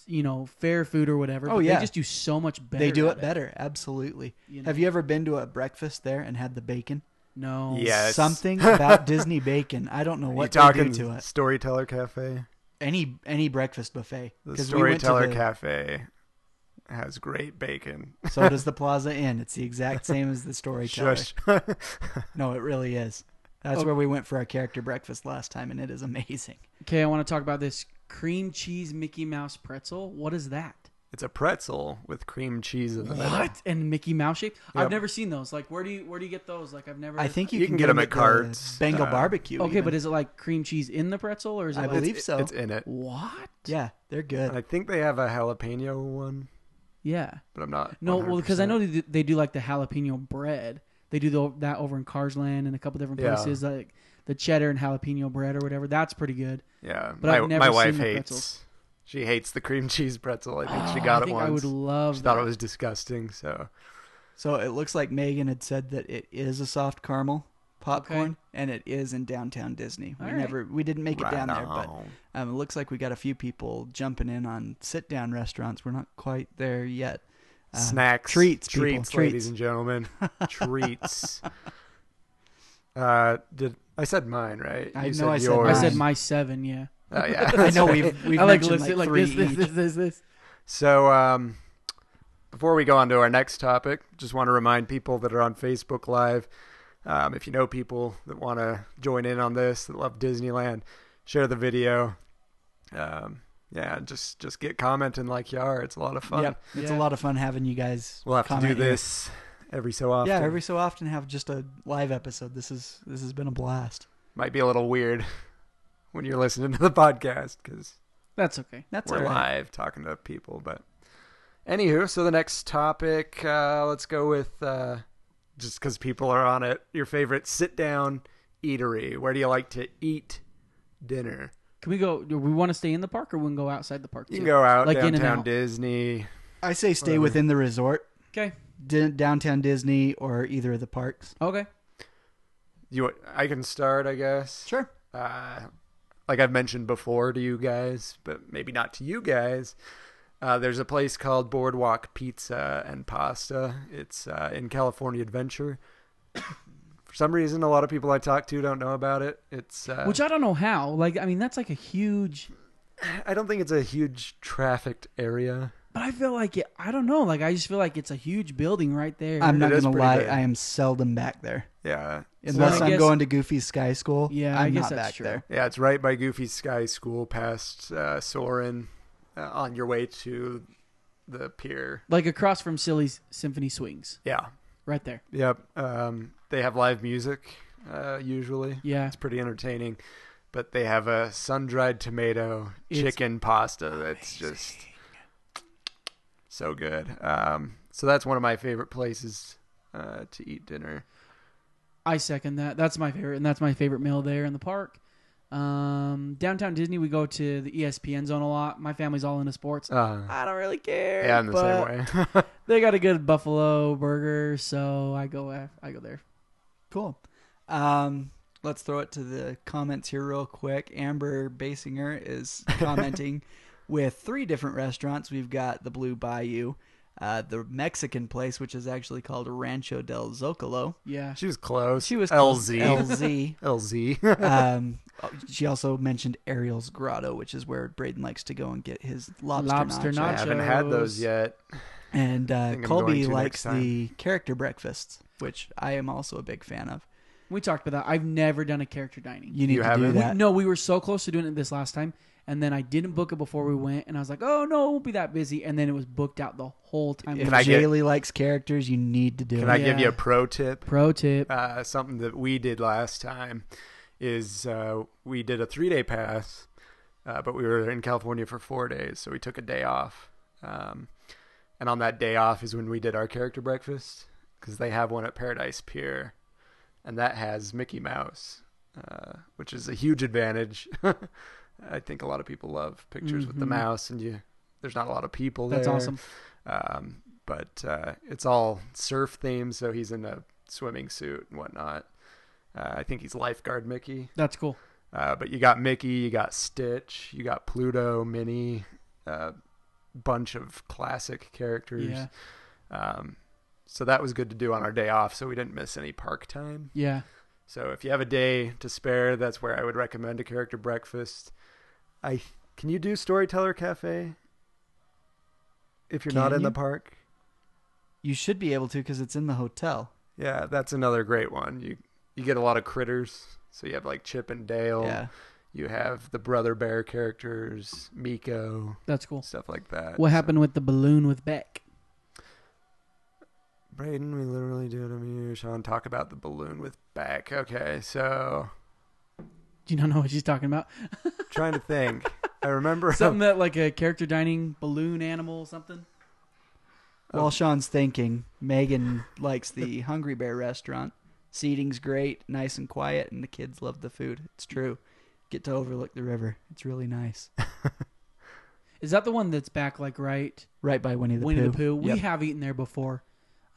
S6: you know, fair food or whatever.
S7: Oh,
S6: but
S7: yeah.
S6: they just do so much better.
S7: They do
S6: at
S7: it better, absolutely.
S6: You
S7: Have you ever been to a breakfast there and had the bacon?
S6: No.
S5: Yeah, it's- <laughs>
S7: Something about Disney bacon. I don't know
S5: You
S7: what they
S5: talking
S7: do to it.
S5: Storyteller Cafe?
S7: Any any breakfast buffet.
S5: The
S7: 'Cause we went to
S5: Storyteller
S7: the-
S5: Cafe has great bacon.
S7: So does the Plaza Inn. It's the exact same as the
S5: <laughs>
S7: storyteller.
S5: Shush. Oh.
S7: No, it really is. That's where we went for our character breakfast last time, and it is amazing.
S6: Okay, I want to talk about this cream cheese Mickey Mouse pretzel. What is that?
S5: it's a pretzel with cream cheese in the middle.
S6: What and Mickey Mouse shape? I've
S5: Yep.
S6: never seen those. Like, where do you where do you get those? Like, I've never.
S7: I think you,
S5: You
S7: can,
S5: can get 'em at
S7: the
S5: Carts,
S7: Bengal
S5: uh,
S7: barbecue.
S6: Okay,
S7: even.
S6: but is it like cream cheese in the pretzel or is it
S7: I
S6: like,
S7: believe
S5: It's-
S7: so.
S5: It's in it.
S6: what?
S7: yeah, they're
S5: And I
S7: good.
S5: think they have a jalapeno one,
S6: Yeah.
S5: but I'm not.
S6: No, well, because I
S5: 100%.
S6: know they do, they do like the jalapeno bread. They do the, that over in Carsland and a couple different
S5: Yeah.
S6: places, like the cheddar and jalapeno bread or whatever. That's pretty good.
S5: Yeah,
S6: But
S5: my,
S6: I've never
S5: my
S6: seen
S5: wife
S6: the
S5: hates.
S6: pretzels.
S5: She hates the cream <laughs> cheese pretzel. I think she
S6: Oh,
S5: got
S6: I
S5: it
S6: think
S5: once.
S6: I would love.
S5: she thought
S6: that.
S5: it was disgusting. So
S7: So it looks like Megan had said that it is a soft caramel popcorn, and it is in downtown Disney. We
S6: All right.
S7: never we didn't make it
S5: Right
S7: down there,
S5: on.
S7: but um, it looks like we got a few people jumping in on sit down restaurants. We're not quite there yet. Uh,
S5: snacks,
S7: treats, people,
S5: treats, ladies
S7: treats.
S5: and
S6: <laughs>
S5: gentlemen, treats. Uh, did I said mine right?
S7: I
S5: You
S7: know I said
S5: yours.
S6: I
S7: mine.
S6: said my seven. Yeah.
S5: Oh,
S6: <laughs>
S5: yeah,
S7: <laughs> I know we've we've
S6: I like
S7: mentioned
S6: listed
S7: like
S6: like,
S7: three
S6: this, this,
S7: each.
S6: this, this, this.
S5: So, um, before we go on to our next topic, just want to remind people that are on Facebook Live um, if you know people that want to join in on this, that love Disneyland, share the video. Um, yeah, just just get commenting like you are. It's a lot of fun.
S7: Yep, it's a
S6: Yeah.
S7: lot of fun having you guys.
S5: We'll have to do
S7: comment here.
S5: this every so often.
S7: Yeah, every so often have just a live episode. This is this has been a blast.
S5: Might be a little weird <laughs> when you're listening to the podcast because
S6: That's okay.
S7: That's
S5: we're
S7: all right.
S5: live talking to people. But anywho, so the next topic, uh, let's go with uh, just because people are on it. Your favorite sit down eatery. Where do you like to eat dinner?
S6: Can we go? Do we want to stay in the park or we can go outside the park?
S5: You
S6: too?
S5: can go out
S6: like in and
S5: downtown
S6: out.
S5: Disney.
S7: I say stay within the resort,
S6: Okay.
S7: di- downtown Disney, or either of the parks.
S6: Okay.
S5: You, I can start, I guess.
S7: Sure.
S5: uh, like I've mentioned before to you guys, but maybe not to you guys. Uh, there's a place called Boardwalk Pizza and Pasta. It's uh, in California Adventure. <coughs> For some reason, a lot of people I talk to don't know about it. It's uh,
S6: Which I don't know how. Like, I mean, that's like a huge.
S5: I don't think it's a huge trafficked area.
S6: But I feel like it. I don't know. Like I just feel like it's a huge building right there.
S7: I'm
S5: It
S7: not
S5: is
S7: gonna
S5: pretty
S7: lie,
S5: big.
S7: I am seldom back there
S5: Yeah,
S7: unless
S6: I
S7: I'm
S6: guess-
S7: going to Goofy's Sky School.
S6: Yeah,
S7: I'm
S6: I guess
S7: not
S6: that's
S7: back
S6: true.
S7: there.
S5: yeah, it's right by Goofy Sky School, past uh, Soren, uh, on your way to the pier.
S6: like across from Silly's Symphony Swings,
S5: Yeah,
S6: right there.
S5: Yep. Um, they have live music uh, usually.
S6: Yeah.
S5: It's pretty entertaining. But they have a sun dried tomato
S6: It's
S5: chicken pasta that's just so good. Um, so that's one of my favorite places uh, to eat dinner.
S6: I second that. That's my favorite, and that's my favorite meal there in the park. Um, downtown Disney, we go to the E ESPN zone a lot. My family's all into sports.
S5: Uh,
S6: I don't really care.
S5: yeah, I'm the
S6: but
S5: same way. <laughs>
S6: They got a good buffalo burger, so I go af- I go there.
S7: Cool. Um, let's throw it to the comments here real quick. Amber Basinger
S5: <laughs>
S7: is commenting with three different restaurants. We've got the Blue Bayou, uh, the Mexican place, which is actually called Rancho del Zocalo.
S6: Yeah.
S5: she was close.
S7: She was called
S5: LZ. <laughs>
S7: LZ.
S5: LZ.
S7: um, she also mentioned Ariel's Grotto, which is where Braden likes to go and get his lobster,
S6: Lobster
S5: I
S7: nachos.
S5: haven't had those yet.
S7: And uh,
S5: think I'm going
S7: Colby
S5: to next
S7: likes
S5: time.
S7: the character breakfasts, which I am also a big fan of.
S6: We talked about that. I've never done a character dining.
S7: You need
S5: You
S7: to do
S5: haven't?
S7: that.
S6: No, we were so close to doing it this last time, and then I didn't book it before we went, and I was like, "Oh no, it won't be that busy," and then it was booked out the whole time.
S7: If
S5: Can I get-
S7: Jaylee likes characters, you need to do
S5: Can
S7: it.
S5: I give
S6: Yeah.
S5: you a pro tip?
S6: Pro tip:
S5: uh, something that we did last time is uh, we did a three day pass, uh, but we were in California for four days, so we took a day off. Um, and on that day off is when we did our character breakfast because they have one at Paradise Pier, and that has Mickey Mouse, uh, which is a huge advantage. <laughs> I think a lot of people love pictures with the mouse, and you there's not a lot of people
S6: Mm-hmm. That's
S5: there.
S6: awesome.
S5: Um, but uh, it's all surf themed, so he's in a swimming suit and whatnot. Uh, I think he's lifeguard Mickey.
S6: That's cool.
S5: Uh, but you got Mickey, you got Stitch, you got Pluto, Minnie, uh, bunch of classic characters.
S6: Yeah,
S5: Um, so that was good to do on our day off, so we didn't miss any park time.
S6: yeah.
S5: So if you have a day to spare, that's where I would recommend a character breakfast. I can you do Storyteller Cafe if you're not
S7: Can
S5: in the
S7: you?
S5: park?
S7: You should be able to because it's in the hotel.
S5: Yeah, that's another great one. You you get a lot of critters. So you have like Chip and Dale.
S7: Yeah.
S5: You have the brother bear characters, Miko,
S6: That's cool.
S5: stuff like that.
S6: What
S5: So-
S6: happened with the balloon with Beck?
S5: Braden, we literally do it. I'm here. Sean, talk about the balloon with back. Okay, so
S6: <laughs> Do you not know what she's talking about?
S5: trying to think. I remember
S6: Something that like a character dining balloon animal something.
S7: While Sean's thinking, Megan likes <laughs> the Hungry Bear restaurant. Seating's great, nice and quiet, and the kids love the food. It's true. Get to overlook the river. It's really <laughs> nice.
S6: Is that the one that's back like right
S7: Right by Winnie the
S6: Winnie
S7: Pooh.
S6: the Pooh?
S7: Yep.
S6: We have eaten there before.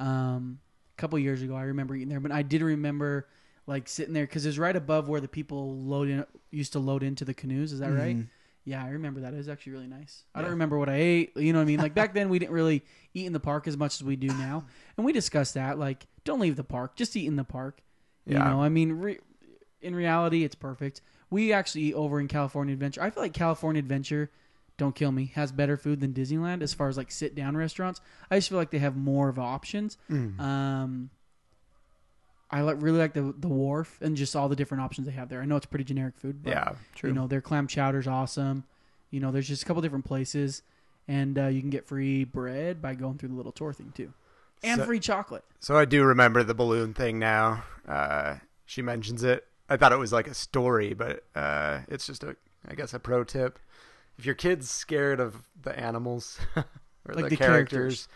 S6: Um, a couple years ago, I remember eating there, but I did remember like sitting there because it's right above where the people load in, used to load into the canoes. Is that right? Yeah, I remember that. It was actually really nice. I don't remember what I ate. You know what I mean? Like back then, we didn't really eat in the park as much as we do now, and we discussed that. Like, don't leave the park. Just eat in the park.
S5: Yeah.
S6: You know, I mean, re- in reality, it's perfect. We actually eat over in California Adventure. I feel like California Adventure, don't kill me, has better food than Disneyland as far as like sit down restaurants. I just feel like they have more of options.
S5: Mm.
S6: Um, I like really like the the wharf and just all the different options they have there. I know it's pretty generic food, but
S5: Yeah, true.
S6: You know their clam chowder's awesome. You know there's just a couple different places, and uh, you can get free bread by going through the little tour thing too, and
S5: So-
S6: free chocolate.
S5: So I do remember the balloon thing now. Uh, she mentions it. I thought it was like a story, but uh, it's just a, I guess, a pro tip. If your kid's scared of the animals <laughs> or
S6: Like
S5: the,
S6: the
S5: characters,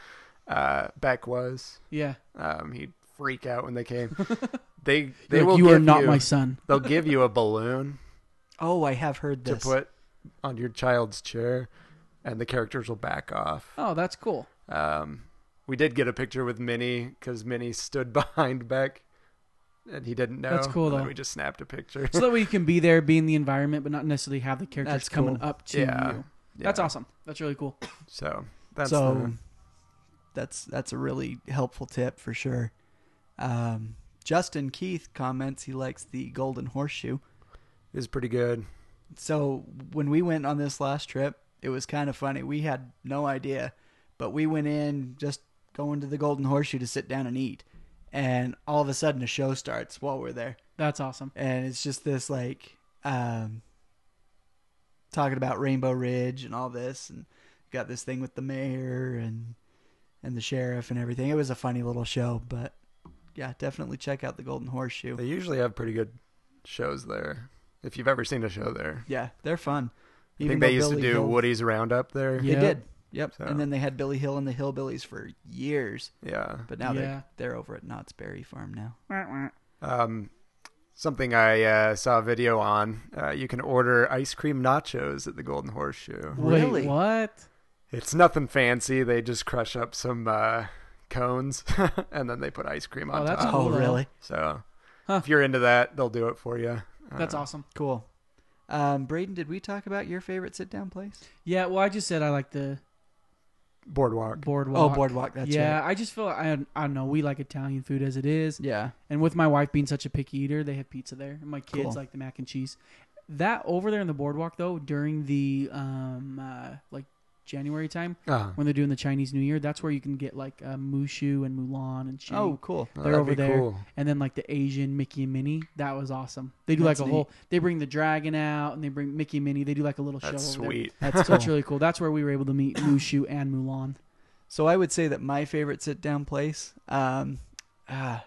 S5: uh, Beck was.
S6: Yeah,
S5: Um, he'd freak out when they
S6: <laughs>
S5: came. they they
S6: Like,
S5: will.
S6: you are
S5: give
S6: not
S5: you-
S6: my son.
S5: They'll give you a balloon
S7: Oh, I have heard
S5: to
S7: this.
S5: put on your child's chair, and the characters will back off.
S6: Oh, that's cool.
S5: Um, we did get a picture with Minnie because Minnie stood <laughs> behind Beck, and he didn't know.
S6: That's cool,
S5: And then
S6: though.
S5: we just snapped a picture.
S6: so that way you can be there, be in the environment, but not necessarily have the characters
S7: That's
S6: coming
S7: cool.
S6: up
S5: <laughs>
S6: to
S5: Yeah.
S6: you. That's
S5: Yeah.
S6: awesome. That's really cool.
S5: so that's
S7: so
S5: the-
S7: that's that's a really helpful tip for sure. Um, Justin Keith comments he likes the Golden Horseshoe.
S5: is pretty good.
S7: so when we went on this last trip, it was kind of funny. We had no idea, but we went in just going to the Golden Horseshoe to sit down and eat, and all of a sudden a show starts while we're there,
S6: That's awesome.
S7: and it's just this like um, talking about Rainbow Ridge and all this, and got this thing with the mayor and and the sheriff and everything. It was a funny little show, but yeah, definitely check out the Golden Horseshoe.
S5: They usually have pretty good shows there. If you've ever seen a show there,
S7: Yeah, they're fun.
S5: I think they used to do Woody's Roundup there.
S7: They
S6: Yeah.
S7: did. Yep.
S5: So-
S7: And then they had Billy Hill and the Hillbillies for years,
S5: Yeah.
S7: but now
S6: Yeah.
S7: they're they're over at Knott's Berry Farm now.
S5: Um, something I uh, saw a video on. Uh, you can order ice cream nachos at the Golden Horseshoe.
S7: Really?
S6: Wait, what?
S5: It's nothing fancy. They just crush up some uh, cones <laughs> and then they put ice cream on
S6: Oh, that's
S5: top.
S6: cool.
S7: Oh,
S6: though.
S7: really?
S5: So
S6: Huh.
S5: if you're into that, they'll do it for you. Uh,
S6: That's awesome.
S7: Cool. Um, Braden, did we talk about your favorite sit down place?
S6: Yeah. Well, I just said I like the
S5: Boardwalk.
S6: boardwalk.
S7: Oh, boardwalk. That's
S6: yeah.
S7: right.
S6: I just feel I I don't know. We like Italian food as it is,
S7: Yeah.
S6: and with my wife being such a picky eater, they have pizza there. And my kids
S7: Cool.
S6: like the mac and cheese. That over there in the boardwalk though, during the um uh, like January time
S5: Uh-huh.
S6: when they're doing the Chinese New Year, that's where you can get like uh, Mushu and Mulan and Shang.
S7: Oh, cool.
S5: Oh,
S6: they're
S5: that'd
S6: over
S5: be
S6: there.
S5: cool.
S6: And then like the Asian Mickey and Minnie, that was awesome. They do
S7: That's
S6: like a
S7: neat.
S6: whole. They bring the dragon out and they bring Mickey and Minnie. They do like a little
S5: That's
S6: show. over there.
S5: sweet.
S6: That's so that's really cool. That's where we were able to meet Mushu and Mulan.
S7: So I would say that my favorite sit down place, um, ah,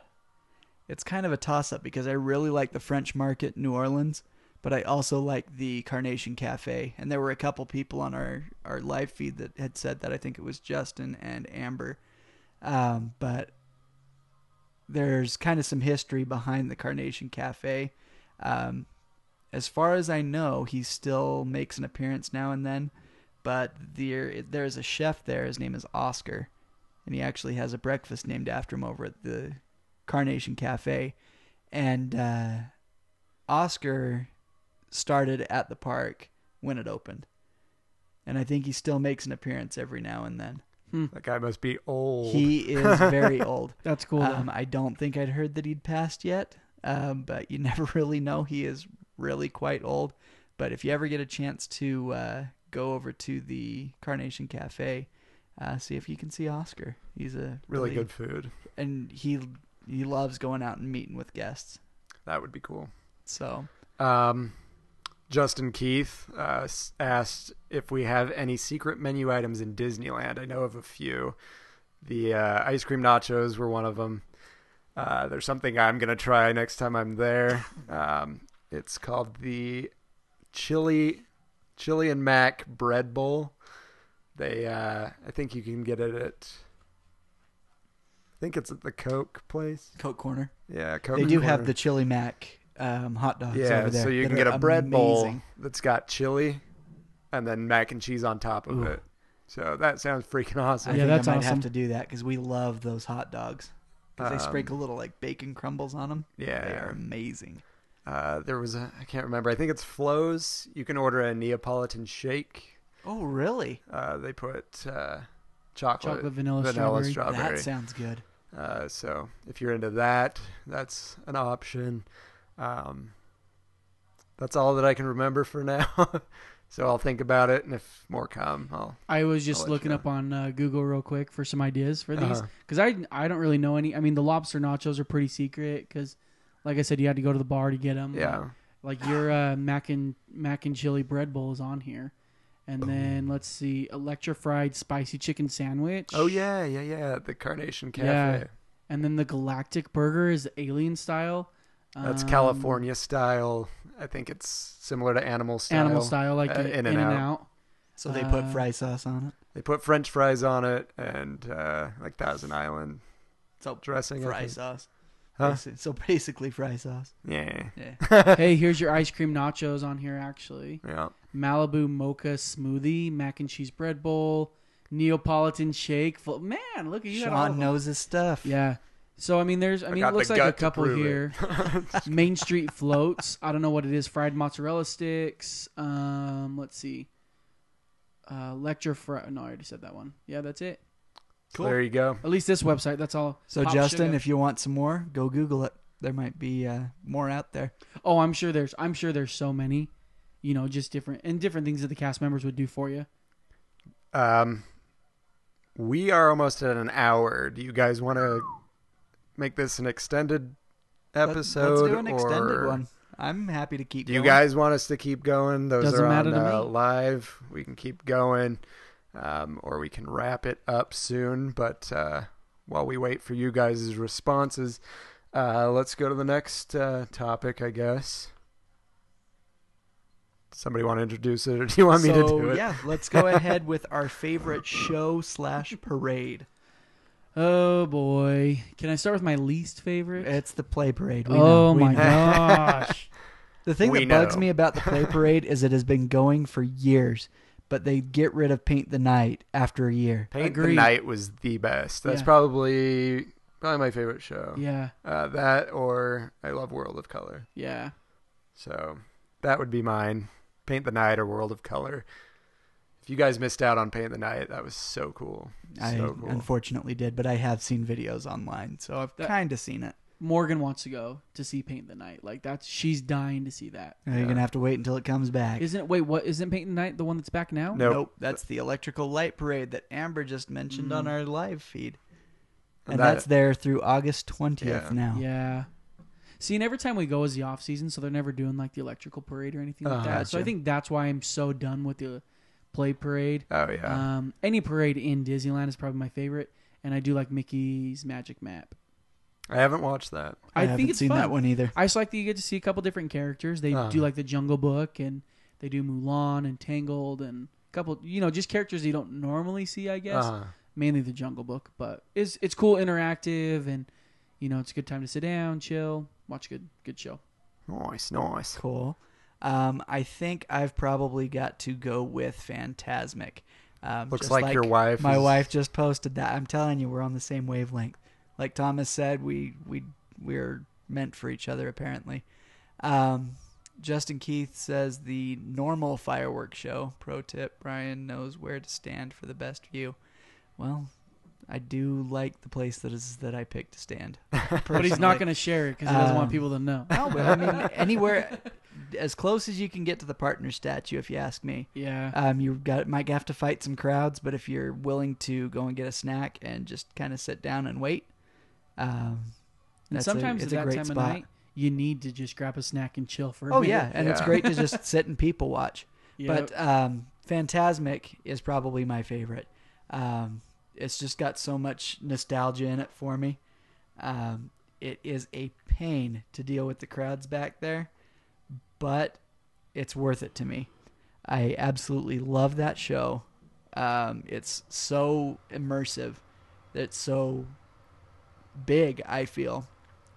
S7: it's kind of a toss up because I really like the French Market in New Orleans, but I also like the Carnation Cafe. And there were a couple people on our, our live feed that had said that. I think it was Justin and Amber. Um, but there's kind of some history behind the Carnation Cafe. Um, as far as I know, he still makes an appearance now and then, but there there's a chef there. His name is Oscar, and he actually has a breakfast named after him over at the Carnation Cafe. And uh, Oscar started at the park when it opened, and I think he still makes an appearance every now and then.
S5: That guy must be old.
S7: He is very old.
S6: That's cool.
S5: Ah.
S6: though.
S7: Um, I don't think I'd heard that he'd passed yet, um, but you <laughs> never really know. He is really quite old. But if you ever get a chance to uh, go over to the Carnation Cafe, uh, see if you can see Oscar. He's a
S5: really good food.
S7: and he he loves going out and meeting with guests.
S5: That would be cool.
S7: So
S5: Um, Justin Keith uh, s- asked if we have any secret menu items in Disneyland. I know of a few. The uh, ice cream nachos were one of them. Uh, there's something I'm gonna try next time I'm there. Um, it's called the chili chili and mac bread bowl. They, uh, I think you can get it at. I think it's at the Coke place.
S7: Coke Corner,
S5: Yeah, Coke.
S7: they do have
S5: Corner.
S7: the Chili Mac um, hot dogs
S5: Yeah,
S7: over there.
S5: so you
S7: that
S5: can get
S7: are
S5: a bread bowl
S7: amazing.
S5: that's got chili and then mac and cheese on top of it. So that sounds freaking
S7: I
S5: awesome.
S7: think
S6: Yeah, that's
S7: I might have
S6: awesome.
S7: to do that because we love those hot dogs. 'Cause they sprinkle little like bacon crumbles on them. they
S5: yeah.
S7: are amazing.
S5: Uh, there was a, I can't remember. I think it's Flo's. You can order a Neapolitan shake.
S7: Oh, really?
S5: Uh, they put uh, chocolate,
S6: Chocolate, vanilla, strawberry.
S7: That sounds good.
S5: Uh, so if you're into that, that's an option. Um, that's all that I can remember for now. <laughs> so I'll think about it, and if more come, I'll
S6: I was just
S5: let you
S6: looking
S5: know.
S6: up on uh, Google real quick for some ideas for these
S5: Uh-huh.
S6: because I I don't really know any. I mean, the lobster nachos are pretty secret because, like I said, you had to go to the bar to get them.
S5: yeah.
S6: Like your uh, mac and mac and chili bread bowl is on here, and then let's see, electro fried spicy chicken sandwich.
S5: Oh yeah, yeah, yeah. The Carnation Cafe.
S6: Yeah. And then the galactic burger is alien style.
S5: That's
S6: Um,
S5: California style. I think it's similar to animal style.
S6: Animal style, like
S5: uh,
S6: in, and, out.
S7: So they put
S6: Uh,
S7: fry sauce on it.
S5: They put French fries on it and uh, like Thousand Island.
S7: So
S5: dressing, I
S7: fry
S5: think.
S7: sauce.
S5: Huh?
S7: Basi- So basically, fry sauce.
S5: Yeah,
S7: Yeah.
S5: <laughs>
S6: hey, here's your ice cream nachos on here, actually.
S5: yeah.
S6: Malibu mocha smoothie, mac and cheese bread bowl, Neapolitan shake. Full, man, look at you. had all of
S7: Sean
S6: them.
S7: knows his stuff.
S6: Yeah. So I mean, there's. I mean,
S5: got
S6: it
S5: the
S6: looks like a
S5: gut to
S6: couple
S5: prove it. <laughs>
S6: here. Main Street floats. I don't know what it is. Fried mozzarella sticks. Um, let's see. Uh, lecture fry. No, I already said that one. Yeah, that's it.
S5: So there you go.
S6: At least this website. That's all.
S7: So Justin, if you want some more, go Google it. There might be uh, more out there.
S6: oh, I'm sure there's. I'm sure there's so many. You know, just different and different things that the cast members would do for you.
S5: Um, we are almost at an hour. Do you guys want to make this an extended
S7: Let-
S5: episode?
S7: Let's do an extended
S5: or
S7: one. I'm happy to keep.
S5: Do you
S7: going.
S5: guys want us to keep going? Those
S6: Doesn't
S5: are
S6: matter
S5: on,
S6: to
S5: uh,
S6: me.
S5: live. We can keep going, um, or we can wrap it up soon. But uh, while we wait for you guys' responses, uh, let's go to the next uh, topic, I guess. Somebody want to introduce it, or <laughs> do you want me to
S7: so
S5: do it?
S7: yeah, let's go ahead with our favorite show slash parade.
S6: Oh boy. Can I start with my least favorite? <laughs>
S7: It's the play parade. We know,
S6: oh
S7: we
S6: my
S7: know.
S6: gosh.
S7: The thing
S5: We
S7: that bugs
S5: know.
S7: me about
S5: <laughs>
S7: the play parade is it has been going for years, but they get rid of Paint the Night after a year.
S5: Paint the
S6: Agreed.
S5: Night was the best. That's
S6: Yeah.
S5: probably probably my favorite show.
S6: Yeah.
S5: Uh, that or I love World of Color.
S6: Yeah.
S5: So that would be mine. Paint the Night or World of Color. If you guys missed out on Paint the Night, that was so cool.
S7: I
S5: so cool.
S7: unfortunately did, but I have seen videos online, so I've
S6: That-
S7: kind of seen it.
S6: Morgan wants to go to see Paint the Night. Like that's she's dying to see that.
S7: Now You're gonna have to wait until it comes back.
S6: Isn't wait, what isn't Paint the Night the one that's back now?
S5: Nope.
S7: that's the electrical light parade that Amber just mentioned on our live feed, and
S5: Mm. That-
S7: that's there through August twentieth
S5: Yeah.
S7: now.
S6: Yeah. See, and every time we go is the off season, so they're never doing like the electrical parade or anything like
S5: Uh,
S6: that. So I
S5: gotcha.
S6: think that's why I'm so done with the play parade.
S5: Oh yeah.
S6: Um, any parade in Disneyland is probably my favorite, and I do like Mickey's Magic Map.
S5: I haven't watched that.
S6: I,
S7: haven't
S6: think it's
S7: seen
S6: fun.
S7: that one either.
S6: I just like that you get to see a couple different characters. They
S5: Uh-huh.
S6: do like the Jungle Book, and they do Mulan and Tangled, and a couple, you know, just characters you don't normally see. I guess
S5: Uh-huh.
S6: mainly the Jungle Book, but it's it's cool, interactive, and you know, it's a good time to sit down, chill, watch a good good show.
S5: Nice, nice.
S7: Cool. Um, I think I've probably got to go with Phantasmic. Um,
S5: Looks
S7: just
S5: like your wife
S7: My
S5: is-
S7: wife just posted that. I'm telling you, we're on the same wavelength. Like Thomas said, we we we're meant for each other apparently. Um, Justin Keith says the normal fireworks show. Pro tip: Brian knows where to stand for the best view. Well, I do like the place that is that I picked
S5: <laughs>
S7: to stand.
S6: But he's not going to share it because he doesn't
S7: Um,
S6: want people to know.
S7: <laughs> No, but Oh, I mean anywhere as close as you can get to the partner statue, if you ask me. <laughs>
S6: Yeah.
S7: Um, you got might have to fight some crowds, but if you're willing to go and get a snack and just kind of sit down and wait, um,
S6: and
S7: that's a-
S6: sometimes
S7: it's
S6: at
S7: a
S6: that
S7: great
S6: time
S7: spot.
S6: of night, you need to just grab a snack and chill for a
S7: Oh
S6: minute.
S7: yeah, and it's
S5: Yeah.
S7: great to just sit and people
S6: <laughs>
S7: watch.
S6: Yep.
S7: But um, Phantasmic is probably my favorite. Um, it's just got so much nostalgia in it for me. Um, it is a pain to deal with the crowds back there, but it's worth it to me. I absolutely love that show. Um, it's so immersive. It's so big. I feel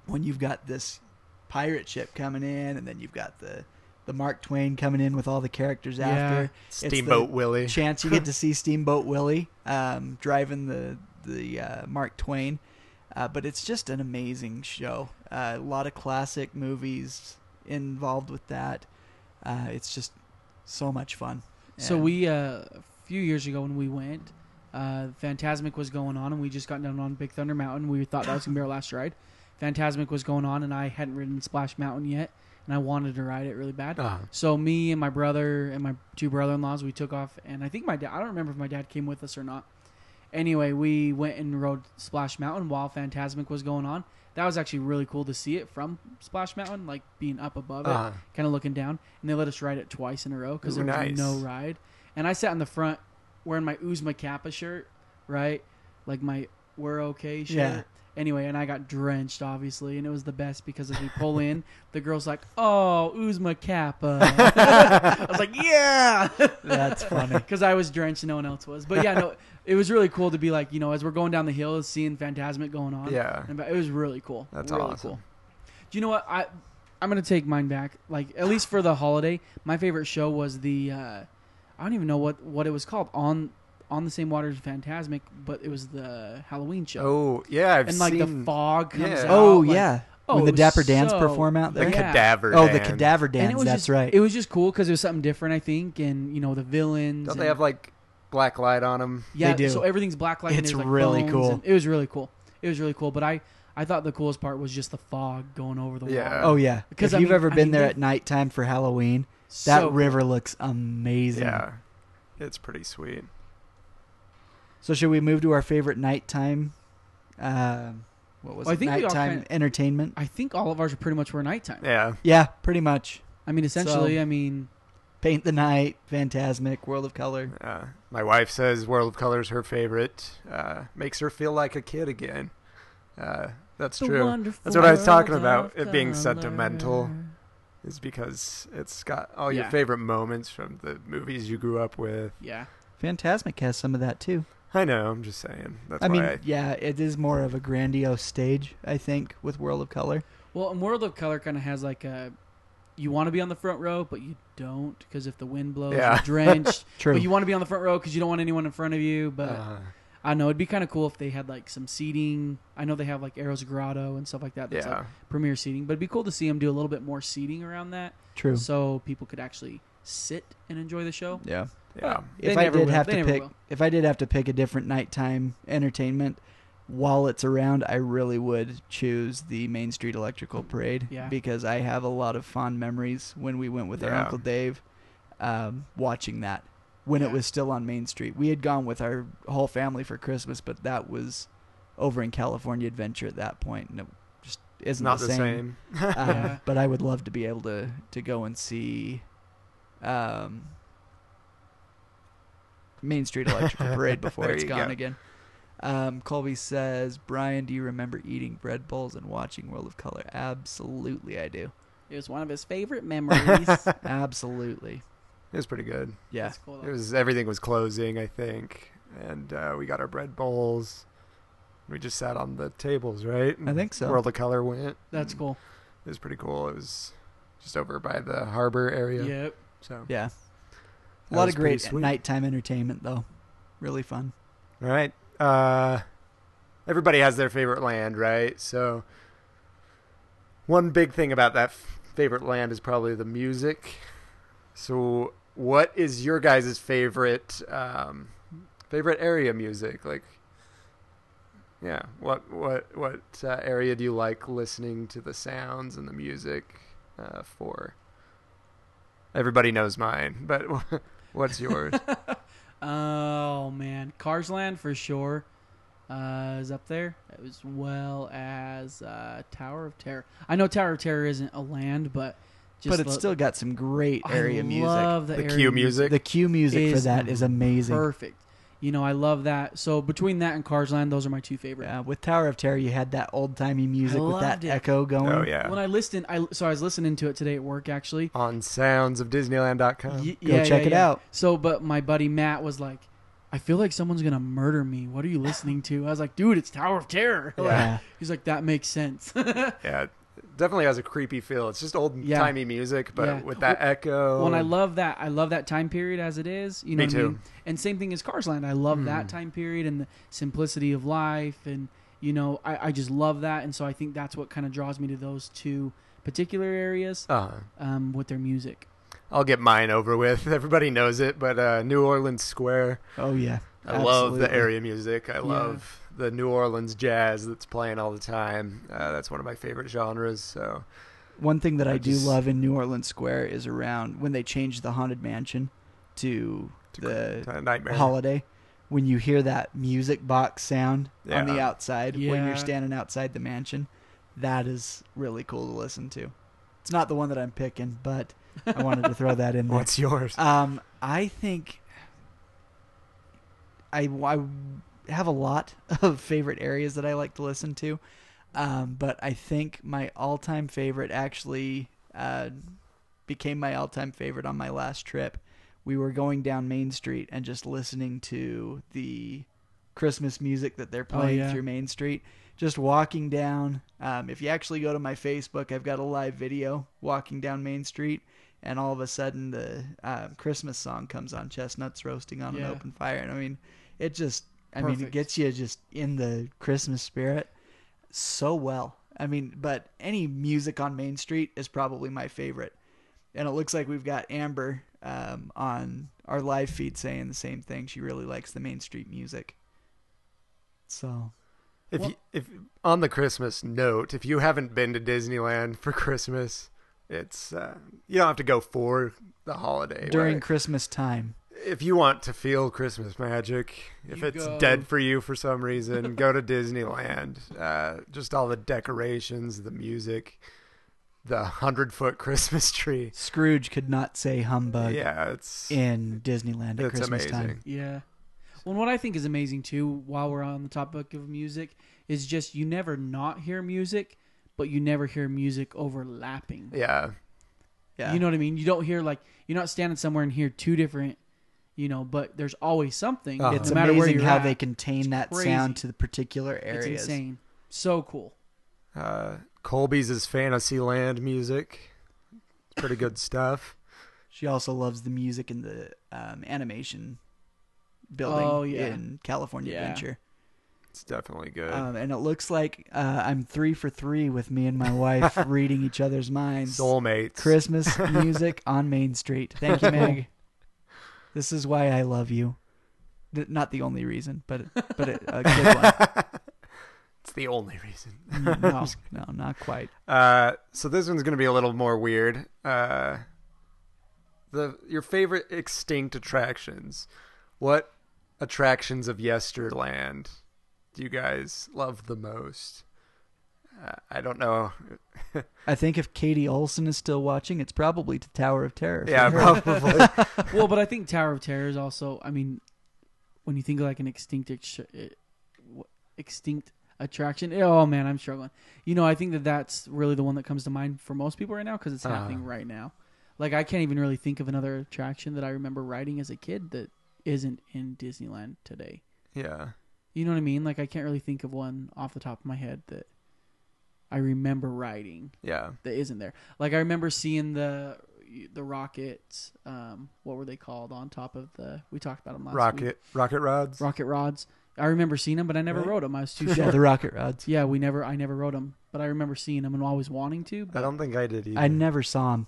S7: when you've got this pirate ship coming in, and then you've got the the Mark Twain coming in with all the characters after It's the
S5: Steamboat Willie.
S7: <laughs> Chance
S5: <laughs>
S7: you get to see Steamboat Willie um, driving the the uh, Mark Twain, uh, but it's just an amazing show. Uh, a lot of classic movies involved with that. Uh, it's just so much fun.
S6: So
S7: And-
S6: we uh, a few years ago when we went, uh, Fantasmic was going on, and we just got down on Big Thunder Mountain. We thought that was gonna be our last ride. Fantasmic was going on, and I hadn't ridden Splash Mountain yet, and I wanted to ride it really bad.
S5: Uh-huh.
S6: So me and my brother and my two brother-in-laws, we took off, and I think my dad—I don't remember if my dad came with us or not. Anyway, we went and rode Splash Mountain while Fantasmic was going on. That was actually really cool to see it from Splash Mountain, like being up above
S5: Uh-huh.
S6: it, kind of looking down. And they let us ride it twice in a row because
S5: Ooh,
S6: there was
S5: nice.
S6: no ride. And I sat in the front wearing my Uzma Kappa shirt, right? Like my we're okay shirt.
S7: Yeah.
S6: Anyway, and I got drenched, obviously, and it was the best because as we
S5: <laughs>
S6: pull in, the girl's like, "Oh, Uzma Kappa." I was like, "Yeah." <laughs>
S7: That's funny.
S6: because I was drenched and no one else was. But yeah, no, it was really cool to be like, you know, as we're going down the hill, seeing Phantasmic going on.
S5: Yeah.
S6: And it was really cool.
S5: That's
S6: really
S5: awesome.
S6: cool. Do you know what I? I'm gonna take mine back. Like at least for the holiday, my favorite show was the. Uh, I don't even know what what it was called on on the same water as Phantasmic, but it was the Halloween show.
S5: Oh yeah, I've
S6: and like
S5: seen
S6: the fog comes
S5: yeah.
S6: out.
S7: Oh
S6: like-
S7: yeah,
S6: Oh,
S7: when
S6: it
S7: the
S6: was
S7: Dapper Dans
S6: so-
S7: perform out
S5: the
S7: there.
S6: Yeah.
S5: cadaver.
S7: Oh, the
S5: Dan.
S7: Cadaver
S6: And it
S7: Dance.
S6: was
S7: That's
S6: just,
S7: right.
S6: It was just cool because it was something different, I think, and you know the villains.
S5: Don't
S6: and,
S5: they have like black light on them?
S6: Yeah,
S7: They do.
S6: so everything's black light.
S7: It's
S6: and there's, like,
S7: really
S6: bones
S7: cool.
S6: and- it was really cool. It was really cool. But I, I thought the coolest part was just the fog going over the
S5: Yeah.
S6: water.
S7: Oh yeah,
S6: Because,
S7: because
S6: I
S7: if you've
S6: mean-
S7: ever
S6: I
S7: been
S6: mean,
S7: there
S6: they-
S7: at nighttime for Halloween, that
S6: So-
S7: river looks amazing.
S5: Yeah, it's pretty sweet.
S7: So should we move to our favorite nighttime? Um, what was
S6: Well, I
S7: it?
S6: think we all
S7: nighttime
S6: kinda-
S7: entertainment?
S6: I think all of ours are pretty much were nighttime.
S5: Yeah,
S7: yeah, pretty much.
S6: I mean, essentially,
S7: So-
S6: I mean,
S7: Paint the night, Phantasmic, World of Color.
S5: uh, my wife says World of Color is her favorite. Uh, makes her feel like a kid again. Uh, that's
S6: The
S5: true.
S6: wonderful
S5: That's what I was talking
S6: world
S5: about.
S6: of
S5: It being
S6: color.
S5: sentimental is because it's got all your
S6: Yeah.
S5: favorite moments from the movies you grew up with.
S6: yeah,
S7: Phantasmic has some of that too.
S5: I know. I'm just saying. That's
S7: I
S5: why
S7: mean,
S5: I,
S7: yeah, it is more of a grandiose stage, I think, with World of Color.
S6: Well, and World of Color kind of has like a you want to be on the front row, but you don't because if the wind blows,
S5: Yeah. <laughs>
S6: you're drenched.
S7: True.
S6: But you want to be on the front row because you don't want anyone in front of you. But
S5: Uh,
S6: I don't know it'd be kind of cool if they had like some seating. I know they have like Arrows Grotto and stuff like that. That's
S5: yeah.
S6: like premier seating, but it'd be cool to see them do a little bit more seating around that,
S7: True.
S6: so people could actually sit and enjoy the show.
S7: Yeah.
S5: Yeah.
S6: They
S7: if I
S6: never
S7: did
S6: will.
S7: have
S6: They
S7: to
S6: never
S7: pick,
S6: will.
S7: if I did have to pick a different nighttime entertainment while it's around, I really would choose the Main Street Electrical Parade
S6: Yeah.
S7: because I have a lot of fond memories when we went with our
S5: Yeah.
S7: uncle Dave, um, watching that when it
S6: Yeah.
S7: was still on Main Street. We had gone with our whole family for Christmas, but that was over in California Adventure at that point, and it just
S5: It's
S7: isn't
S5: not the same.
S7: um,
S6: Yeah.
S7: But I would love to be able to to go and see um, Main Street
S5: <laughs>
S7: Electrical Parade before
S5: There
S7: it's
S5: you
S7: gone
S5: go.
S7: again. Um, Colby says, Brian, do you remember eating bread bowls and watching World of Color? Absolutely, I do.
S6: It was one of
S5: <laughs>
S6: his favorite memories. That's
S7: Absolutely.
S5: It was pretty good.
S7: Yeah.
S6: cool.
S5: It was everything was closing, I think, and uh, we got our bread bowls. We just sat on the tables, right?
S7: I think so.
S5: World of Color went.
S6: That's cool.
S5: It was pretty cool. It was just over by the harbor area.
S6: Yep.
S5: So
S7: Yeah. A
S5: That
S7: lot
S5: was
S7: of
S5: pretty
S7: great
S5: sweet.
S7: nighttime entertainment, though. Really fun.
S5: all right. Uh, everybody has their favorite land, right? So one big thing about that f- favorite land is probably the music. So what is your guys' favorite um, favorite area music? Like, yeah, what what what uh, area do you like listening to the sounds and the music uh, for? Everybody knows mine, but <laughs> what's yours?
S6: Oh man, Cars Land for sure uh, is up there, as well as uh, Tower of Terror. I know Tower of Terror isn't a land, but just
S7: but it's
S6: lo-
S7: still got some great
S6: I
S7: area music.
S6: love the,
S5: the
S6: area
S5: cue music.
S7: the cue music for
S6: is
S7: that is amazing.
S6: Perfect. You know, I love that. So between that and Cars Land, those are my two favorite.
S7: Yeah, with Tower of Terror, you had that old timey music with that
S6: loved it.
S7: echo going.
S5: oh yeah.
S6: <laughs> When I listened, I so I was listening to it today at work actually.
S5: on soundsofdisneyland.com.
S6: Y-
S7: Go check it out.
S6: So, but my buddy Matt was like, "I feel like someone's gonna murder me. What are you listening to?" I was like, "Dude, it's Tower of Terror." <laughs> Like,
S7: Yeah.
S6: He's like, "That makes sense." <laughs>
S5: Yeah, it definitely has a creepy feel. It's just old
S6: Yeah.
S5: timey music, but
S6: Yeah.
S5: with that echo.
S6: When I
S5: and-
S6: love that, I love that time period as it is. You know,
S5: Oh. Me
S6: what I
S5: too. Hmm.
S6: mean? And same thing as Cars Land. I love that time period and the simplicity of life, and you know, I, I just love that. And so I think that's what kind of draws me to those two particular areas
S5: uh,
S6: um, with their music.
S5: I'll get mine over with. <laughs> Everybody knows it, but uh, New Orleans Square.
S7: Oh yeah,
S5: I love the
S7: Absolutely.
S5: area music. I love the New Orleans jazz that's playing all the time. Uh, that's one of my favorite genres. So
S7: One thing that I,
S5: I
S7: do
S5: just-
S7: love in New Orleans Square is around when they changed the Haunted Mansion to, the
S5: uh, Nightmare.
S7: holiday. When you hear that music box sound on the
S5: Yeah.
S7: outside when
S6: Yeah.
S7: you're standing outside the mansion, that is really cool to listen to. It's not the one that I'm picking, but I wanted to throw
S5: <laughs>
S7: that in there.
S5: What's yours?
S7: Um, I think I, I have a lot <laughs> of favorite areas that I like to listen to, um, but I think my all-time favorite actually uh, became my all-time favorite on my last trip. We were going down Main Street and just listening to the Christmas music that they're playing
S6: yeah.
S7: through Main Street. Just walking down. Um, if you actually go to my Facebook, I've got a live video walking down Main Street, and all of a sudden the um, Christmas song comes on, chestnuts roasting on
S6: Yeah.
S7: an open fire, and I mean, it just, I mean,
S6: Perfect.
S7: it gets you just in the Christmas spirit so well. I mean, but any music on Main Street is probably my favorite. And it looks like we've got Amber um, on our live feed saying the same thing. She really likes the Main Street music. So
S5: If you, if on the Christmas note, if you haven't been to Disneyland for Christmas, it's uh, you don't have to go for the holiday
S7: during
S5: but-
S7: Christmas time,
S5: if you want to feel Christmas magic, if
S6: You
S5: it's
S6: go.
S5: dead for you for some reason, go to Disneyland. Uh, just all the decorations, the music, the hundred foot Christmas tree.
S7: Scrooge could not say humbug
S5: Yeah, it's
S7: in Disneyland at
S5: it's
S7: Christmas
S5: amazing.
S7: time.
S6: Yeah. Well, and what I think is amazing too, while we're on the topic of music, is just you never not hear music, but you never hear music overlapping.
S5: Yeah,
S7: Yeah.
S6: You know what I mean? You don't hear like you're not standing somewhere and hear two different, you know, but there's always something.
S5: Uh-huh.
S6: It's
S7: It's
S6: no matter where
S7: amazing
S6: you're
S7: how
S6: at.
S7: they contain that
S6: crazy.
S7: sound to the particular
S6: It's
S7: areas.
S6: insane. So cool.
S5: Uh, Colby's is Fantasyland music. It's pretty good stuff.
S7: She also loves the music in the um, animation building
S6: Oh, yeah.
S7: in California
S6: Yeah.
S7: Adventure.
S5: It's definitely good.
S7: Um, and it looks like uh, I'm three for three with me and my
S6: <laughs>
S7: wife reading each other's minds.
S5: Soulmates. <laughs>
S7: Christmas music on Main Street. Thank you, Meg. this is why I love you. Th- Not the only reason, but but a, a good one.
S5: It's the only reason. <laughs>
S7: No, no, not quite.
S5: Uh, so this one's gonna be a little more weird. Uh, the your favorite extinct attractions. What attractions of yesterland do you guys love the most? Uh, I don't know.
S7: I think if Katie Olson is still watching, it's probably the Tower of Terror. for
S5: Yeah,
S7: her.
S5: probably.
S6: well, but I think Tower of Terror is also. I mean, when you think of like an extinct ex- eh, wh- extinct attraction. Oh man, I'm struggling. You know, I think that that's really the one that comes to mind for most people right now because it's
S7: Uh-huh.
S6: happening right now. Like I can't even really think of another attraction that I remember riding as a kid that isn't in Disneyland today.
S5: yeah.
S6: You know what I mean? Like I can't really think of one off the top of my head that I remember riding
S5: Yeah.
S6: that isn't there. Like I remember seeing the the rockets. Um, what were they called on top of the? We talked about them last
S5: Rocket
S6: week.
S5: rocket rods.
S6: rocket rods. I remember seeing them, but I never rode them. I
S7: <laughs>
S6: was too
S7: yeah,
S6: short.
S7: the
S5: <laughs>
S7: rocket rods.
S6: yeah, we never. I never rode them, but I remember seeing them and always wanting to.
S5: I
S6: But
S5: don't think I did either.
S7: I never saw them.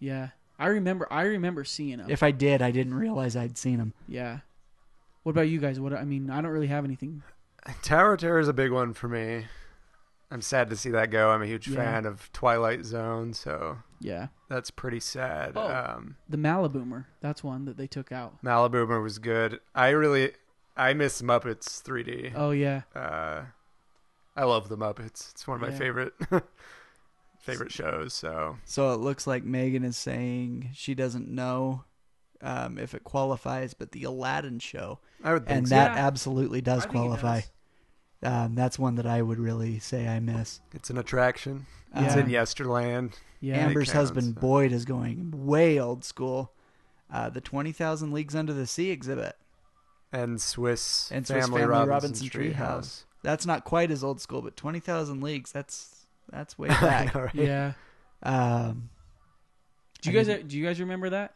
S6: yeah, I remember. I remember seeing them.
S7: If I did, I didn't realize I'd seen them.
S6: yeah. What about you guys? What I mean, I don't really have anything.
S5: Tower of Terror is a big one for me. I'm sad to see that go. I'm a huge
S6: Yeah.
S5: fan of Twilight Zone, so
S6: Yeah,
S5: that's pretty sad.
S6: Oh.
S5: Um,
S6: the Maliboomer. That's one that they took out.
S5: Maliboomer was good. I really, I miss Muppets 3D.
S6: Oh yeah,
S5: Uh, I love the Muppets. It's one of my
S6: Yeah.
S5: favorite <laughs> favorite shows. So
S7: So it looks like Megan is saying she doesn't know um, if it qualifies, but the Aladdin show,
S5: I would think
S7: and
S5: so.
S7: that
S6: Yeah.
S7: absolutely
S6: I
S7: does
S6: think it
S7: qualify.
S6: does.
S7: Um, that's one that I would really say I miss. Um,
S5: it's an attraction. It's
S6: Yeah.
S5: in Yesterland.
S6: Yeah.
S7: Amber's
S5: It counts,
S7: husband
S5: so.
S7: Boyd is going way old school. Uh, the Twenty Thousand Leagues Under the Sea exhibit
S5: and Swiss
S7: and Swiss
S5: Family, Robinson, Treehouse.
S7: That's not quite as old school, but Twenty Thousand Leagues. That's
S5: <laughs>
S7: that's way back.
S5: All right.
S6: yeah.
S7: um,
S6: Do you
S7: I
S6: guys do you guys remember that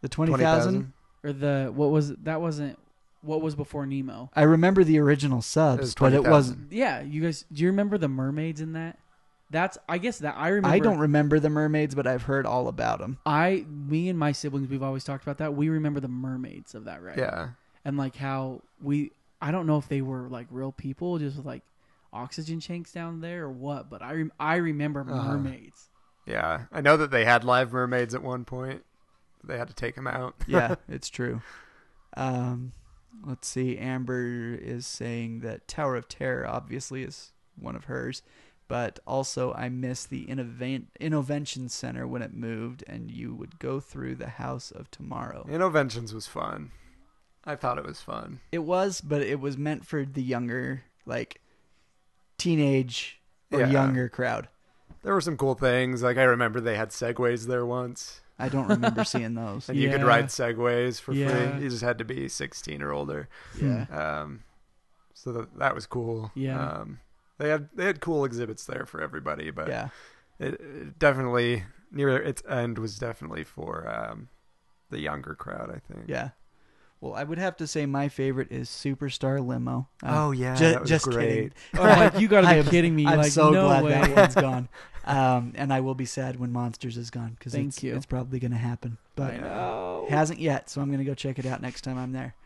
S7: the Twenty
S5: 20,000?
S7: Thousand.
S6: or the what was it? that wasn't what was before Nemo?
S7: I remember the original subs,
S5: was
S7: but it
S5: 20,000.
S7: wasn't.
S6: Yeah, you guys. Do you remember the mermaids in that? That's I guess that I remember.
S7: I don't remember the mermaids, but I've heard all about them.
S6: I, me and my siblings, we've always talked about that. We remember the mermaids of that, right?
S5: Yeah.
S6: And like how we, I don't know if they were like real people, just with like oxygen tanks down there or what, but I, rem- I remember
S7: Uh-huh. <laughs>
S6: mermaids.
S5: Yeah. I know that they had live mermaids at one point. They had to take them out. <laughs>
S7: Yeah, it's true. Um, let's see. Amber is saying that Tower of Terror obviously is one of hers, but also I miss the Innova- Innovation Center when it moved, and you would go through the House of Tomorrow.
S5: Innoventions was fun. I thought it was fun.
S7: It was, but it was meant for the younger, like teenage or
S5: Yeah.
S7: younger crowd.
S5: There were some cool things. Like I remember they had segways there once.
S7: I don't
S5: <laughs>
S7: remember seeing those.
S5: and you could
S6: Yeah.
S5: ride segways for
S6: Yeah.
S5: free. You just had to be 16 or older.
S6: Yeah.
S5: Um, so that, that was cool.
S6: Yeah.
S5: Um, they had they had cool exhibits there for everybody, but
S7: Yeah.
S5: it, it definitely near its end was definitely for um, the younger crowd. I think.
S7: Yeah. Well, I would have to say my favorite is Superstar Limo. Uh,
S5: Oh, yeah,
S7: ju-
S5: that was
S7: just
S5: great.
S7: kidding.
S6: Oh, like you gotta
S7: <laughs>
S6: be
S7: I'm-
S6: kidding me!
S7: I'm
S6: like
S7: so
S6: no
S7: glad
S6: way.
S7: that
S6: <laughs>
S7: one's gone. Um, and I will be sad when Monsters is gone because
S6: Thank
S7: it's,
S6: you.
S7: it's probably going to happen, but
S6: I
S7: hasn't yet. So I'm going to go check it out next time I'm there.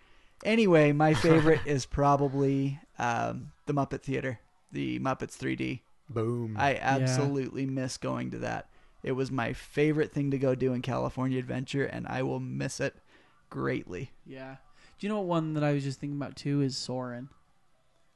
S7: Anyway, my
S6: <laughs>
S7: favorite is probably um, the Muppet Theater, the Muppets 3D.
S5: Boom.
S7: I absolutely miss going to that. It was my favorite thing to go do in California Adventure, and I will miss it greatly.
S6: Yeah. Do you know what one that I was just thinking about too is Soren.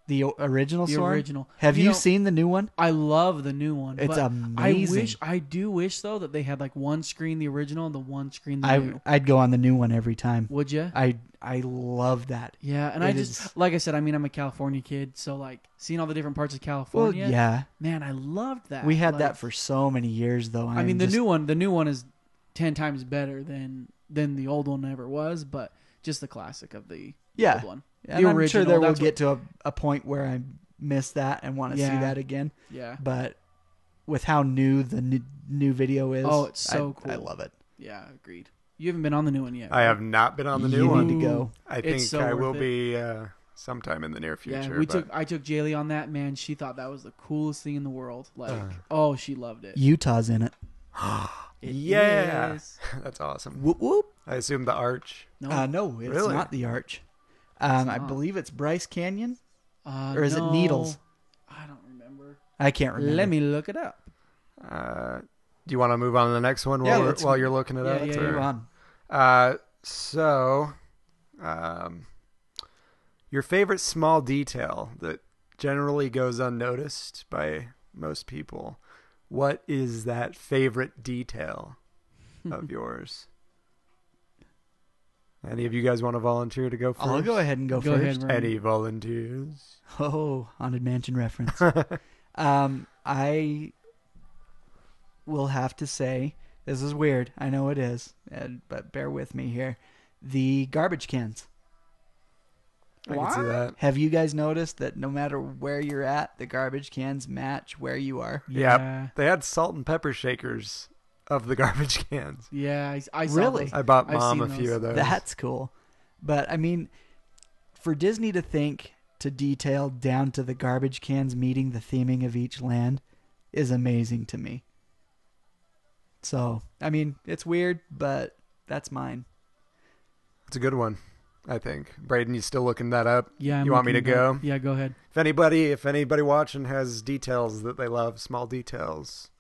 S7: The o- original,
S6: The
S7: Soren?
S6: original.
S7: Have
S6: You
S7: you,
S6: know-
S7: seen the new one?
S6: I love the new one.
S7: It's
S6: but
S7: amazing.
S6: I wish I do wish though that they had like one screen the original and the one screen the
S7: I
S6: new.
S7: I'd go on the new one every time.
S6: Would you?
S7: I I love that.
S6: yeah, and I
S7: it
S6: just
S7: is-
S6: like I said, I mean I'm a California kid, so like seeing all the different parts of
S7: Well,
S6: California.
S7: yeah,
S6: Man, I loved that.
S7: we had
S6: Like,
S7: that for so many years though.
S6: I mean
S7: I'm
S6: the
S7: just-
S6: new one, the new one is 10 times better than than the old one ever was, but just the classic of the
S7: Yeah.
S6: old one.
S7: And
S6: the
S7: I'm sure there will
S6: that's what-
S7: get to a, a point where I miss that and want to see
S6: Yeah.
S7: that again.
S6: yeah,
S7: But with how new the new, new video is,
S6: Oh, it's so
S7: I, I
S6: cool.
S7: love it.
S6: yeah, agreed. You haven't been on the new one yet.
S5: I have not been on the new
S7: you
S5: one.
S7: need to go.
S5: I
S6: It's
S5: think
S6: so
S5: I
S6: worth
S5: will
S6: it.
S5: be uh, sometime in the near
S6: Yeah,
S5: future.
S6: we
S5: but
S6: took I took Jaylee on that. Man, she thought that was the coolest thing in the world. Like,
S5: Uh.
S6: oh, she loved it.
S7: Utah's in it.
S6: It
S5: Yeah.
S6: is-
S5: <laughs> that's awesome.
S7: Whoop whoop.
S5: I assume the arch.
S6: No,
S7: Uh, no, it's
S5: Really?
S7: not the arch. Um, I believe it's Bryce Canyon,
S6: uh,
S7: or is it
S6: no.
S7: Needles?
S6: I don't remember.
S7: I can't remember.
S6: Let me look it up.
S5: Uh, do you want to move on to the next one
S7: Yeah,
S5: while, we're-
S7: let's-
S5: while you're looking it up?
S6: yeah,
S5: or-
S7: move on.
S5: Uh, so, um, your favorite small detail that generally goes unnoticed by most people. What is that favorite detail
S7: <laughs>
S5: of yours? Any of you guys want to volunteer to go 1st
S7: I'll go ahead and go,
S6: Go
S7: first.
S6: ahead, Ryan.
S5: Any volunteers?
S7: Oh, haunted mansion reference. um, I will have to say this is weird. I know it is, and, but bear with me here. The garbage cans.
S5: I can see that.
S7: Have you guys noticed that no matter where you're at, the garbage cans match where you are?
S6: Yeah.
S5: Yep. They had salt and pepper shakers of the <laughs> garbage cans.
S6: Yeah, I, I saw
S7: Really?
S6: those.
S5: I bought
S6: I've
S5: mom a
S6: seen
S5: few
S6: those.
S5: of those.
S7: That's cool. But I mean, for Disney to think to detail down to the garbage cans meeting the theming of each land is amazing to me. So, I mean, it's weird, but that's mine.
S5: It's a good one, I think. Braden, you still looking that up?
S6: Yeah, I'm
S5: you want me to
S6: looking
S5: go?
S6: it up. Yeah,
S5: <laughs>
S6: go ahead.
S5: If anybody, if anybody watching has details that they love, small details,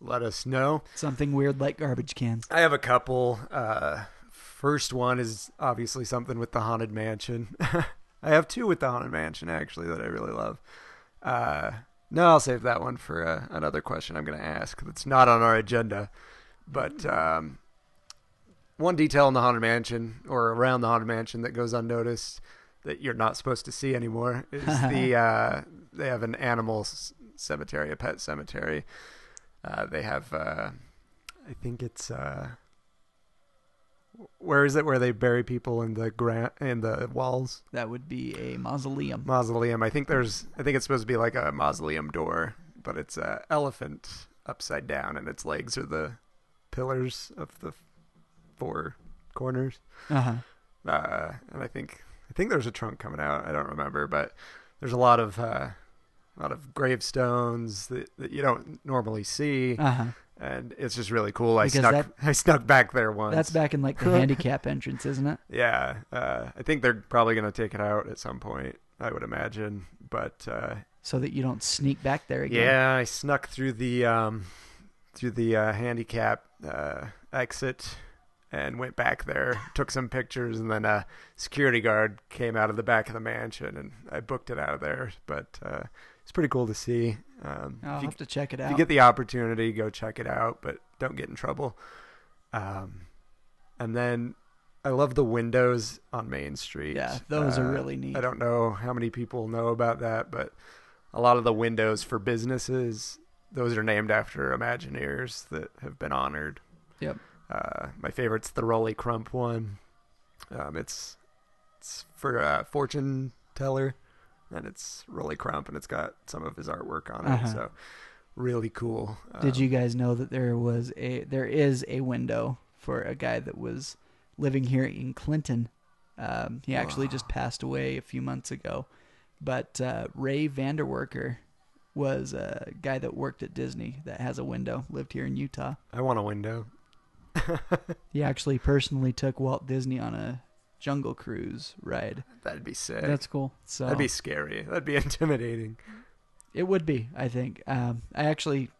S5: let us know.
S7: Something weird like garbage cans.
S5: I have a couple. Uh, first one is obviously something with the haunted mansion. <laughs> I have two with the haunted mansion actually that I really love. Uh, no, I'll save that one for uh, another question I'm going to ask that's not on our agenda. But um, one detail in the haunted mansion or around the haunted mansion that goes unnoticed that you're not supposed to see anymore is the uh, they have an animal c- cemetery, a pet cemetery. Uh, they have. Uh, I think it's uh where is it where they bury people in the ground in the walls
S7: That would be a mausoleum.
S5: mausoleum. I think there's I think it's supposed to be like a mausoleum door, but it's a elephant upside down and its legs are the pillars of the four corners.
S7: Uh-huh.
S5: Uh and I think I think there's a trunk coming out. I don't remember, but there's a lot of uh a lot of gravestones that, that you don't normally see,
S7: Uh-huh.
S5: and it's just really cool. I
S7: Because
S5: snuck
S7: that-
S5: <laughs> I snuck back there once.
S7: That's back in
S5: <laughs>
S7: like the handicap entrance, isn't it?
S5: Yeah, uh, I think they're probably going to take it out at some point. I would imagine, but uh,
S7: So that you don't sneak back there again.
S5: yeah, I snuck through the um, through the uh, handicap uh, exit and went back there, took some pictures, and then a security guard came out of the back of the mansion, and I booked it out of there. But uh, it's pretty cool to see. Um,
S7: I'll
S5: if you
S7: have to check it
S5: if you
S7: out.
S5: get the opportunity, go check it out, but don't get in trouble. Um, and then I love the windows on Main Street. Uh,
S7: Yeah, those are really neat.
S5: I don't know how many people know about that, but a lot of the windows for businesses, those are named after Imagineers that have been honored.
S7: Yep.
S5: Uh, my favorite's the Rolly Crump one. Um, it's it's for a fortune teller, and it's Rolly Crump, and it's got some of his artwork on it.
S7: Uh-huh.
S5: So really cool. Um,
S7: Did you guys know that there was a there is a window for a guy that was living here in Clinton? Um, he actually just passed away a few months ago, but uh, Ray Vanderwerker was a guy that worked at Disney that has a window lived here in Utah.
S5: I want a window.
S7: He actually personally took Walt Disney on a jungle cruise ride.
S5: That'd be sick.
S6: That's cool.
S7: So
S5: That'd be scary. That'd be <laughs> intimidating.
S7: It would be, I think. Um, I actually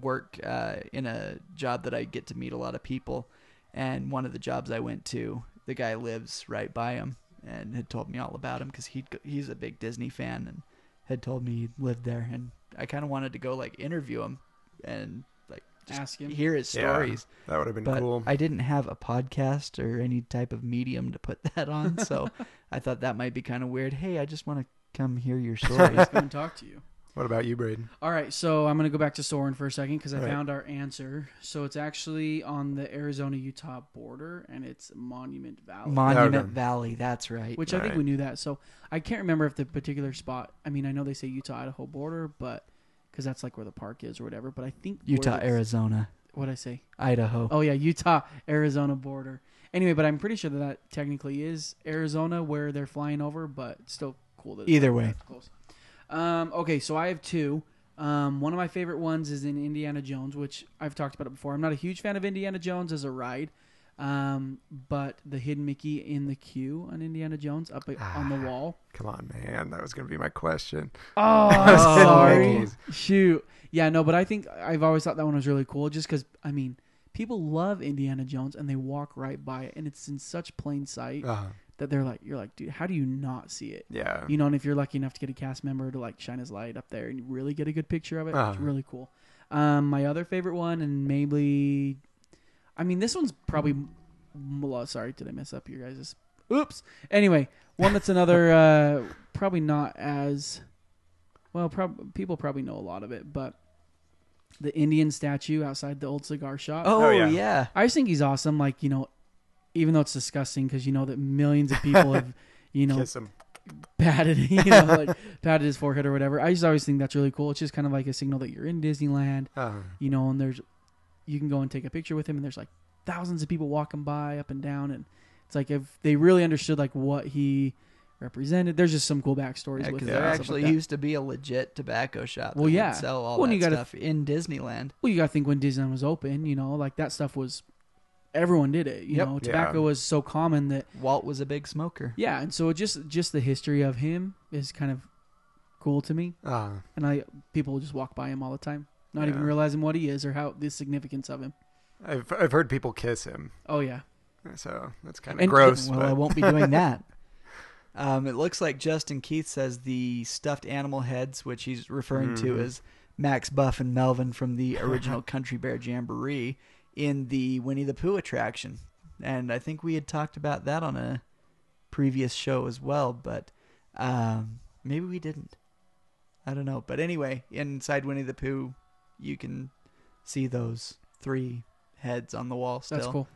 S7: work uh, in a job that I get to meet a lot of people, and one of the jobs I went to, the guy lives right by him and had told me all about him because he he's a big Disney fan and had told me he lived there, and I kind of wanted to go like interview him and like just
S6: Ask him.
S7: hear his
S5: Yeah,
S7: stories.
S5: that would have been
S7: But
S5: cool.
S7: I didn't have a podcast or any type of medium to put <laughs> that
S5: <laughs>
S7: on, so I thought that might be kind of weird. Hey, I just want to come hear your stories.
S6: Go and talk to you.
S5: What about you, Braden?
S6: All right, so I'm going to go back to Soren for a second because I
S5: right.
S6: found our answer. So it's actually on the Arizona Utah border, and it's Monument Valley.
S7: Monument
S5: Okay.
S7: Valley. That's right.
S6: which I think we knew that. So I can't remember if the particular spot. I mean, I know they say Utah Idaho border, but because that's like where the park is or whatever. But I think where
S7: Utah,
S6: it's-
S7: Arizona,
S6: What'd I say?
S7: Idaho.
S6: Oh yeah, Utah Arizona border. Anyway, but I'm pretty sure that that technically is Arizona where they're flying over, but it's still cool. That it's
S7: Either
S6: not
S7: way.
S6: that close. Um, okay, so I have two. Um, one of my favorite ones is in Indiana Jones, which I've talked about it before. I'm not a huge fan of Indiana Jones as a ride, um, but the hidden Mickey in the queue on Indiana Jones up on
S7: Ah.
S6: the wall.
S5: Come on, man. That was going to be my question. <laughs>
S6: Oh, sorry.
S5: Mickey's.
S6: Shoot. Yeah, no, but I think I've always thought that one was really cool just because, I mean, people love Indiana Jones and they walk right by it and it's in such plain sight
S5: Uh,
S6: that they're like, you're like, dude, how do you not see it?
S5: yeah.
S6: You know, and if you're lucky enough to get a cast member to like shine his light up there and you really get a good picture of it, it's
S5: Uh-huh.
S6: really cool. Um, my other favorite one, and maybe, I mean, this one's probably. m- well, Sorry, did I mess up your guys'? Oops. Anyway, one
S5: <laughs>
S6: that's another uh, probably not as well. Prob- people probably know a lot of it, but the Indian statue outside the old cigar shop.
S7: Oh,
S5: Oh,
S7: yeah.
S5: yeah.
S6: I just think he's awesome. Like you know, even though it's disgusting because you know that millions of
S5: <laughs>
S6: people have you know
S5: Kiss him.
S6: patted you know
S5: <laughs>
S6: like patted his forehead or whatever. I just always think that's really cool. It's just kind of like a signal that you're in Disneyland,
S5: Uh,
S6: you know, and there's you can go and take a picture with him and there's like thousands of people walking by up and down and it's like if they really understood like what he represented. There's just some cool backstories with
S7: Because
S6: it
S7: there
S6: and stuff
S7: actually
S6: like that.
S7: used to be a legit tobacco shop. that
S6: Well,
S7: would
S6: yeah.
S7: sell all
S6: Well, and
S7: that
S6: you gotta-
S7: stuff in Disneyland.
S6: Well, you got to think when Disneyland was open, you know, like that stuff was everyone did it, you
S7: Yep.
S6: know. Tobacco
S5: Yeah.
S6: was so common that
S7: Walt was a big smoker.
S6: yeah, and so it just just the history of him is kind of cool to me.
S5: uh,
S6: and I people just walk by him all the time, not even
S5: Yeah.
S6: realizing what he is or how the significance of him.
S5: I've, I've heard people kiss him,
S6: Oh yeah,
S5: so that's kind of
S6: And-
S5: gross.
S7: Well,
S5: but-
S7: I won't be
S5: <laughs>
S7: doing that. Um, it looks like Justin Keith says the stuffed animal heads, which he's referring
S5: Mm-hmm.
S7: to as Max Buff and Melvin from the
S5: <laughs>
S7: original Country Bear Jamboree in the Winnie the Pooh attraction. And I think we had talked about that on a previous show as well, but um, maybe we didn't. I don't know. But anyway, inside Winnie the Pooh, you can see those three heads on the wall still.
S6: that's cool.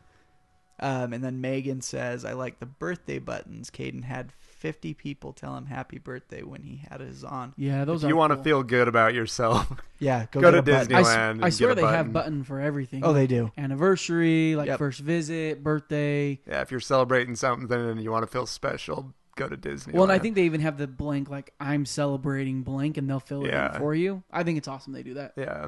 S7: Um, and then Megan says, I like the birthday buttons. Caden had 50 people tell him happy birthday when he had his on.
S6: Yeah, those.
S5: If you
S6: want
S5: to feel good about yourself, <laughs>
S7: Yeah, go,
S5: Go
S7: get
S5: to
S7: a button.
S5: Disney.
S6: I, s-
S5: Disneyland and
S6: I
S5: get
S6: swear
S5: a
S6: they have
S5: button.
S6: button for everything.
S7: Oh, they do.
S6: anniversary, like
S7: Yep.
S6: first visit, birthday.
S5: yeah, if you're celebrating something and you want to feel special, go to Disney.
S6: Well, and I think they even have the blank, like I'm celebrating blank, and they'll fill it
S5: Yeah.
S6: in for you. I think it's awesome they do that.
S5: yeah,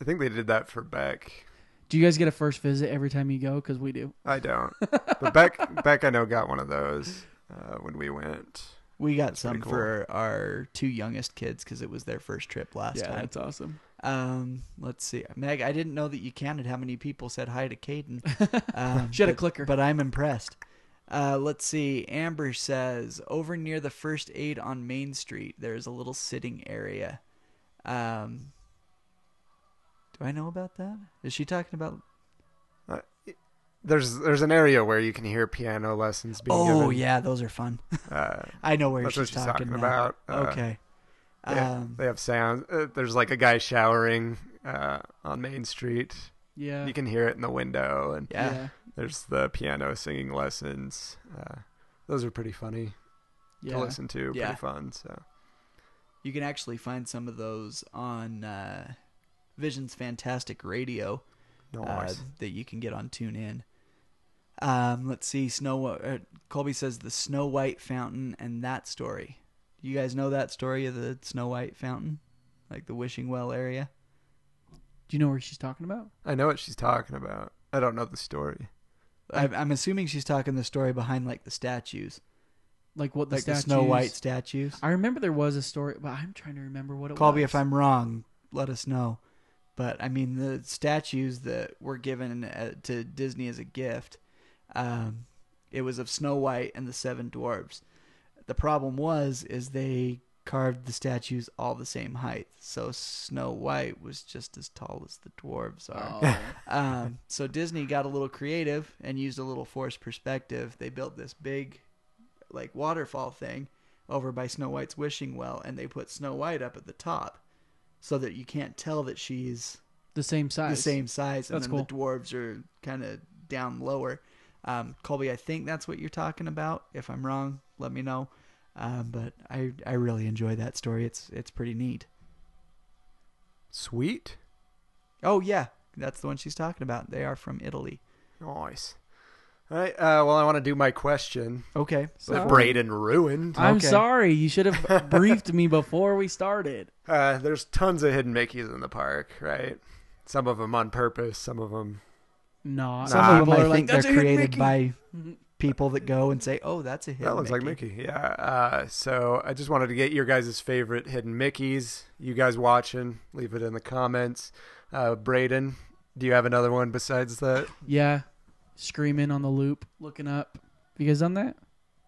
S5: I think they did that for Beck.
S6: Do you guys get a first visit every time you go? Because we do.
S5: I
S6: <laughs>
S5: don't, but Beck, Beck, I know got one of those uh, when we went.
S7: We got
S5: pretty
S7: some
S5: cool.
S7: for our two youngest kids because it was their first trip last time.
S6: awesome.
S7: Um, let's see. Meg, I didn't know that you counted how many people said hi to Caden.
S6: <laughs>
S7: Um,
S6: She had a
S7: but-
S6: clicker.
S7: But I'm impressed. Uh, let's see. Amber says over near the first aid on Main Street, there's a little sitting area. Um, do I know about that? Is she talking about?
S5: There's there's an area where you can hear piano lessons being
S7: Oh
S5: given.
S7: yeah, those are fun.
S5: <laughs> Uh,
S7: I know where
S5: That's
S7: she's,
S5: what she's
S7: talking,
S5: talking
S7: about.
S5: about. Uh,
S7: okay.
S5: they,
S7: Um,
S5: they have sound. Uh, there's like a guy showering uh, on Main Street.
S6: Yeah.
S5: You can hear it in the window, and
S7: yeah.
S6: Yeah.
S5: there's the piano singing lessons. Uh, those are pretty funny
S6: Yeah.
S5: to listen to. Pretty
S7: Yeah.
S5: fun. So
S7: You can actually find some of those on uh, Vision's Fantastic Radio. uh,
S5: nice.
S7: that you can get on TuneIn. Um, let's see. Snow. Uh, Colby says the Snow White fountain and that story. Do you guys know that story of the Snow White fountain, like the Wishing Well area?
S6: Do you know where she's talking about?
S5: I know what she's talking about. I don't know the story.
S7: I, I'm assuming she's talking the story behind like the statues,
S6: Like what the
S7: like
S6: statues?
S7: the Snow White statues.
S6: I remember there was a story, but I'm trying to remember what it was.
S7: Colby, if I'm wrong, let us know. But I mean, the statues that were given uh, to Disney as a gift, um, it was of Snow White and the Seven Dwarves. The problem was is they carved the statues all the same height, so Snow White was just as tall as the dwarves are.
S6: Oh.
S7: <laughs> Um, so Disney got a little creative and used a little forced perspective. They built this big, like waterfall thing over by Snow White's wishing well, and they put Snow White up at the top. so that you can't tell that she's
S6: The same size.
S7: the same size, and
S6: That's
S7: then the dwarves are kind of down lower. Um, Colby, I think that's what you're talking about. If I'm wrong, let me know. Um, but I I really enjoy that story. It's it's pretty neat.
S5: Sweet.
S7: Oh yeah, that's the one she's talking about. They are from Italy.
S5: Nice. All right. Uh, well, I want to do my question.
S7: Okay.
S5: That Braden ruined.
S6: I'm
S7: Okay.
S6: sorry. You
S7: <laughs>
S6: should have briefed me before we started.
S5: Uh, there's tons of hidden Mickeys in the park, right? Some of them on purpose, some of them.
S6: No,
S7: Some of them I think
S6: "That's
S7: they're
S6: a hidden
S7: created
S6: Mickey." <laughs>
S7: by people that go and say, "Oh, that's a hidden."
S5: That looks like Mickey. Yeah. Uh, so I just wanted to get your guys' favorite hidden Mickeys. You guys watching, leave it in the comments. Uh, Braden, do you have another one besides that?
S6: Yeah, screaming on the loop, looking up. You guys done that?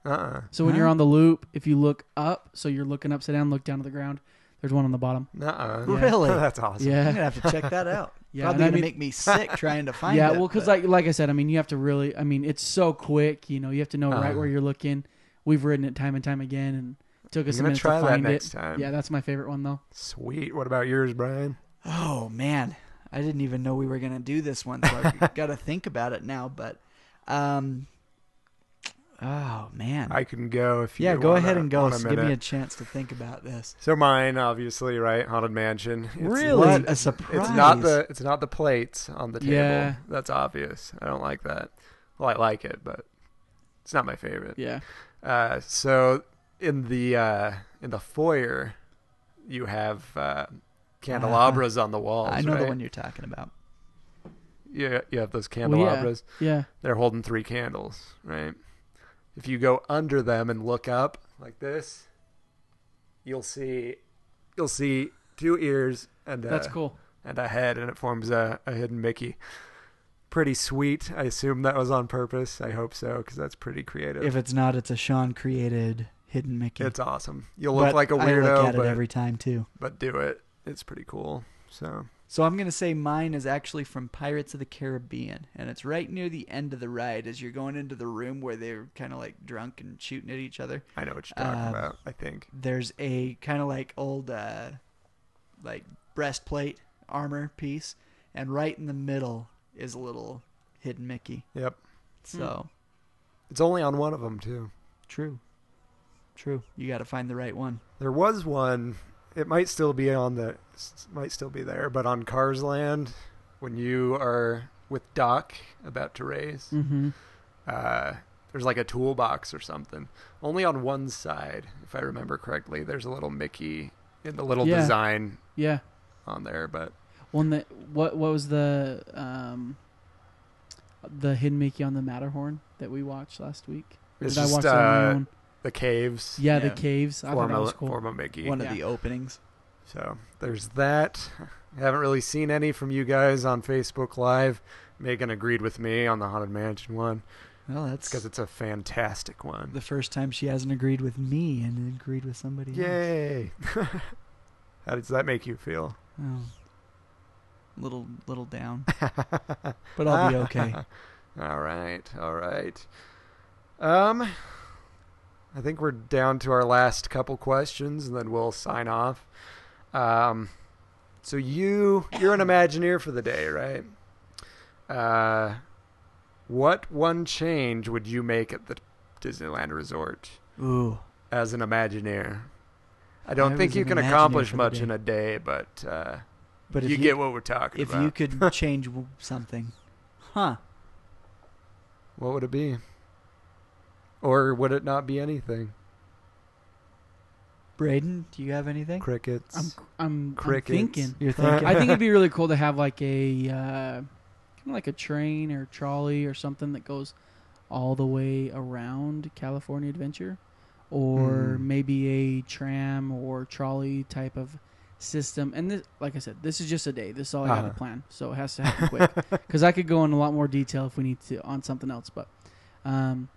S5: Uh uh
S6: So when you're on the loop, if you look up, so you're looking upside down, look down to the ground. There's one on the bottom.
S5: uh. uh
S7: <laughs> Really?
S5: <laughs>
S6: <laughs>
S5: That's awesome.
S7: I'm gonna
S6: Yeah,
S7: have to check that out.
S6: <laughs> Yeah,
S7: Probably
S6: and I
S7: gonna
S6: mean-
S7: make me sick
S6: <laughs>
S7: trying to find
S6: yeah.
S7: it.
S6: Well, because
S7: but-
S6: like like I said, I mean, you have to really. I mean, it's so quick. You know, you have to know right
S5: Uh-huh.
S6: where you're looking. We've ridden it time and time again, and it took us
S5: I'm gonna
S6: a minute
S5: try
S6: to
S5: that
S6: find
S5: next
S6: it.
S5: time.
S6: Yeah, that's my favorite one though.
S5: Sweet. What about yours, Brian?
S7: Oh man, I didn't even know we were gonna do this one. So
S6: <laughs>
S7: I got to think about it now. But, um, oh man,
S5: I can go if you
S7: yeah, go
S5: wanna-
S7: ahead and go.
S5: want a
S7: So give me a
S5: minute.
S7: chance to think about this.
S5: So mine, obviously, right? Haunted Mansion. It's-
S6: Really?
S7: What
S5: it's-
S7: a surprise!
S5: It's not the it's not the plates on the table.
S6: Yeah.
S5: That's obvious. I don't like that. Well, I like it, but it's not my favorite.
S6: Yeah.
S5: Uh, so in the uh, in the foyer, you have
S7: <laughs>
S5: uh, candelabras on the walls.
S7: I know the
S5: right?
S7: one you're talking about.
S5: You, you have those
S6: Well, yeah.
S5: candelabras.
S6: Yeah.
S5: They're holding three candles, right? If you go under them and look up like this, you'll see you'll see two ears and a,
S6: That's cool.
S5: and a head, and it forms a, a hidden Mickey. Pretty sweet. I assume that was on purpose. I hope so because that's pretty creative.
S7: If it's not, it's a Sean created hidden Mickey.
S5: it's awesome. You'll look
S7: But
S5: like a
S7: I look
S5: weirdo,
S7: at
S5: but,
S7: it every time too.
S5: but do it. It's pretty cool. So
S7: So I'm gonna say mine is actually from Pirates of the Caribbean, and it's right near the end of the ride as you're going into the room where they're kind of like drunk and shooting at each other.
S5: I know what you're talking
S7: Um,
S5: about. I think.
S7: there's a kind of like old uh, like breastplate armor piece and right in the middle is a little hidden mickey
S5: Yep.
S7: so
S5: It's only on one of them too.
S7: true true you got to find the right one
S5: There was one. It might still be on the s- might still be there, but on Cars Land, when you are with Doc about to raise,
S6: Mm-hmm.
S5: uh, there's like a toolbox or something. Only on one side, if I remember correctly, there's a little Mickey in the little
S6: Yeah.
S5: design
S6: Yeah.
S5: on there. But
S6: One that what what was the um the hidden Mickey on the Matterhorn that we watched last week? Or
S5: It's
S6: did I
S5: just,
S6: watch that on my
S5: uh,
S6: own?
S5: the caves
S6: Yeah, the
S7: yeah.
S6: caves. I thought
S5: form
S6: that
S5: a,
S6: was cool.
S5: form a Mickey.
S7: one
S6: Yeah.
S7: of the openings
S5: So there's that. I haven't really seen any from you guys on Facebook Live. Megan agreed with me on the Haunted Mansion one
S7: well that's
S5: because it's a fantastic one.
S7: the first time she hasn't agreed with me and agreed with somebody else.
S5: Yay! <laughs> How does that make you feel?
S7: Oh. little little down but i'll be okay
S5: all right, all right. Um, I think we're down to our last couple questions, and then we'll sign off. Um, so you you're an Imagineer for the day, right? Uh, what one change would you make at the Disneyland Resort
S7: ooh
S5: as an Imagineer? I don't
S7: I
S5: think
S7: was
S5: you
S7: an
S5: can
S7: Imagineer
S5: accomplish
S7: for the
S5: much
S7: day.
S5: in a day, but uh,
S7: but if
S5: you,
S7: you,
S5: get what we're talking
S7: if
S5: about.
S7: you
S5: <laughs>
S7: could change w- something huh
S5: What would it be? Or would it not be anything?
S7: braden do you have anything
S5: Crickets.
S6: I'm I'm, I'm
S5: Crickets.
S6: thinking.
S7: You're thinking.
S6: I think it'd be really cool to have like a uh, kind of like a train or trolley or something that goes all the way around California Adventure, or maybe a tram or trolley type of system. And this, like I said, this is just a day. This is all I have
S5: Uh-huh.
S6: to plan, so it has to happen quick. Because I could go in a lot more detail if we need to on something else, but. Um,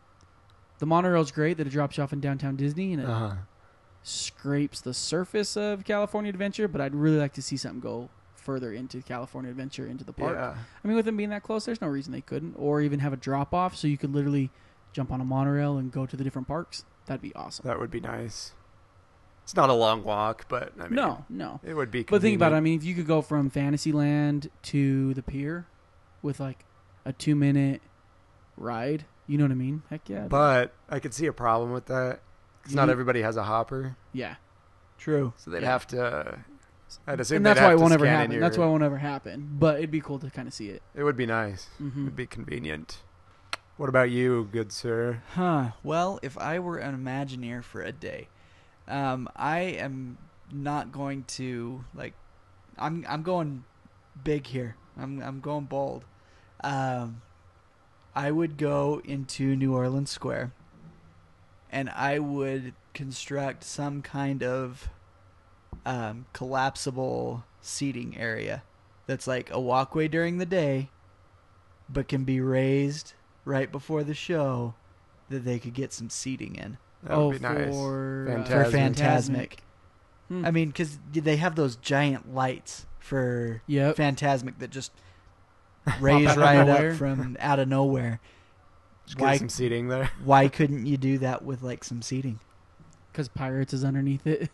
S6: the monorail's great that it drops you off in downtown Disney and it
S5: uh-huh.
S6: scrapes the surface of California Adventure, but I'd really like to see something go further into California Adventure into the park.
S5: Yeah.
S6: I mean, with them being that close, there's no reason they couldn't, or even have a drop off so you could literally jump on a monorail and go to the different parks. That'd be awesome.
S5: That would be nice. It's not a long walk, but I mean,
S6: No, no.
S5: it would be.
S6: But think about it. I
S5: convenient.
S6: mean, if you could go from Fantasyland to the pier with like a two minute ride, you know what I mean? Heck yeah.
S5: But I could see a problem with that. 'cause not
S6: You-
S5: everybody has a hopper,
S6: yeah.
S7: True.
S5: so they'd have to. I'd assume
S6: And that's
S5: they'd
S6: why
S5: have
S6: it
S5: to
S6: won't ever
S5: scan in
S6: happen.
S5: your-
S6: That's why it won't ever happen. But it'd be cool to kind of see it.
S5: It would be nice. It
S6: Mm-hmm.
S5: would be convenient. What about you, good sir?
S7: Huh. Well, if I were an Imagineer for a day, um, I am not going to like. I'm I'm going big here. I'm I'm going bold. Um, I would go into New Orleans Square, and I would construct some kind of um, collapsible seating area that's like a walkway during the day, but can be raised right before the show that they could get some seating in
S5: That
S6: oh,
S5: would be nice.
S6: for, uh,
S5: Fantastic.
S7: for
S5: Tasmic.
S7: Fantasmic.
S6: Hmm.
S7: I mean, because they have those giant lights for
S6: Yep.
S7: Fantasmic that
S6: <laughs>
S7: just raise
S6: out of
S7: right
S6: nowhere.
S7: up from out of nowhere.
S5: Just
S7: Why-
S5: get some seating there. <laughs>
S7: Why couldn't you do that with like some seating?
S6: Because Pirates is underneath it.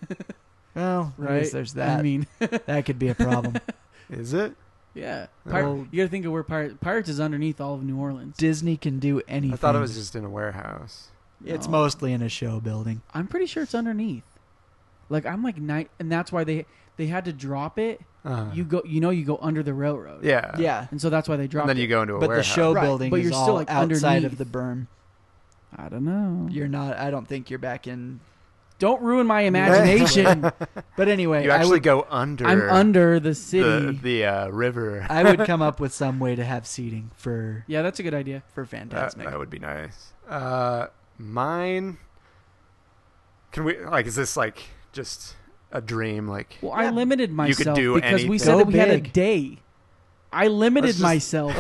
S7: Well, right.
S6: <laughs> right?
S7: there's that.
S6: I mean,
S7: that could be a
S6: <laughs>
S7: problem.
S5: Is it?
S6: yeah. Pir-
S7: Well-
S6: you got to think of where Pirates Pirates is underneath all of New Orleans.
S7: Disney can do anything.
S5: I thought it was just in a warehouse.
S7: It's
S6: No.
S7: mostly in a show building.
S6: I'm pretty sure it's underneath. Like I'm like night, and that's why they they had to drop it.
S5: Uh,
S6: You go, you know, you go under the railroad.
S5: yeah.
S7: yeah,
S6: And so that's why they dropped
S5: And then you
S6: it.
S5: go into a
S7: but the
S5: warehouse.
S7: show
S6: Right,
S7: building
S6: but
S7: is
S6: you're still,
S7: all
S6: like,
S7: outside of
S6: underneath.
S7: the berm.
S6: I don't know.
S7: You're not. I don't think you're back in.
S6: don't
S5: <laughs>
S6: ruin my imagination.
S7: But anyway,
S5: You
S7: I
S5: actually
S7: would,
S5: go under.
S6: I'm under the
S5: the
S6: city.
S5: the uh, river.
S7: I <laughs> would come up with some way to have seating for
S6: yeah, that's a good idea.
S7: for
S5: That,
S7: Fantasmic.
S5: that would be nice. Uh, mine. Can we like? Is this like just a dream? Like
S6: Well, I limited myself
S5: do
S6: because
S5: anything.
S6: we said that
S7: Go
S6: we had a
S7: big.
S6: day. I limited
S5: Let's just-
S6: myself.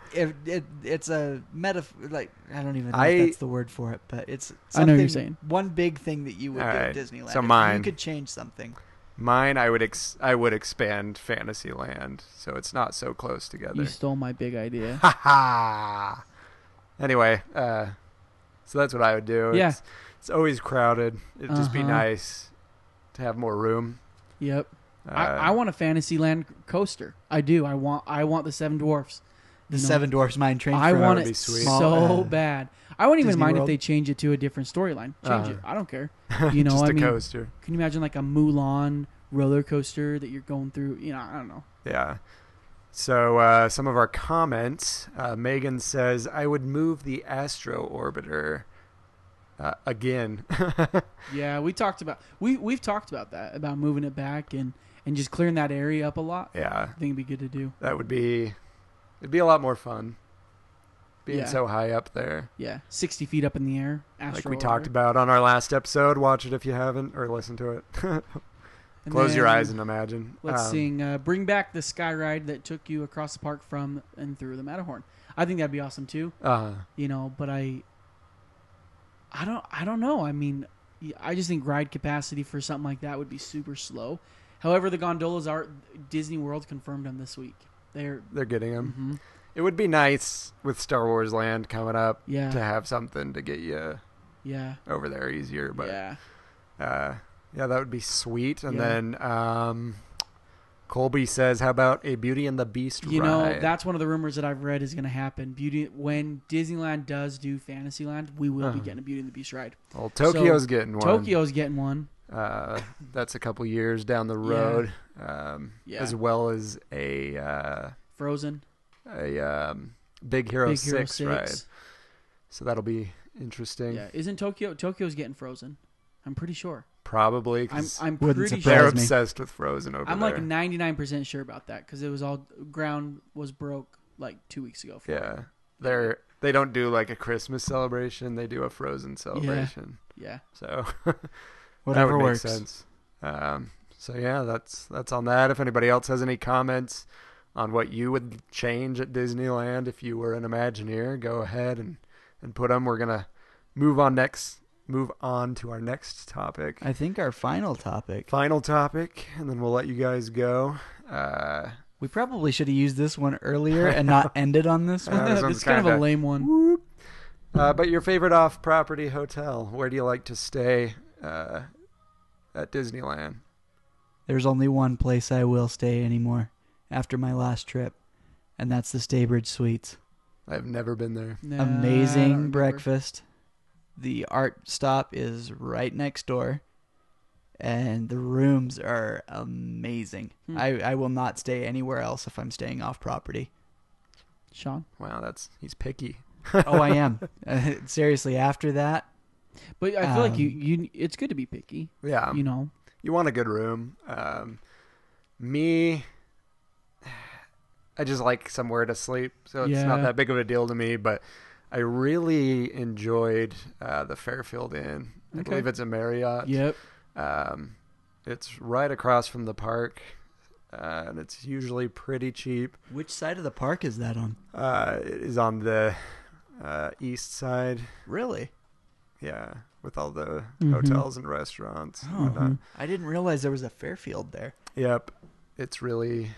S5: <laughs>
S7: it, it, it's a metaphor. Like I don't even know
S5: I-
S7: if that's the word for it, but it's.
S6: I know what you're
S7: something-
S6: saying.
S7: one big thing that you would
S5: All
S7: do
S5: right,
S7: at Disneyland.
S5: so
S7: If
S5: mine.
S7: You could change something.
S5: mine, I would ex- I would expand Fantasyland, so it's not so close together.
S6: you stole my big idea.
S5: Ha ha. Anyway, uh, so that's what I would do.
S6: Yeah.
S5: It's, it's always crowded. It'd just be
S6: Uh-huh.
S5: nice to have more room.
S6: yep.
S5: Uh,
S6: I, I want a Fantasyland coaster. I do. I want. I want the Seven Dwarfs.
S7: The
S6: You know,
S7: Seven Dwarfs Mine Train.
S6: I
S7: for-
S5: That
S6: want
S5: would be
S6: it
S5: sweet.
S6: so
S7: Uh,
S6: bad. I wouldn't even
S7: Disney
S6: mind
S7: World.
S6: if they change it to a different storyline. Change
S5: Uh-huh.
S6: it. I
S5: <laughs>
S6: don't care. You know.
S5: just
S6: I
S5: a
S6: mean,
S5: coaster.
S6: can you imagine like a Mulan roller coaster that you're going through? You know, I don't know.
S5: Yeah. So uh, some of our comments. Uh, Megan says, "I would move the Astro Orbiter uh, again." <laughs>
S6: Yeah, we talked about we we've talked about that about moving it back and and just clearing that area up a lot.
S5: yeah,
S6: I think it'd be good to do.
S5: that would be. It'd be a lot more fun. Being
S6: Yeah.
S5: so high up there,
S6: Yeah, sixty feet up in the air.
S5: like
S6: Astro
S5: we talked
S6: orbiter.
S5: about on our last episode. Watch it if you haven't, or listen to it.
S6: And
S5: Close your
S6: then
S5: eyes and imagine.
S6: Let's
S5: Um,
S6: sing. Uh, bring back the sky ride that took you across the park from and through the Matterhorn. I think that'd be awesome too.
S5: Uh,
S6: you know but i i don't i don't know i mean i just think ride capacity for something like that would be super slow however the gondolas are disney world confirmed them this week they're
S5: they're getting them.
S6: Mm-hmm.
S5: It would be nice with Star Wars Land coming up
S6: Yeah.
S5: to have something to get you
S6: yeah
S5: over there easier. But
S6: yeah
S5: Uh, yeah, that would be sweet. And
S6: Yeah.
S5: then um, Colby says, "How about a Beauty and the Beast
S6: you
S5: ride?"
S6: know that's one of the rumors that i've read is going to happen beauty when disneyland does do fantasyland we will be
S5: Uh-huh.
S6: getting a beauty and the beast ride
S5: well, Tokyo's
S6: So,
S5: getting one.
S6: tokyo's getting one
S5: uh, that's a couple years down the road, um,
S6: Yeah.
S5: as well as a uh,
S6: frozen
S5: a um, Big Hero,
S6: big
S5: Six,
S6: hero
S5: ride.
S6: six
S5: So that'll be interesting,
S6: yeah isn't tokyo tokyo's getting frozen i'm pretty sure
S5: probably.
S6: i'm
S5: 'cause
S6: i'm
S7: Wouldn't
S6: pretty
S7: surprise
S5: they're
S6: sure
S7: me.
S5: obsessed with Frozen over
S6: I'm
S5: there.
S6: like 99% sure about that because it was all ground was broke like two weeks ago. For
S5: yeah,
S6: it.
S5: they're they don't do like a Christmas celebration; they do a Frozen celebration.
S6: yeah.
S5: So <laughs>
S7: Whatever
S5: that would
S7: works.
S5: Make sense. Um, so yeah, that's that's on that. If anybody else has any comments on what you would change at Disneyland if you were an Imagineer, go ahead and and put them. We're gonna move on next. Move on to our next topic,
S7: I think our final topic.
S5: final topic, and then we'll let you guys go. Uh,
S7: We probably should have used this one earlier
S5: <laughs>
S7: and not ended on this one.
S5: this one's
S6: it's kind of a
S5: kinda-
S6: lame one.
S5: uh, but your favorite off-property hotel? Where do you like to stay? Uh, at Disneyland?
S7: There's only one place I will stay anymore after my last trip, and that's the Staybridge Suites.
S5: I've never been there.
S6: Nah, I don't remember.
S7: Amazing breakfast. The art stop is right next door, and the rooms are amazing.
S5: Hmm.
S7: I, I will not stay anywhere else if I'm staying
S5: <laughs>
S7: off property.
S6: Sean.
S5: Wow, that's he's picky.
S7: Oh, I am. <laughs> Uh, Seriously, after that,
S6: But I feel like you,
S7: Um,
S6: you it's good to be picky.
S5: Yeah,
S6: you know.
S5: you want a good room. Um, me, I just like somewhere to sleep, so it's not
S6: Yeah.
S5: that big of a deal to me. But I really enjoyed uh, the Fairfield Inn. I
S6: Okay.
S5: believe it's a Marriott.
S6: Yep.
S5: Um, it's right across from the park, uh, and it's usually pretty cheap.
S7: which side of the park is that on?
S5: Uh, it is on the uh, east side.
S7: Really?
S5: Yeah, with all the
S6: Mm-hmm.
S5: hotels and restaurants.
S6: Oh,
S5: And
S6: hmm.
S5: whatnot.
S7: I didn't realize there was a Fairfield there.
S5: Yep. It's really.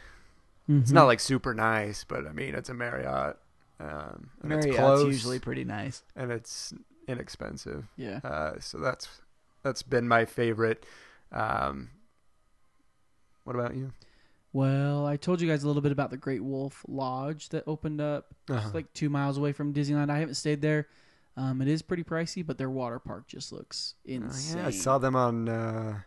S5: It's
S6: Mm-hmm.
S5: not like super nice, but I mean, it's a Marriott. Um, and it's
S7: Marriott's
S5: close,
S7: usually pretty nice.
S5: and it's inexpensive.
S6: Yeah.
S5: Uh, so that's that's been my favorite. Um, what about you?
S6: Well, I told you guys a little bit about the Great Wolf Lodge that opened up
S5: Uh-huh.
S6: it's like two miles away from Disneyland. I haven't stayed there. Um, it is pretty pricey, but their water park just looks insane.
S5: Oh, I saw them on uh,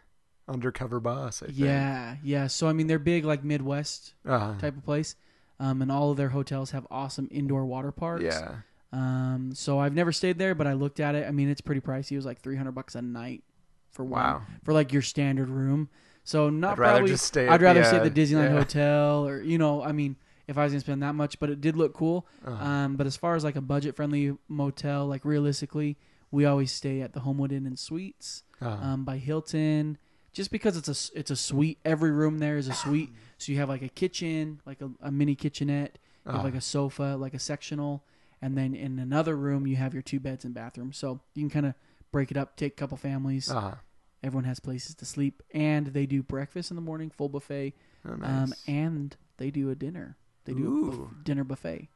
S5: Undercover Boss. I think.
S6: Yeah, yeah. So I mean, they're big, like Midwest
S5: Uh-huh.
S6: type of place, um, and all of their hotels have awesome indoor water parks.
S5: Yeah.
S6: Um, so I've never stayed there, but I looked at it. I mean, it's pretty pricey. It was like three hundred bucks a night for one,
S5: Wow.
S6: for like your standard room. So not
S5: I'd rather
S6: probably.
S5: just stay at
S6: I'd rather
S5: the,
S6: stay at the
S5: uh,
S6: Disneyland
S5: yeah.
S6: hotel, or you know, I mean, if I was gonna spend that much, but it did look cool. Um, but as far as like a budget friendly motel, like realistically, we always stay at the Homewood Inn and Suites um, by Hilton, just because it's a s- it's a suite. Every room there is a suite, so you have like a kitchen, like a, a mini kitchenette, you have like a sofa, like a sectional, and then in another room you have your two beds and bathroom. So you can kind of break it up, take a couple families.
S5: Uh-huh.
S6: Everyone has places to sleep, and they do breakfast in the morning, full buffet,
S5: Oh,
S6: um,
S5: nice.
S6: and they do a dinner. They do a
S5: Ooh.
S6: buff- dinner buffet.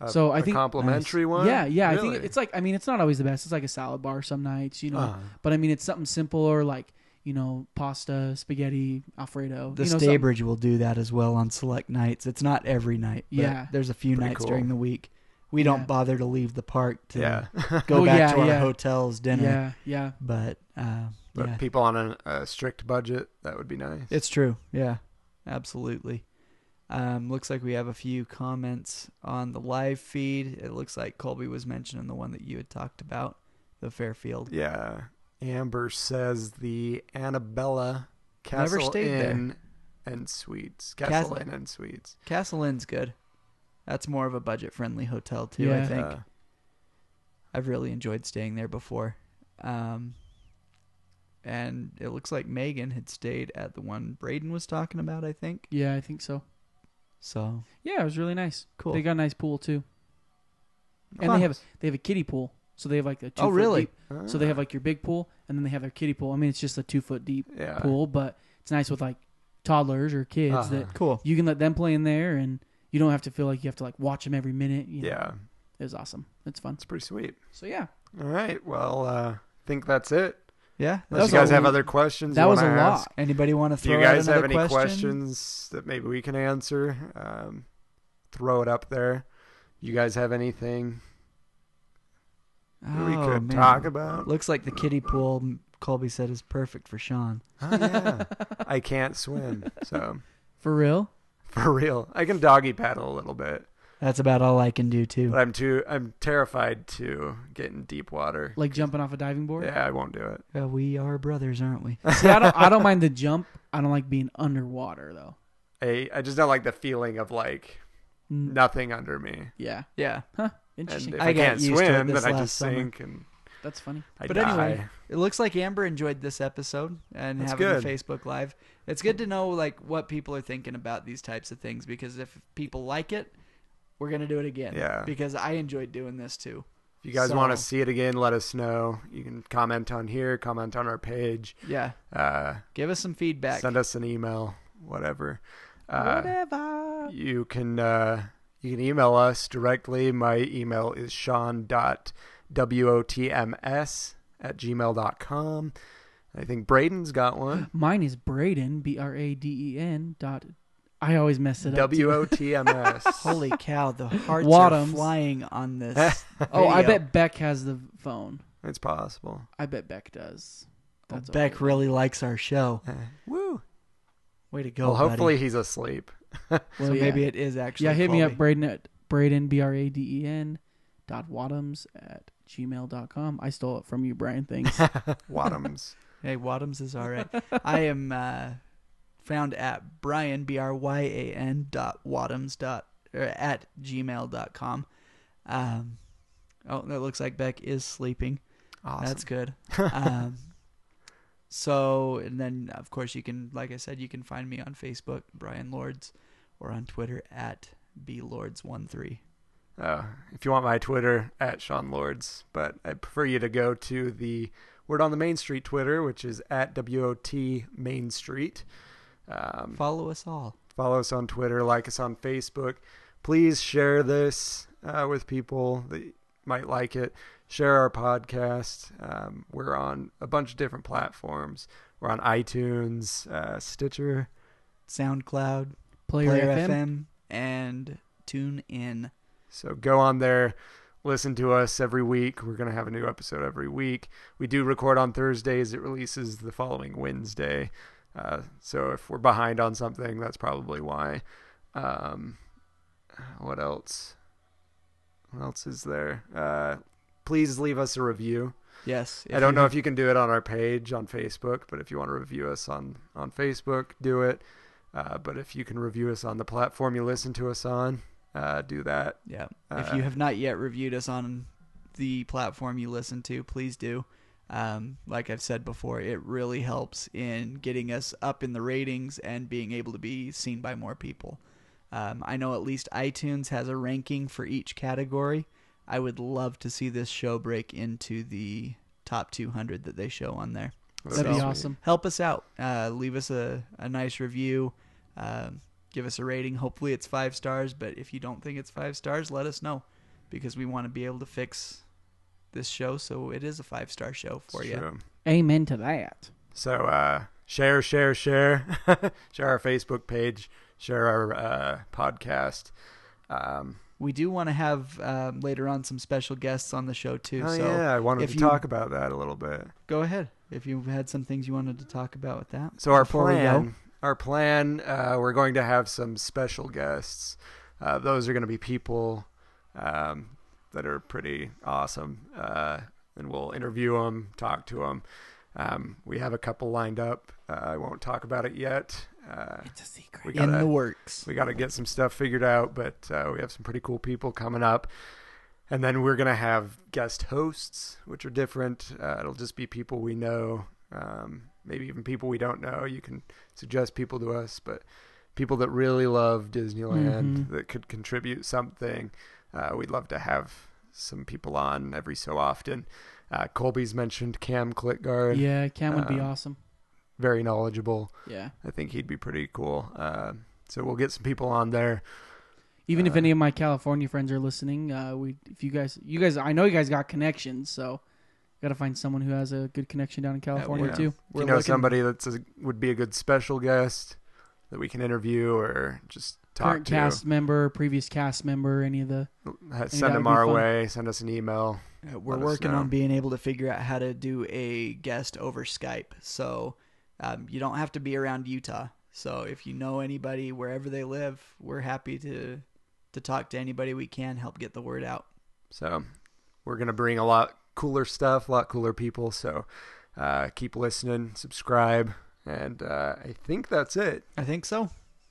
S5: A-
S6: so I
S5: a
S6: think
S5: complimentary
S6: Nice.
S5: one.
S6: Yeah, yeah. I
S5: Really?
S6: think it's like I mean, it's not always the best. It's like a salad bar some nights, you know.
S5: Uh-huh.
S6: But I mean, it's something simple or like you know pasta, spaghetti, alfredo.
S7: The
S6: you know, something-
S7: Staybridge will do that as well on select nights. It's not every night. But
S6: Yeah.
S7: There's a few
S5: Pretty
S7: nights
S5: cool.
S7: during the week. We
S6: Yeah.
S7: don't bother to leave the park to
S5: yeah. <laughs>
S7: go
S6: Oh,
S7: back
S6: yeah,
S7: to our
S6: yeah.
S7: hotel's dinner.
S6: Yeah, yeah.
S7: But, uh,
S5: but
S7: yeah.
S5: people on a, a strict budget, that would be nice.
S7: It's true. Yeah. Absolutely. Um, looks like we have a few comments on the live feed. It looks like Colby was mentioning the one that you had talked about, the Fairfield.
S5: Yeah. Amber says the Annabella
S7: Never
S5: Castle
S7: stayed there.
S5: Inn and Suites. Castle
S7: Cas-
S5: Inn and Suites.
S7: Castle Inn's good. That's more of a budget friendly hotel, too, I
S6: Yeah.
S7: think.
S5: Uh,
S7: I've really enjoyed staying there before. Um, and it looks like Megan had stayed at the one Braden was talking about, I think.
S6: Yeah, I think so.
S7: So
S6: Yeah, it was really nice.
S7: Cool.
S6: They got a nice pool too, and
S7: Fun.
S6: they have they have a kiddie pool. So they have like a two
S7: Oh,
S6: foot
S7: really?
S6: deep. So they have like your big pool, and then they have their kiddie pool. I mean, it's just a two foot deep
S5: Yeah.
S6: pool, but it's nice with like toddlers or kids
S5: Uh-huh.
S6: that
S7: cool.
S6: you can let them play in there, and you don't have to feel like you have to like watch them every minute. you know.
S5: yeah.
S6: it was awesome. It's fun.
S5: It's pretty sweet.
S6: So yeah,
S5: All right. Well, uh, I think that's it.
S7: Yeah. that
S5: Unless
S7: was
S5: you guys
S6: a-
S5: have other questions.
S6: that
S5: you
S6: was a
S5: wanna
S6: lot.
S5: ask.
S7: Anybody want to
S5: Do
S7: throw
S5: you guys
S7: out
S5: have
S7: another
S5: any
S7: question?
S5: questions that maybe we can answer? Um, throw it up there. You guys have anything that we
S7: Oh,
S5: could
S7: man.
S5: talk about?
S7: Looks like the kiddie pool, m- Colby said, is perfect for Sean.
S5: Oh, yeah. I can't swim, so <laughs>
S6: for real.
S5: for real, I can doggy paddle a little bit.
S7: That's about all I can do, too.
S5: But I'm too. I'm terrified to get in deep water.
S6: Like jumping off a diving board.
S5: yeah, I won't do it.
S7: Uh, we are brothers,
S5: <laughs>
S7: aren't we?
S6: See, I don't. I don't mind the jump. I don't like being underwater though.
S5: I I just don't like the feeling of like nothing under me.
S6: Yeah.
S5: <laughs>
S7: yeah.
S6: Huh.
S5: And
S6: Interesting.
S5: if
S7: I
S5: I,
S7: got
S5: can't
S7: used to it
S5: swim,
S7: this
S5: then I
S7: last
S5: just
S7: summer.
S5: sink and
S6: That's funny.
S5: I
S7: But
S5: die.
S7: anyway, it looks like Amber enjoyed this episode and
S5: That's
S7: having
S5: good.
S7: the Facebook Live. It's good to know like what people are thinking about these types of things because if people like it, we're gonna do it again.
S5: Yeah.
S7: Because I enjoyed doing this too.
S5: if you guys
S7: so-
S5: want to see it again, let us know. You can comment on here, comment on our page,
S7: Yeah.
S5: uh,
S7: Give us some feedback.
S5: send us an email, whatever. Uh,
S6: Whatever.
S5: you can uh, you can email us directly. My email is sean.wotms at gmail.com. I think Braden's got one.
S6: Mine is Braden, B R A D E N dot. I always mess it up.
S5: W O T M S.
S7: Holy
S5: <laughs>
S7: cow, the hearts are
S6: Wadhams.
S7: flying on this.
S6: Oh, I
S7: video.
S6: bet Beck has the phone.
S5: It's possible.
S6: I bet Beck does. That's
S7: Beck
S6: all.
S7: really likes our show.
S5: Woo.
S7: Way to go.
S5: Well,
S7: Oh, buddy.
S5: hopefully he's asleep. <laughs>
S7: So
S6: Well, yeah.
S7: maybe it is actually.
S6: Yeah, hit me up,
S7: Colby.
S6: Braden at Braden B R A D E N dot Wadhams at gmail dot com. I stole it from you, Brian.
S7: <laughs>
S6: Thanks.
S5: Wadhams.
S7: Hey, Wadhams is all
S6: <laughs>
S7: right. I am uh, found at Brian B R Y A N dot Wadhams dot or at gmail dot com. Um, oh, that looks like Beck is sleeping.
S5: Awesome.
S7: That's good.
S5: <laughs>
S7: um, so, and then of course you can, like I said, you can find me on Facebook, Brian Lords, or on Twitter at blords13.
S5: Uh, if you want my Twitter, at Sean Lords. But I prefer you to go to the Word on the Main Street Twitter, which is at WOT Main Street. Um,
S7: Follow us all.
S5: follow us on Twitter, like us on Facebook. Please share this uh, with people that might like it. Share our podcast. Um, we're on a bunch of different platforms. We're on iTunes, uh, Stitcher,
S7: SoundCloud,
S6: Player,
S7: Player
S6: FM.
S7: FM, and tune in.
S5: So go on there, listen to us every week. We're going to have a new episode every week. We do record on Thursdays, it releases the following Wednesday. Uh, so if we're behind on something, that's probably why. Um, what else? What else is there? Uh, please leave us a review.
S7: Yes.
S5: I don't know if you can do it on our page on Facebook, but if you want to review us on on Facebook, do it. Uh, but if you can review us on the platform you listen to us on, uh, do that.
S7: Yeah. if
S5: Uh,
S7: you have not yet reviewed us on the platform you listen to, please do. Um, like I've said before, it really helps in getting us up in the ratings and being able to be seen by more people. Um, I know at least iTunes has a ranking for each category. I would love to see this show break into the top 200 that they show on there.
S6: That'd be awesome.
S7: Help us out. Uh, leave us a, a nice review. Um, give us a rating. Hopefully, it's five stars. But if you don't think it's five stars, let us know because we want to be able to fix this show so it is a five star show for you.
S5: True.
S6: Amen to that.
S5: So uh, share, share, share, <laughs> share our Facebook page, share our uh, podcast. Um,
S7: We do want to have um, later on some special guests on the show too.
S5: oh
S7: so
S5: yeah, I wanted
S7: if
S5: to
S7: you-
S5: talk about that a little bit.
S7: Go ahead if you had some things you wanted to talk about with that.
S5: So our
S7: Before we go.
S5: plan, our plan, uh, we're going to have some special guests. Uh, those are going to be people um, that are pretty awesome, uh, and we'll interview them, talk to them. Um, we have a couple lined up. Uh, I won't talk about it yet. Uh, it's a secret. We
S7: in
S5: gotta-
S7: the works.
S5: We got to get some stuff figured out, but uh, we have some pretty cool people coming up. And then we're going to have guest hosts, which are different. Uh, it'll just be people we know, um, maybe even people we don't know. You can suggest people to us, but people that really love Disneyland
S7: Mm-hmm.
S5: that could contribute something. Uh, we'd love to have some people on every so often. Uh, Colby's mentioned Cam Clickguard,
S6: Yeah, Cam would be
S5: Um,
S6: awesome.
S5: very knowledgeable.
S6: Yeah.
S5: I think he'd be pretty cool. Uh, so we'll get some people on there.
S6: Even
S5: Uh,
S6: if any of my California friends are listening, uh, we if you guys you guys I know you guys got connections, so got to find someone who has a good connection down in California
S5: Yeah.
S6: too.
S5: If you know somebody that's a, would be a good special guest that we can interview or just talk
S6: Current
S5: to,
S6: cast member, previous cast member, any of the
S5: uh,
S6: that
S5: send them
S6: would be
S5: our
S6: fun.
S5: way, send us an email.
S7: Uh, We're
S5: Let us
S7: working
S5: know.
S7: on being able to figure out how to do a guest over Skype. So um, you don't have to be around Utah. So if you know anybody wherever they live, we're happy to to talk to anybody we can help get the word out.
S5: So we're gonna bring a lot cooler stuff, a lot cooler people. So uh, keep listening, subscribe, and uh, I think that's it.
S7: I think so.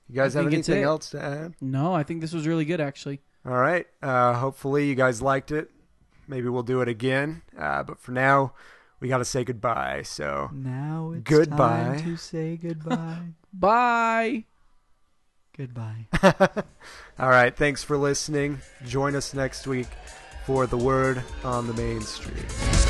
S5: You guys
S6: I
S5: have
S6: think it's
S5: anything
S6: it.
S5: else to add?
S6: No, I think this was really good actually.
S5: All right. Uh, hopefully you guys liked it. Maybe we'll do it again. Uh, but for now, we got to say goodbye. So
S7: Now it's
S5: Goodbye.
S7: time to say <laughs> goodbye.
S6: Bye.
S7: goodbye.
S5: All right. Thanks for listening. Join us next week for the word on the main street.